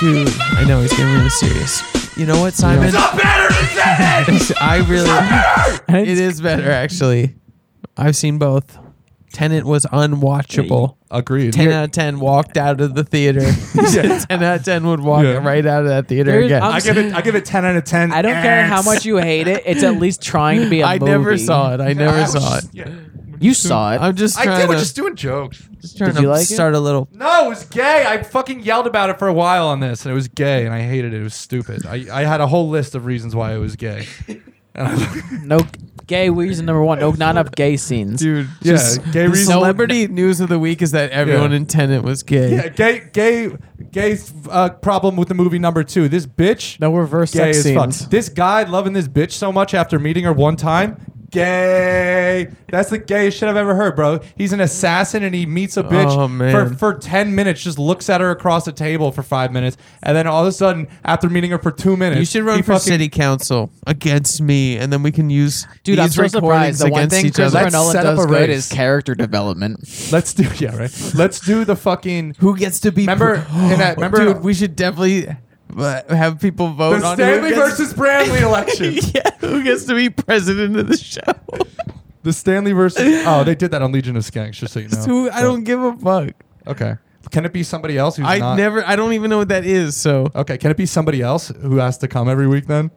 B: Dude, I know he's getting really serious. You know what, Simon? I really It is better actually. I've seen both. Tenant was unwatchable.
A: Agreed.
B: Ten out of ten walked out of the theater. ten out of ten would walk
A: Yeah.
B: right out of that theater
D: There's-
B: again.
D: I'm
A: I give it I give it ten out of ten.
D: I don't care how much you hate it. It's at least trying to be a
B: I
D: movie.
B: never saw it. I never saw it.
A: Yeah.
D: You saw it.
B: I'm just
A: I
B: trying
A: did. We're
B: to,
A: just doing jokes.
B: just trying
D: Did you
B: to
D: like it?
B: start a little
A: No, it was gay. I fucking yelled about it for a while on this, and it was gay, and I hated it. It was stupid. I, I had a whole list of reasons why it was gay.
D: no Gay reason number one. No, not enough gay scenes.
B: dude.
A: Yeah,
B: just
A: gay
B: the
A: reason-
B: Celebrity news of the week is that everyone
A: Yeah.
B: in Tenant was gay.
A: Yeah, gay, gay, gay uh, problem with the movie number two. This bitch.
D: No reverse
A: gay
D: sex
A: as fuck.
D: scenes.
A: This guy loving this bitch so much after meeting her one time. Gay. That's the gayest shit I've ever heard, bro. He's an assassin and he meets a bitch
B: Oh, man.
A: for for ten minutes, just looks at her across the table for five minutes, and then all of a sudden, after meeting her for two minutes,
B: You should
A: he
B: run for
A: fucking-
B: city council against me, and then we can use
D: Dude, I'm
B: these
D: so surprised.
B: recordings
D: The one
B: against
D: thing
B: each other.
D: Christopher
A: Let's
D: Nolan
A: set up
D: does
A: a
D: great
A: race.
D: is character development.
A: Let's do yeah right. Let's do the fucking
B: Who gets to be?
A: Remember- in that- remember-
B: dude, we should definitely uh, have people vote
A: the
B: on who
A: Stanley
B: gets-
A: versus Brantley election.
B: yeah, who gets to be president of the show?
A: The Stanley versus oh, they did that on Legion of Skanks, just so you know.
B: Who I don't give a fuck.
A: Okay. Can it be somebody else who's
B: I
A: not? Uh,
B: never. I don't even know what that is. So
A: Okay. Can it be somebody else who has to come every week then?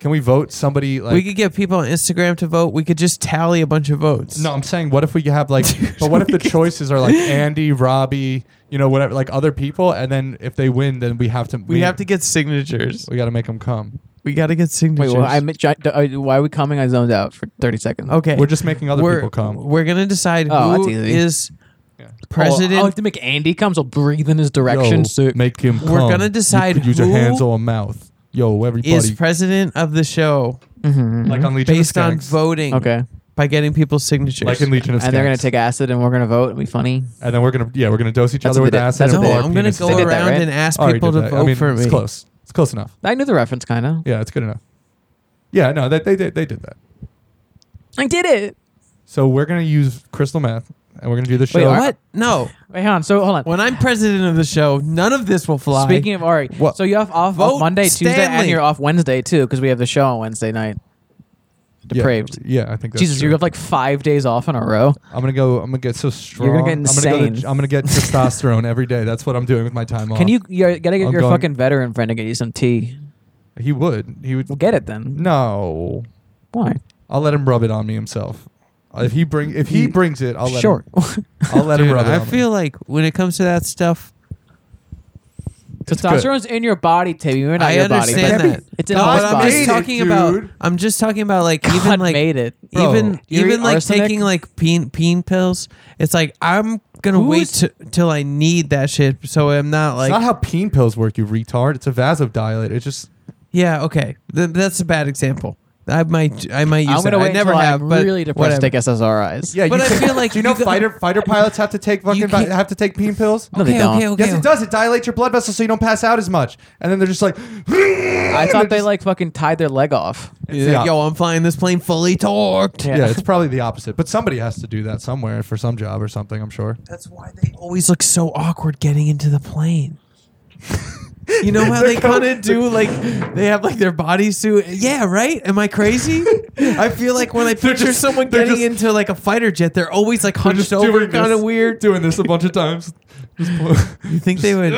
A: Can we vote somebody like?
B: we could get people on Instagram to vote. We could just tally a bunch of votes.
A: no, I'm saying what if we have like, but what if the choices are like Andy, Robbie, you know, whatever, like other people, and then if they win, then we have to
B: we have to get signatures.
A: we got to make them come.
B: We got to get
D: Wait,
B: signatures.
D: well, I, mi- gi- uh, why are we coming? I zoned out for 30 seconds.
B: okay,
A: We're just making other
B: we're,
A: people come.
B: We're gonna decide
D: Oh,
B: who
D: that's easy.
B: is
D: Oh, I have
B: president.
D: to make Andy come, so breathe in his
A: Yo,
D: direction. so
A: make him. Come.
B: We're gonna decide
A: You could use your
B: who
A: hands or a mouth. Yo, everybody.
B: is president of the show
A: like on Legion
B: based
A: of
B: on
A: Skanks.
B: voting?
D: okay.
B: by getting people's signatures.
A: Like in Legion of Skanks.
D: And they're going to take acid and we're going to vote and be funny.
A: And then we're gonna yeah, we're gonna dose each
D: That's
A: other
D: what
A: with
D: they did.
A: acid.
D: That's
A: and
B: no,
D: what
A: blow
D: they
A: our
B: I'm gonna
A: penises.
B: go
D: They did
B: around
D: that, right?
B: and ask
A: Already
B: people
A: did
B: to
A: that.
B: vote for me.
A: It's close. It's close enough.
D: I knew the reference, kind of.
A: Yeah, it's good enough. Yeah, no, they they, they, they did that.
D: I did it.
A: So we're gonna use crystal meth, and we're gonna do the show.
D: Wait, are-
B: What? No.
D: Wait, hold on. So hold on.
B: When I'm president of the show, none of this will fly.
D: Speaking of Ari,
A: What?
D: so you have off,
B: Vote
D: off Monday, Tuesday, and
B: Stanley.
D: you're off Wednesday too, because we have the show on Wednesday night.
A: Yeah,
D: Depraved.
A: Yeah, I think that's
D: Jesus,
A: true.
D: you have like five days off in a row.
B: Uh-huh.
A: I'm gonna go. I'm gonna get so strong.
D: gonna get
A: I'm gonna, go
D: insane.
A: to, I'm gonna get testosterone every day. That's what I'm doing with my time off.
D: Can you? You gotta get
A: I'm
D: your
A: going-
D: fucking veteran friend to get you some tea.
A: He would. He would.
D: We'll get it then.
A: No,
D: Why?
A: I'll let him rub it on me himself. If he bring if he brings it, I'll let
D: Sure.
A: him. I'll let
B: Dude,
A: him rub it.
B: I
A: on me.
B: feel like when it comes to that stuff,
D: Testosterone's in your body, Tim. You're not
B: I
D: your
B: understand
D: body. but
B: that.
D: It's in
B: No,
D: all
B: but I'm
D: body.
B: just
A: Made it,
B: talking about.
A: dude.
B: I'm just talking about like
D: God
B: even like
D: made it.
B: even
D: Eerie
B: even like
D: arsenic.
B: taking like peen peen pills. It's like I'm gonna wait
D: Who's-
B: t- till I need that shit, so I'm not like
A: it's not how peen pills work, you retard. It's a vasodilator. It's just
B: yeah okay. Th- that's a bad example. I might I might use
D: I'm
B: that.
D: gonna wait
B: I never
D: till
B: have.
D: I'm
B: but
D: really depressed
B: whatever.
D: to take SSRIs.
A: yeah.
B: But
A: you
B: I
A: can-
B: feel like
A: do you know
B: you go-
A: fighter fighter pilots have to take fucking vi-
B: can't-
A: have to take peen pills?
D: No, they
B: Okay,
D: don't.
B: okay, okay.
A: Yes, it does. It dilates your blood vessels so you don't pass out as much. And then they're just like,
D: I thought they like fucking tied their leg off.
B: You're like,
A: Yeah.
B: Yo, I'm flying this plane fully torqued.
A: yeah, it's probably the opposite. But somebody has to do that somewhere for some job or something, I'm sure.
B: That's why they always look so awkward getting into the plane. You know how they kind of do like they have like their bodysuit. Yeah, right. Am I crazy? I feel like when I picture
A: just-
B: someone
A: they're
B: getting
A: just-
B: into like a fighter jet, they're always like hunched over, kind of weird.
A: Doing this a bunch of times. Just,
B: You think they would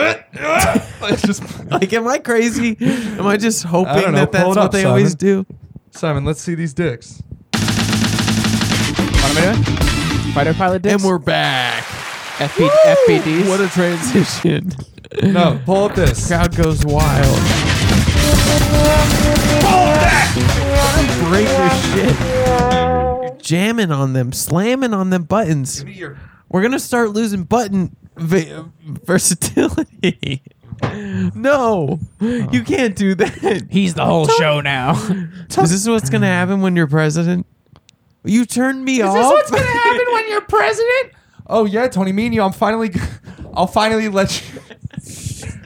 A: just
B: like? Am I crazy? Am I just
A: I don't
B: hoping
A: know.
B: that that's
A: Pull it
B: what
A: up,
B: they always do?
A: Simon, let's see these dicks.
D: What am I doing? Fighter pilot dicks.
B: And we're back.
D: FP- FPDs.
B: What a transition!
A: No, pull up this.
B: Crowd goes wild. Break your shit. You're jamming on them, slamming on them buttons. We're gonna start losing button va- versatility. no, you can't do that.
D: He's the whole show now.
B: Is this what's gonna happen when you're president? You turned me off.
A: happen when you're president? Oh yeah, Tony Mino, I'm finally, I'll finally let you.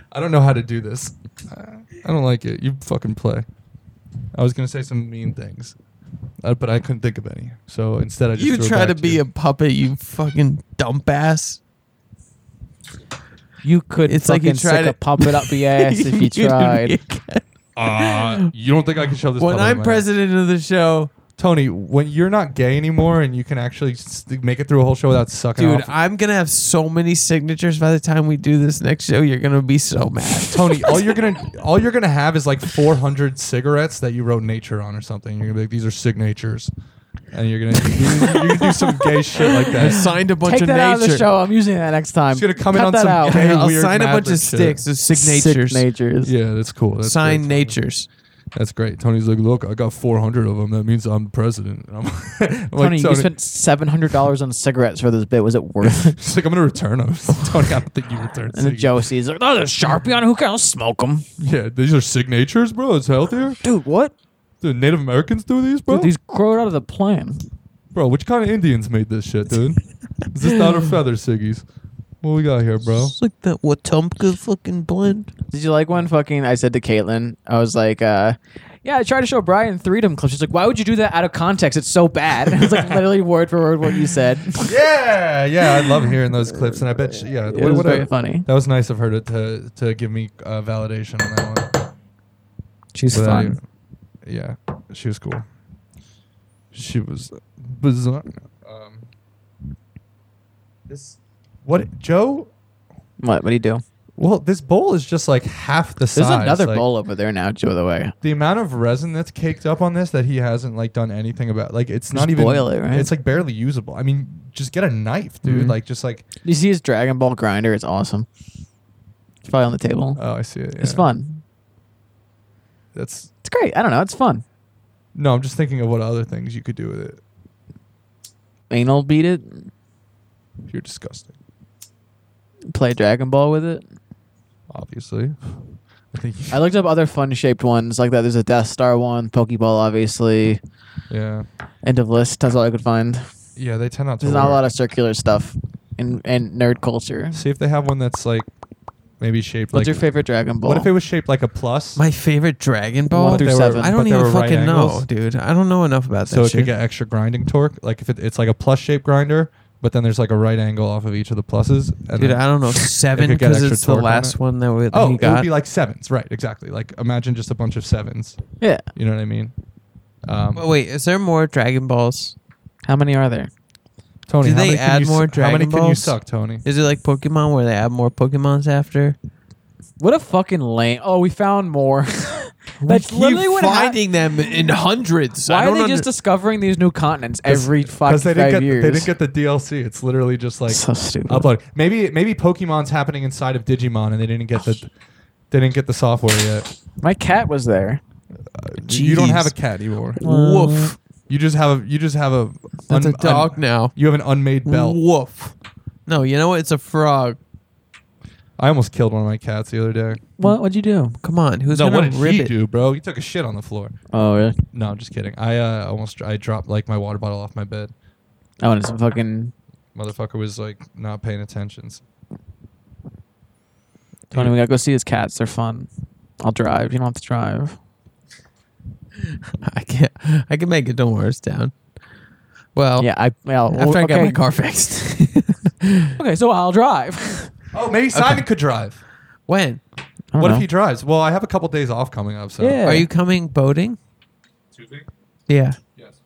A: I don't know how to do this. I don't like it. You fucking play. I was gonna say some mean things, uh, but I couldn't think of any. So instead, I just
B: you
A: threw it
B: try to
A: back
B: be
A: you.
B: a puppet, you fucking dump ass.
D: You could
B: It's like
D: fucking
B: you tried
D: stick
B: to-
D: a puppet up the ass if you tried.
A: Uh, you don't think I can shove this?
B: When
A: puppet in
B: I'm
A: my-
B: president of the show,
A: Tony, when you're not gay anymore and you can actually s- make it through a whole show without sucking
B: Dude,
A: off,
B: I'm gonna have so many signatures by the time we do this next show. You're gonna be so mad.
A: Tony, all you're gonna all you're gonna have is like 400 cigarettes that you wrote nature on or something. You're gonna be like, these are signatures, and you're gonna you, you can do some gay shit like
B: I
A: that.
B: signed a bunch
D: Take
B: of
D: that out of
B: nature.
D: the show. I'm using that next time.
A: It's gonna come in
D: Cut
A: on
D: that
A: some
D: out.
A: gay
B: I'll
A: weird
B: sign a
A: Mad
B: bunch of
A: Lib shit.
B: sticks with signatures.
D: Signatures.
A: Yeah, that's cool. That's
B: Sign
A: great.
B: natures.
A: That's great. Tony's like, look, I got 400 of them. That means I'm president. And I'm, I'm like,
D: Tony, you spent seven hundred dollars on cigarettes for this bit. Was it worth? it?
A: She's like, I'm gonna return them. Tony, I don't think you return.
D: And then
A: ciggies.
D: Josie's like, "Oh, there's Sharpie on. it. Who can I'll smoke them,
A: Yeah, these are signatures, bro. It's healthier.
D: dude? What?
A: Dude, Native Americans do these, bro.
D: Dude, these grow out of the plant.
A: bro, which kind of Indians made this shit, dude? Is this not a feather ciggies? What we got here, bro?
B: It's like that Watumpka fucking blend.
D: Did you like when fucking I said to Caitlin, I was like, uh, yeah, I tried to show Brian Freedom clips. She's like, why would you do that out of context? It's so bad. And it's like literally word for word what you said.
A: Yeah, yeah, I love hearing those clips, and I bet, she, yeah,
D: It was very funny.
A: That was nice of her to to, to give me uh, validation on that one.
D: She's
A: But I-
D: fun.
A: yeah, she was cool. She was bizarre. Um, this what Joe?
D: What? What do you do?
A: Well, this bowl is just like half the size.
D: There's another
A: like,
D: bowl over there now, by the way.
A: The amount of resin that's caked up on this that he hasn't like done anything about. Like it's not even.
D: boil it, right? Mm-hmm.
A: It's like barely usable. I mean, just get a knife, dude. Like just like.
D: You see his Dragon Ball grinder? It's awesome. It's probably on the table.
A: Oh, I see it.
D: It's
A: yeah.
D: fun.
A: That's
D: It's great. I don't know. It's fun.
A: no. I'm just thinking of what other things you could do with it.
D: Anal beat it.
A: You're disgusting.
D: Play Dragon Ball with it.
A: Obviously. I think.
D: I looked up other fun shaped ones like that. There's a Death Star one, Pokeball, obviously.
A: Yeah.
D: End of list. That's all I could find.
A: Yeah. They tend not to.
D: There's not a
A: work.
D: lot of circular stuff in and nerd culture. What's
A: See if they have one that's like maybe shaped like.
D: your favorite Dragon Ball?
A: What if it was shaped like a plus?
B: My favorite Dragon
D: One
B: Ball.
D: through
A: they were-
D: seven.
B: I
A: but
B: don't
A: they
B: even
A: were right
B: fucking know,
A: angles?
B: dude. I don't know enough about that
A: so it
B: shit.
A: could get extra grinding torque. Like if it, it's like a plus shape grinder, but then there's like a right angle off of each of the pluses. And
B: dude,
A: then-
B: I don't know seven
A: could get
B: because
A: extra
B: it's the
A: torque on
B: last
A: it.
B: one that we that
A: Oh,
B: he
A: it would
B: got.
A: be like sevens, right? Exactly. Like imagine just a bunch of sevens.
D: yeah.
A: You know what I mean? Um,
B: But wait, is there more Dragon Balls?
D: How many are there?
A: Tony,
B: do
A: how
B: they
A: many can
B: add
A: you
B: more
A: su- How many
B: Dragon
A: can you
B: Balls?
A: suck, Tony?
B: Is it like Pokemon where they add more Pokemons after?
D: What a fucking lame. Oh, we found more. That's literally
B: Keep
D: what hap-
B: finding them in hundreds.
D: Why
B: I
D: are
B: don't
D: they just
B: under-
D: discovering these new continents every fucking
A: they didn't
D: five
A: get
D: years?
A: they didn't get the DLC. It's literally just like
D: so stupid.
A: upload. Maybe maybe Pokemon's happening inside of Digimon, and they didn't get the they didn't get the software yet.
D: My cat was there.
A: You don't have a
B: Jeez.
A: cat anymore.
B: woof?
A: You just have a you just have a
B: That's
A: un-
B: a dog
A: un-
B: now.
A: You have an unmade belt.
B: Woof. No, you know what? It's a frog.
A: I almost killed one of my cats the other day.
D: What? What'd you do?
B: Oh, Come on, who's
A: No, what
B: gonna
A: did
B: rip
A: he
B: it?
A: do, bro? He took a shit on the floor.
D: Oh, really?
A: No, I'm just kidding. I uh, almost I dropped like my water bottle off my bed.
D: I wanted some fucking.
A: Motherfucker was like not paying attention.
D: Tony, we gotta go see his cats. They're fun. I'll drive. You don't have to drive.
B: I can't. I can make it. Don't worry, it's down. Well,
D: Yeah, I. Well,
B: After I got
D: okay.
B: my car fixed.
D: Okay, so I'll drive.
A: Oh, maybe Simon could drive.
B: when
A: What if he drives? Well, I have a couple days off coming up. So
D: Yeah.
B: are you coming boating?
A: Tuesday?
B: Yeah,
A: Yes.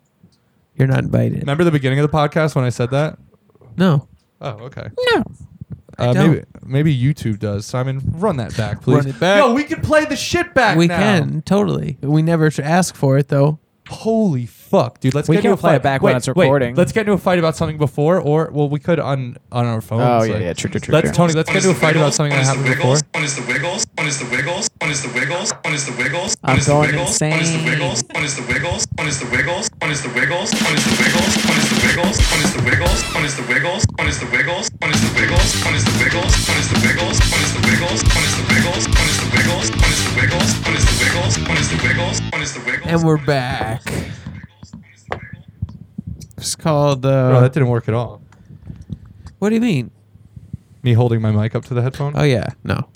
B: you're not invited.
A: Remember the beginning of the podcast when I said that?
B: No,
A: Oh, okay.
D: No.
A: Uh,
B: don't.
A: maybe maybe YouTube does. Simon, run that back, please.
B: Run it back.
A: Yo, we can play the shit back.
B: we
A: now.
B: can totally. We never should ask for it though.
A: Holy fuck, dude! Let's
D: We
A: get into
D: can't
A: a
D: play
A: fight
D: it back when
A: Wait,
D: it's
A: wait,
D: recording.
A: let's get into a fight about something before, or well, we could on on our phones.
D: Oh, yeah,
A: like-
D: yeah. True, true, true.
A: Let's
D: true.
A: Tony. Let's get into a fight about something that happened before.
D: I'm going insane.
B: And we're back. It's called.
A: Bro,
B: Uh,
A: that didn't work at all.
B: what do you mean?
A: Me holding my mic up to the headphone.
B: Oh yeah, no.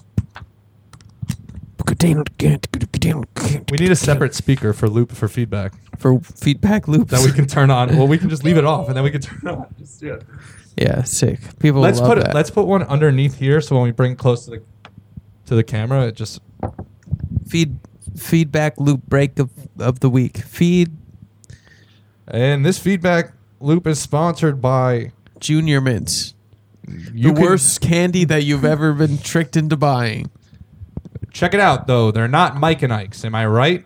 A: we need a separate speaker for loop for feedback
B: For feedback loops.
A: that we can turn on. Well, we can just leave it off and then we can turn it on. Just, yeah.
B: yeah, sick. People.
A: Let's
B: love
A: put it.
B: that.
A: Let's put one underneath here so when we bring it close to the to the camera, it just
B: feed feedback loop break of of the week. Feed
A: And this feedback loop is sponsored by
B: Junior Mints.
A: you
B: the
A: can-
B: worst candy that you've ever been tricked into buying.
A: Check it out, though. They're not Mike and Ike's. Am I right?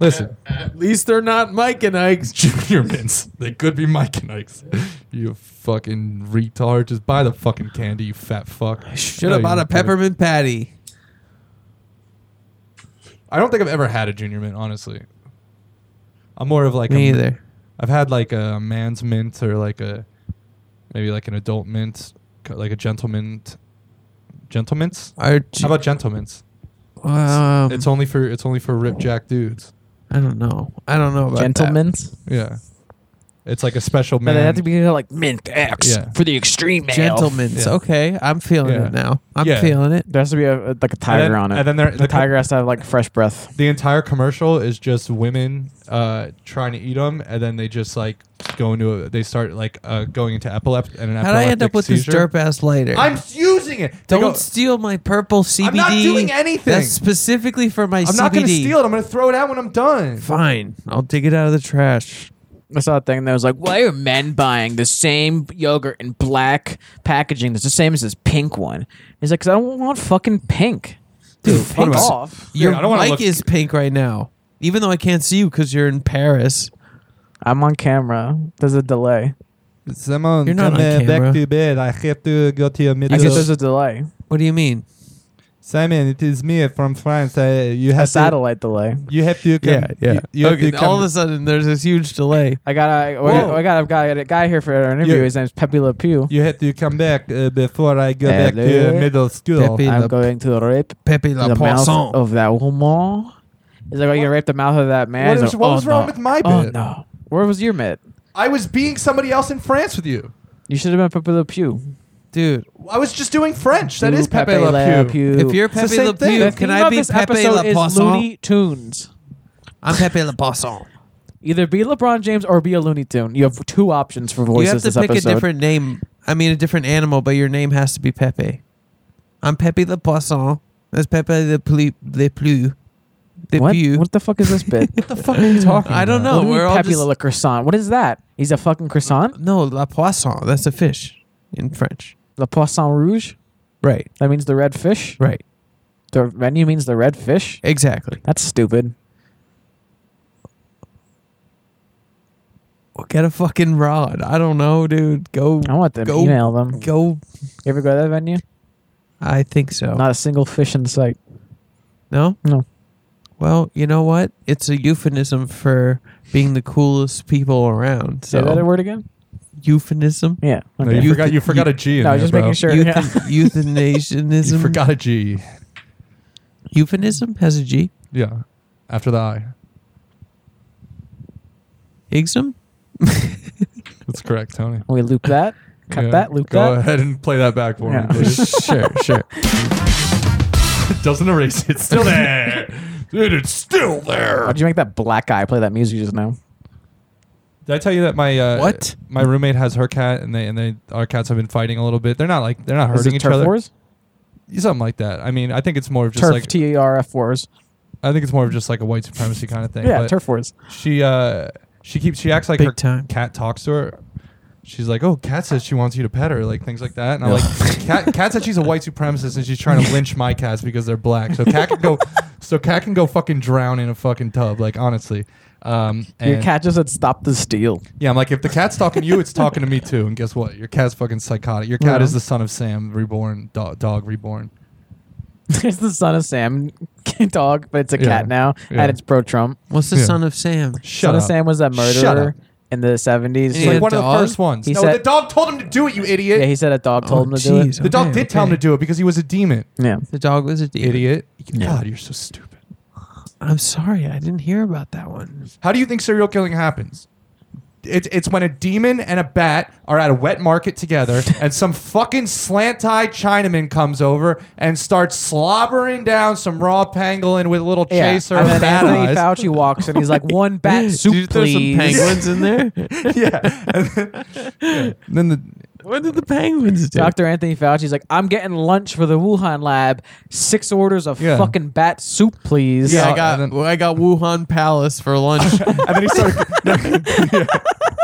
A: Listen,
B: At least they're not Mike and Ike's.
A: Junior Mints. They could be Mike and Ike's. You fucking retard. Just buy the fucking candy, you fat fuck.
B: Should have bought a peppermint patty.
A: I don't think I've ever had a junior mint, honestly. I'm more of like
B: Me
A: a,
B: either.
A: I've had like a man's mint or like a maybe like an adult mint, co- like a gentleman, gentleman's.
B: Are
A: How about gentleman's?
B: um,
A: it's only for it's only for rip jack dudes.
B: I don't know. I don't know about
D: uh,
B: that.
D: Gentlemen's.
A: Yeah, it's like a special
D: But
A: man.
D: they have to be kinda like mint X
A: Yeah.
D: for the extreme male.
B: Gentlemen's.
A: Yeah.
B: Okay, I'm feeling
A: Yeah.
B: it now. I'm
A: Yeah.
B: feeling it.
D: There has to be a, a- like a tiger
A: then-
D: on it.
A: and then there-
D: the,
A: the co-
D: tiger has to have like fresh breath.
A: the entire commercial is just women uh, trying to eat them, and then they just like go into a, they start like uh, going into epilepsy and an
B: How'd I end
A: epileptic
B: up with
A: seizure.
B: this derp ass lighter?
A: I'm using it. They
B: don't
A: go-
B: steal my purple CBD.
A: not doing anything.
B: That's specifically for my CBD.
A: I'm not gonna steal it. I'm gonna throw it out when I'm done.
B: Fine, I'll dig it out of the trash.
D: I saw a thing that was like, why are men buying the same yogurt in black packaging that's the same as this pink one? He's like, 'Cause I don't want fucking pink.
B: Dude,
D: Fuck
B: pink's-
D: off.
B: Your
A: I don't wanna
B: mic
A: look-
B: is pink right now, even though I can't see you because you're in Paris.
D: I'm on camera. There's a delay.
A: Simone,
B: You're not come, on uh, back camera. to
A: bed. I have to go to your
D: I
A: middle.
D: guess there's a delay.
B: What do you mean?
A: Simon, it is me from France. you
D: A satellite delay.
A: You have to
B: Okay, all of a sudden, there's this huge delay.
D: I got a, I got- I got, a guy, a guy here for our interview.
A: Yeah.
D: His name's Pepe Le Pew.
A: You have to come back uh, before I go back to
D: Hello.
A: middle school.
B: Pepe
D: I'm
B: Le-
D: going to rape
B: Pepe La
D: the mouth
B: Poisson.
D: of that woman. He's like, are you gonna rape the mouth of that man?
A: What
D: He's
A: is-
D: like,
A: what
D: "Oh,
A: was wrong
D: no.
A: with my
D: Oh,
A: bit?"
D: no. Where was your bit?
A: I was being somebody else in France with you.
D: You should have been Pepe Le Pew.
B: Dude,
A: I was just doing French. That is Pepe,
D: Pepe
A: Le Pew.
B: if you're Pepe
A: same
B: Le
A: thing.
B: Pew,
A: The
B: can
D: theme
B: I
D: of
B: be
D: this
B: Pepe
D: episode
B: La
D: is
B: Poisson?
D: Looney Tunes.
B: I'm Pepe La Poisson.
D: Either be LeBron James or be a Looney Tune. You have two options
B: You
D: for voices
B: have to
D: this
B: pick
D: episode.
B: a different name. I mean, a different animal, but your name has to be Pepe. I'm Pepe Le Poisson. That's Pepe Le Plu. Le Plu. Le
D: what?
B: Pew.
D: what the fuck is this bit? what the fuck
A: are you talking
B: I don't
A: about?
B: know.
D: do you
B: We're
D: mean
B: all
D: Pepe
B: just-
D: Le Croissant? What is that? He's a fucking croissant?
B: No, La Poisson. That's a fish in French.
D: Le Poisson Rouge?
B: Right.
D: That means the red fish?
B: Right.
D: The menu means the red fish?
B: Exactly.
D: That's stupid.
B: Well, get a fucking rod. I don't know, dude. Go.
D: I want them
B: Go-
D: email them.
B: Go.
D: You ever go to that venue?
B: I think so.
D: Not a single fish in sight.
B: no.
D: No.
B: Well, you know what? It's a euphemism for being the coolest people around.
D: Say
B: So
D: that a word again?
B: euphemism.
D: Yeah.
A: No,
D: okay.
A: you,
B: You
A: forgot.
B: th-
A: You forgot a G. In
D: No,
A: there,
D: I was just
A: bro.
D: making sure.
B: Euth-
D: yeah.
B: euthanasionism.
A: You forgot a G.
B: Euphemism has a G.
A: Yeah. After the I.
B: Igsm?
A: That's correct, Tony.
D: we loop that. Cut
A: Yeah.
D: that. Loop
A: Go
D: that.
A: ahead and play that back for
D: Yeah.
A: me, please. sure, sure. It doesn't erase it. It's still there. Dude, it's still there.
D: How'd you make that black guy play that music just now?
A: Did I tell you that my uh,
B: What?
A: My roommate has her cat, and they and they our cats have been fighting a little bit. They're not like they're not
D: Is
A: hurting
D: it
A: each
D: turf
A: other.
D: wars?
A: Something like that. I mean, I think it's more of just
D: turf
A: like
D: T E R F wars.
A: I think it's more of just like a white supremacy kind of thing.
D: Yeah,
A: but
D: turf wars.
A: She uh she keeps she acts like
B: Big
A: her
B: time.
A: cat talks to her. She's like, oh, cat says she wants you to pet her, like things like that. And I'm like, cat, cat said she's a white supremacist and she's trying to lynch my cats because they're black. So cat can go, so cat can go fucking drown in a fucking tub. Like honestly, um,
D: Your
A: and-
D: cat just said stop the steal.
A: Yeah, I'm like, if the cat's talking to you, it's talking to me too. And guess what? Your cat's fucking psychotic. Your cat
D: Yeah.
A: is the son of Sam, reborn dog, dog reborn.
D: it's the son of Sam dog, but it's a
A: Yeah.
D: cat now,
A: Yeah.
D: and it's pro Trump.
B: What's the
A: Yeah.
B: son of Sam?
A: Shut
D: Son of
A: up.
D: Sam was that
A: Shut
D: murderer
A: up.
D: in the seventies.
A: It's like
B: Yeah,
A: one of
B: dog?
A: the first ones.
D: He
A: no,
D: said-
A: the dog told him to do it. You idiot.
D: yeah, he said a
A: Oh,
D: dog told him to
B: jeez,
D: do
A: the dog
B: okay,
A: did tell him to
B: okay.
A: do it because he was a demon.
D: it. Yeah,
B: The dog was a demon.
A: Idiot. God, you're so stupid.
B: I'm sorry, I didn't hear about that one.
A: How do you think serial killing happens? It's, it's when a demon and a bat are at a wet market together, and some fucking slant eyed Chinaman comes over and starts slobbering down some raw pangolin with a little
D: yeah.
A: chaser
D: and
A: of
D: then
A: bat
D: Anthony
A: eyes.
D: Fauci walks in. He's like, one bat soup,
B: Did you throw
D: please.
B: some penguins in there?
A: yeah. And then, yeah. then the
B: what did the penguins do?
D: Dr. Anthony Fauci's like, I'm getting lunch for the Wuhan lab. Six orders of
A: Yeah.
D: fucking bat soup, please.
A: Yeah,
B: I got
A: And then-
B: well, I got Wuhan Palace for lunch.
A: and then he started.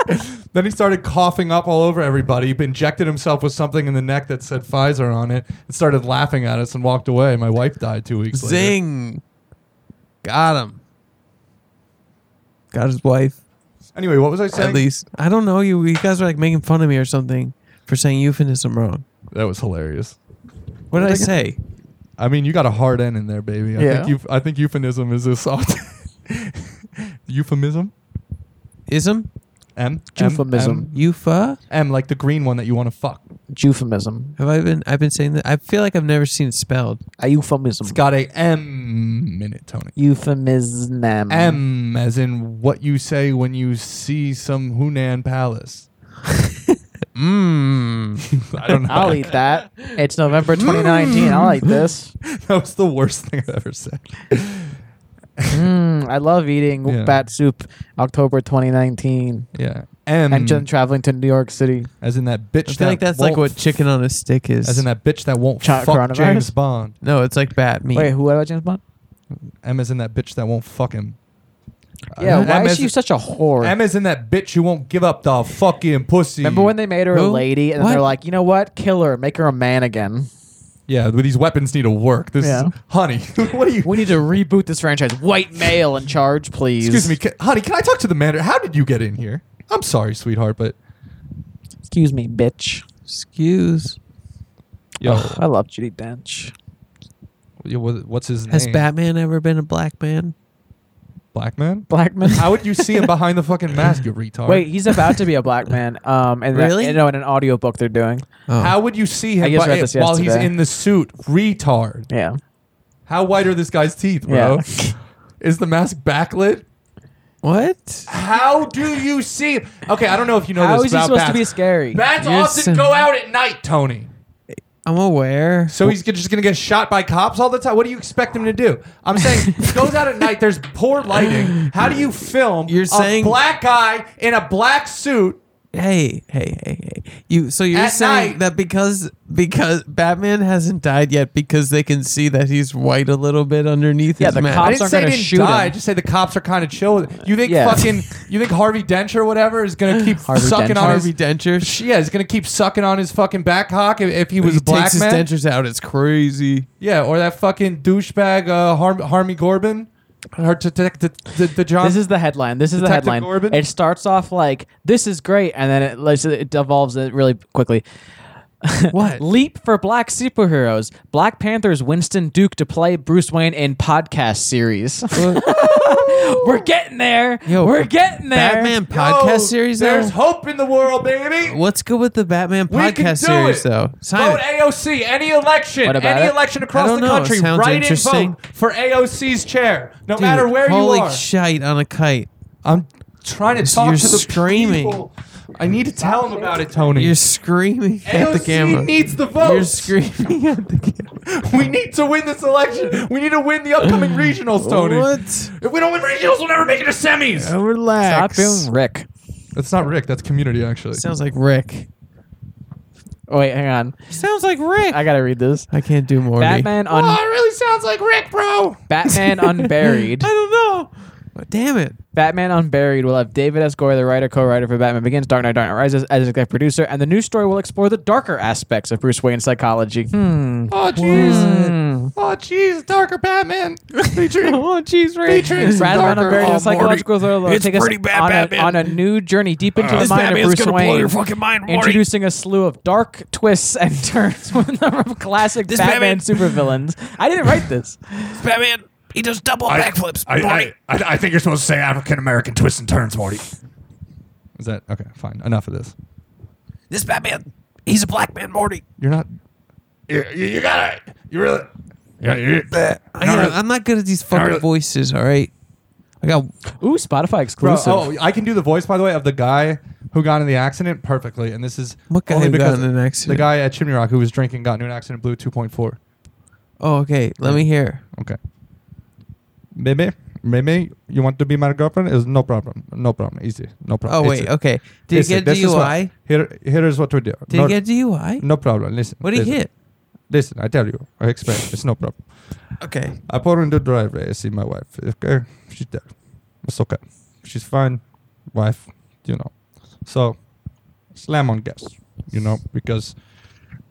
A: Yeah. Then he started coughing up all over everybody. He injected himself with something in the neck that said Pfizer on it, and started laughing at us and walked away. My wife died two weeks later.
B: Zing. Got him. Got his wife.
A: Anyway, what was I saying?
B: At least I don't know you. You guys were like making fun of me or something for saying euphemism wrong.
A: That was hilarious.
B: What did I say?
A: I mean, you got a hard N in there, baby. I
D: Yeah.
A: think you. I think euphemism is a soft euphemism.
B: Ism?
A: M. M,
D: Euphemism.
B: Eufa?
A: M, M, like the green one that you want to fuck.
D: Euphemism.
B: Have I been? I've been saying that. I feel like I've never seen it spelled.
D: A euphemism.
A: It's got a M in it, Tony.
D: euphemism.
B: Mm-hmm.
A: M as in what you say when you see some Hunan palace.
B: Mm.
A: Mmm. I don't know.
D: I'll eat that. It's November
A: Mm.
D: 2019. I'll eat this.
A: That was the worst thing I've ever said.
D: Mm, I love eating
A: Yeah.
D: bat soup. October 2019,
A: Yeah. M
D: and then traveling to New York City.
A: as in that bitch.
B: I feel
A: that
B: like that's
A: won't
B: like what chicken on a stick is.
A: As in that bitch that won't
D: Chi-
A: fuck
D: coronavirus?
A: James Bond.
B: no, it's like bat meat.
D: Wait, who am I, James Bond?
A: M is in that bitch that won't fuck him.
D: Yeah,
A: Uh,
D: why
A: M
D: is she
A: as-
D: such a whore?
A: M is in that bitch who won't give up the fucking pussy.
D: Remember when they made her a
B: Who?
D: lady, and
B: What?
D: they're like, you know what? Kill her, make her a man again.
A: Yeah, but these weapons need to work. This
D: Yeah.
A: is, honey, what are you?
D: We need to reboot this franchise. White male in charge, please.
A: Excuse me, ca- honey. Can I talk to the manager? How did you get in here? I'm sorry, sweetheart, but
D: Excuse me, bitch.
B: Excuse.
A: yo,
D: I love Judy Dench.
A: yo, what- what's his name?
B: Has Batman ever been a black man?
A: Black man.
D: Black man.
A: How would you see him behind the fucking mask, you retard?
D: Wait, he's about to be a black man. Um, and that-
B: Really?
D: and no, in an audiobook they're doing.
B: Oh.
A: How would you see him
D: I just
A: bu-
D: read this
A: while he's
D: yesterday.
A: in the suit, retard?
D: Yeah.
A: How white are this guy's teeth, bro? Is the mask backlit?
B: What?
A: How do you see? Okay, I don't know if you know
D: How
A: this
D: is he
A: about
D: supposed to
A: bats.
D: be scary?
A: Bats
B: You're
A: often
B: so-
A: go out at night, Tony.
B: I'm aware.
A: So he's just gonna get shot by cops all the time. What do you expect him to do? I'm saying he goes out at night. There's poor lighting. How do you film
B: You're
A: a
B: saying-
A: black guy in a black suit?
B: Hey, hey, hey, hey. You so you're
A: At
B: saying
A: night.
B: that because because Batman hasn't died yet because they can see that he's white a little bit underneath
D: Yeah,
B: his
D: the
B: mask.
A: I
D: cops-
A: didn't
D: aren't
A: say
D: gonna
A: he didn't
D: shoot
A: die. I
D: him.
A: just say the cops are kind of chill. with it. You think
D: Yeah.
A: fucking you think Harvey Dent or whatever is gonna keep
D: Harvey
A: sucking
D: Dent.
A: on
B: Harvey
A: his
B: Denture. Sh-
A: yeah, he's gonna keep sucking on his fucking back cock if, if he was
B: he
A: a black
B: takes
A: man.
B: his dentures out. It's crazy.
A: Yeah, or that fucking douchebag uh, Har- Harmy Corbin, or to, to, to, to, to John.
D: This is the headline. This is the
A: Detective
D: headline.
A: Corbin?
D: It starts off like this is great, and then it like, so it devolves it really quickly.
A: What?
D: leap for black superheroes? Black Panther's Winston Duke to play Bruce Wayne in podcast series. We're getting there.
B: Yo,
D: We're getting there.
B: Batman podcast
A: Yo,
B: series though.
A: There's hope in the world, baby.
B: What's good with the Batman
A: We can
B: podcast
A: do
B: series
A: it.
B: though?
A: Vote
B: Simon,
A: AOC. Any election,
D: What about
A: any
D: it?
A: election across
B: I
A: the
B: don't know. It
A: country,
B: sounds
A: write in
B: interesting.
A: vote for AOC's chair, no
B: dude,
A: matter where
B: holy
A: you are.
B: shite on a kite.
A: I'm trying to talk
B: You're
A: to the
B: screaming.
A: people. I need to tell them about it, Tony.
B: You're screaming at the
A: AOC
B: camera.
A: needs the
B: You're
A: votes.
B: screaming at the camera.
A: we need to win this election. We need to win the upcoming regionals, Tony.
B: What? Oh.
A: If we don't win regionals, we'll never make it to semis.
D: Stop
B: Relax.
D: doing Rick.
A: That's not Rick. That's community, actually.
B: Sounds like Rick.
D: Oh, wait, hang on.
B: Sounds like Rick.
D: I
B: I,
D: gotta read this.
B: can't do more.
D: Batman un-
A: Oh, really sounds like Rick, bro. Oh,
D: Batman Unburied.
B: I don't know. But Damn it.
D: Batman Unburied will have David S. Goyer, the writer, co-writer for Batman Begins, Dark Knight, Dark Knight Rises, as executive producer, and the new story will explore the darker aspects of Bruce Wayne's psychology. Hmm.
A: Oh
B: Hmm.
A: jeez. Oh jeez, darker Batman. Featuring
B: Oh, jeez, Rick.
A: featuring some
D: Rather than
A: darker-
D: Unburied,
A: oh,
D: the psychological thriller will
C: It's
D: take us
C: pretty bad,
D: on, a,
C: Batman.
D: on a new journey deep into the
C: This
D: mind of
C: Batman's
D: Bruce
C: gonna
D: Wayne,
C: blow your fucking mind, Morty.
D: introducing a slew of dark twists and turns with a number of classic
C: This
D: Batman,
C: Batman-
D: supervillains. I didn't write this.
C: Batman, he does double backflips.
H: I, I,
C: Morty.
H: I, I think you're supposed to say African American twists and turns, Morty.
A: Is that okay? Fine. Enough of this.
C: This Batman, he's a black man, Morty.
A: You're not.
H: You, you, you gotta. You really. Yeah, you,
B: I gotta- I'm not good at these fucking
H: really.
B: voices, all right? I got.
D: Ooh, Spotify
A: Bro,
D: exclusive.
A: oh, I can do the voice, by the way, of the guy who got in the accident perfectly. And this is
B: What guy
A: only
B: who got
A: because
B: in an accident?
A: The guy at Chimney Rock who was drinking got into an accident, blew 2.4.
B: Oh, okay. Let me hear.
A: Okay. Maybe, maybe you want to be my girlfriend? Is no problem. No problem. Easy. No
B: Oh,
A: problem.
B: wait.
A: Easy.
B: Okay. Did
A: Listen,
B: he get a
A: this is what-
B: DUI?
A: Here, here is what we do.
B: Did
A: no,
B: he get a DUI?
A: no problem. Listen.
B: What did he
A: listen.
B: hit?
A: Listen, I tell you. I explain. It's no problem.
B: Okay.
A: I pull into the driveway. I see my wife. Okay, she's there. It's okay. She's fine. Wife, you know. So, slam on gas, you know, because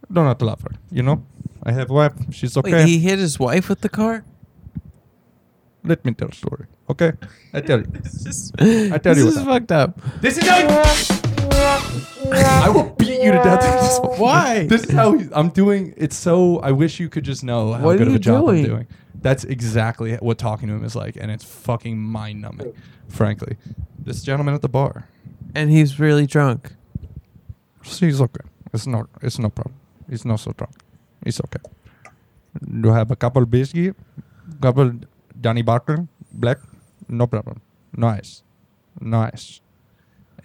A: I don't have to love her, you know. I have wife. She's
B: Wait,
A: okay.
B: he hit his wife with the car?
A: Let me tell a story, okay? I tell you.
B: This
A: I tell you
B: is
A: what
B: fucked up.
A: This is a I will beat you to death. with this one.
B: Why?
A: This is how he- I'm doing. It's so. I wish you could just know how
D: What are
A: good of
D: you
A: a job
D: doing?
A: I'm doing. That's exactly what talking to him is like, and it's fucking mind numbing, frankly. This gentleman at the bar,
B: and he's really drunk.
A: he's okay. It's not. It's no problem. He's not so drunk. It's okay. You have a couple whiskey, couple Johnny Barker, black, no problem. Nice, nice.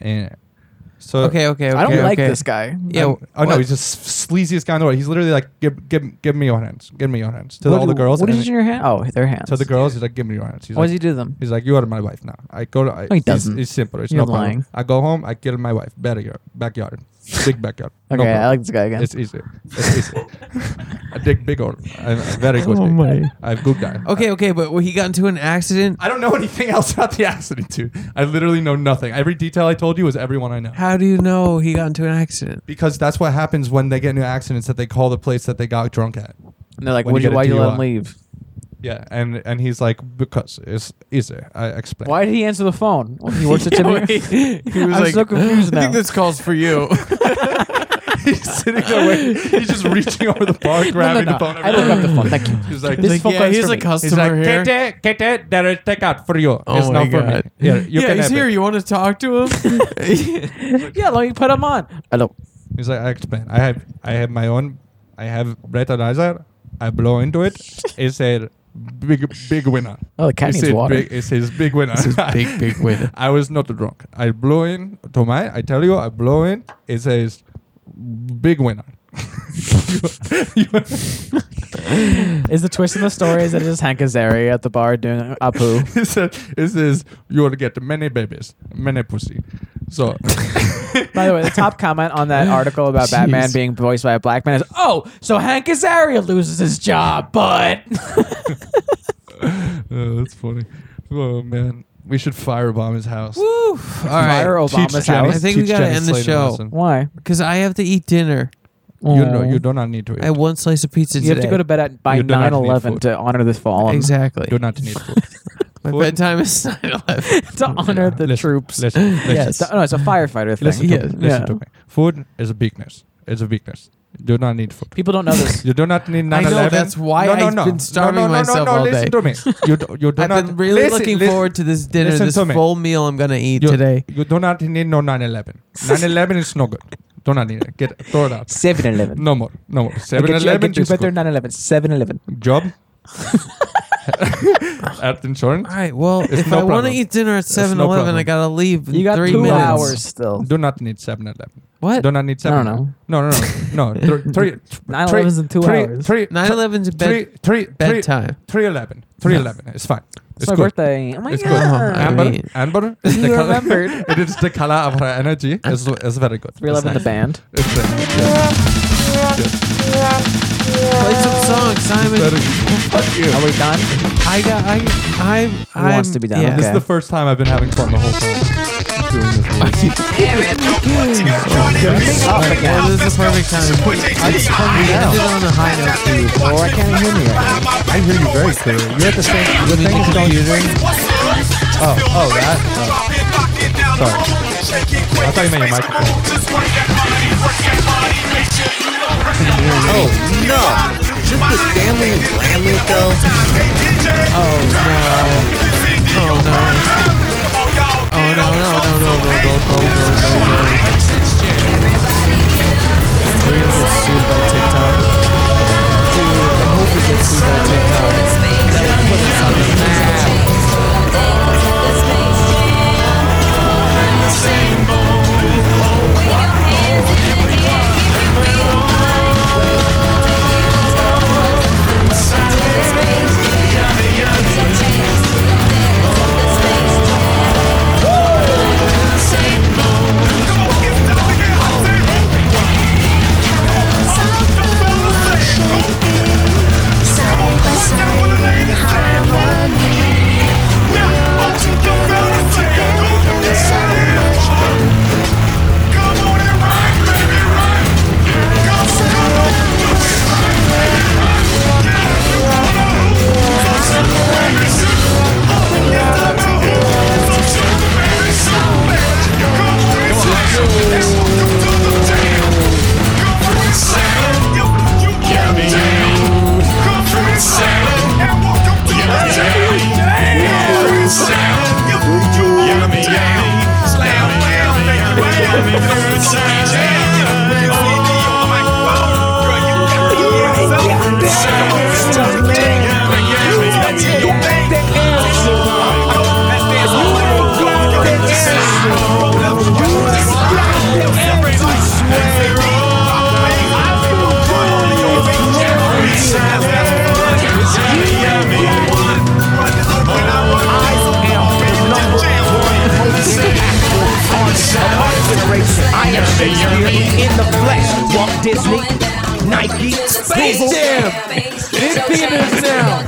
A: And so
B: Okay, okay, okay.
D: I don't like
B: okay.
D: this guy.
B: Yeah.
A: And- oh no,
B: what-
A: he's the s- sleaziest guy in the world. He's literally like, give, give, give me your hands, give me your hands to
D: What-
A: all the girls.
D: What
A: and
D: is in your hand? Oh, their hands.
A: to the girls, he's like, give me your hands. He's
D: What
A: like,
D: does he do to them?
A: He's like, you are my wife now. I go. To, I,
D: he
A: it's-
D: doesn't.
A: It's, simple. It's
D: You're
A: no problem.
D: lying.
A: I go home. I kill my wife. Backyard, backyard, big backyard. No
D: Okay, I
A: problem.
D: like this guy again.
A: It's easy. It's easy. I dig big old. I'm a very good.
D: Oh
A: Oh
D: my.
A: I'm good guy.
B: Okay, okay, but well, he got into an accident.
A: I don't know anything else about the accident, dude. I literally know nothing. Every detail I told you was everyone I know.
B: How do you know he got into an accident?
A: Because that's what happens when they get into accidents that they call the place that they got drunk at.
D: And they're like,
A: when
D: what
A: you
D: you,
A: get a
D: why you let him
A: DUI.
D: leave?
A: Yeah, and and he's like, because it's easy. I explain.
D: Why did he answer the phone? He works at Timmy.
B: He was
D: I'm so confused
B: I
D: now.
B: think this calls for you.
A: he's sitting there? waiting. He's just reaching over the bar, grabbing
D: no.
A: the phone.
D: I look up the phone. Thank you.
A: He's like,
D: This
A: he's
D: phone
A: like,
B: yeah,
D: calls
B: he's
D: for
B: a
D: me.
A: he's like,
B: customer here.
A: Kete, Kete, there is takeout for you.
B: Oh
A: it's
B: my
A: not
B: God.
A: for me. Yeah, you
B: yeah,
A: can
B: he's
A: have
B: here.
A: it."
B: You want to talk to him?
D: yeah, let me put him on. Hello.
A: He's like, I explain. I have I have my own. I have breathalyzer. I blow into it. It's a big big winner.
D: Oh, the cat
A: it's
D: needs
A: a
D: water.
A: Big, it's his big winner.
B: big, big winner.
A: I was not drunk. I blow in to my. I tell you, I blow in. It says big winner.
D: Is the twist in the story is that it's just Hank Azaria at the bar doing Apu?
A: it says it says you will get many babies, many pussy. So uh,
D: By the way, the top comment on that article about Batman
B: Jeez.
D: being voiced by a black man is, "Oh, so Hank Azaria loses his job, but
A: Oh, that's funny. Oh man, we should firebomb his house.
B: All right.
D: Fire Obama's house.
B: I think we gotta end the show.
D: Why?
B: Because I have to eat dinner.
A: You know, you do not need to. Eat.
B: I had one slice of pizza
D: You have to go to bed at by
A: You do not need
D: 9-11
A: food.
D: to honor this fallen.
B: Exactly.
A: do not need food.
B: My bedtime is 9 11.
D: to honor the
A: Listen,
D: troops.
A: Listen, listen,
D: Yes. No, it's a firefighter thing.
A: listen, to,
D: yeah.
A: me, listen to me. Food is a weakness. It's a weakness. Do not need food.
D: People don't know this.
A: You do not need 9
B: I know, that's why I've been starving
A: no, no,
B: myself
A: no, no,
B: all
A: listen
B: day.
A: to me. You do, you do
B: I've
A: not,
B: been really
A: listen,
B: looking
A: listen.
B: forward to this dinner,
A: listen
B: this
A: to me.
B: full meal I'm going to eat
A: you,
B: today.
A: You do not need no 9-11. 9-11 is no good. Do not need it. Get throw it out.
D: 7-Eleven.
A: No more. No more.
D: I get you, I
A: 7-Eleven
D: get you
A: is
D: better
A: good.
D: 9-11. 7-Eleven.
A: Job. Health insurance.
B: All right. Well, if
A: no
B: I want to
A: problem.
B: eat dinner at 7
A: no
B: Eleven, I
A: problem.
B: got to leave in
D: You got
B: three
D: two
B: minutes.
D: hours still.
A: Do not need 7 Eleven.
B: What?
A: Do not need 7
D: know.
A: No, no, no. No. Thr- Three. th-
D: 9/11 's
A: three-
D: in two
A: three-
D: hours.
A: Three.
B: 9 11's
A: Three.
B: bed.
A: Three.
B: bedtime.
A: 311. 311. It's fine. It's
D: It's my
A: good.
D: birthday. Oh my
A: It's good.
D: god.
B: I
A: Amber,
B: mean-
A: Amber, is the
D: You
A: color-
D: remembered.
A: it is the color of her energy. It's, it's very good.
D: Three
A: It's
D: Eleven, the
A: nice.
D: band.
A: It's uh, very good.
B: Play some songs, Simon.
A: Very good.
D: Are we done?
B: I got. I. I. I
D: wants to be done?
B: Yeah.
A: This is
D: Okay.
A: the first time I've been having fun the whole time.
E: Hmm.
B: Well, this is the perfect time. to put it. End it on a high note.
E: I can't hear me. I hear you very clearly. You're at the same. The thing is going Oh, oh, that. Oh. Sorry. I
A: thought you meant your microphone.
E: Oh no! Just the Stanley and Stanley though. Oh no! Oh no! Oh no! No! No! No! No! No!
K: Space Jam.
C: Space Jam.
B: Big theaters now.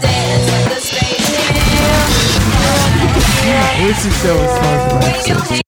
C: This show is sponsored by Space Jam.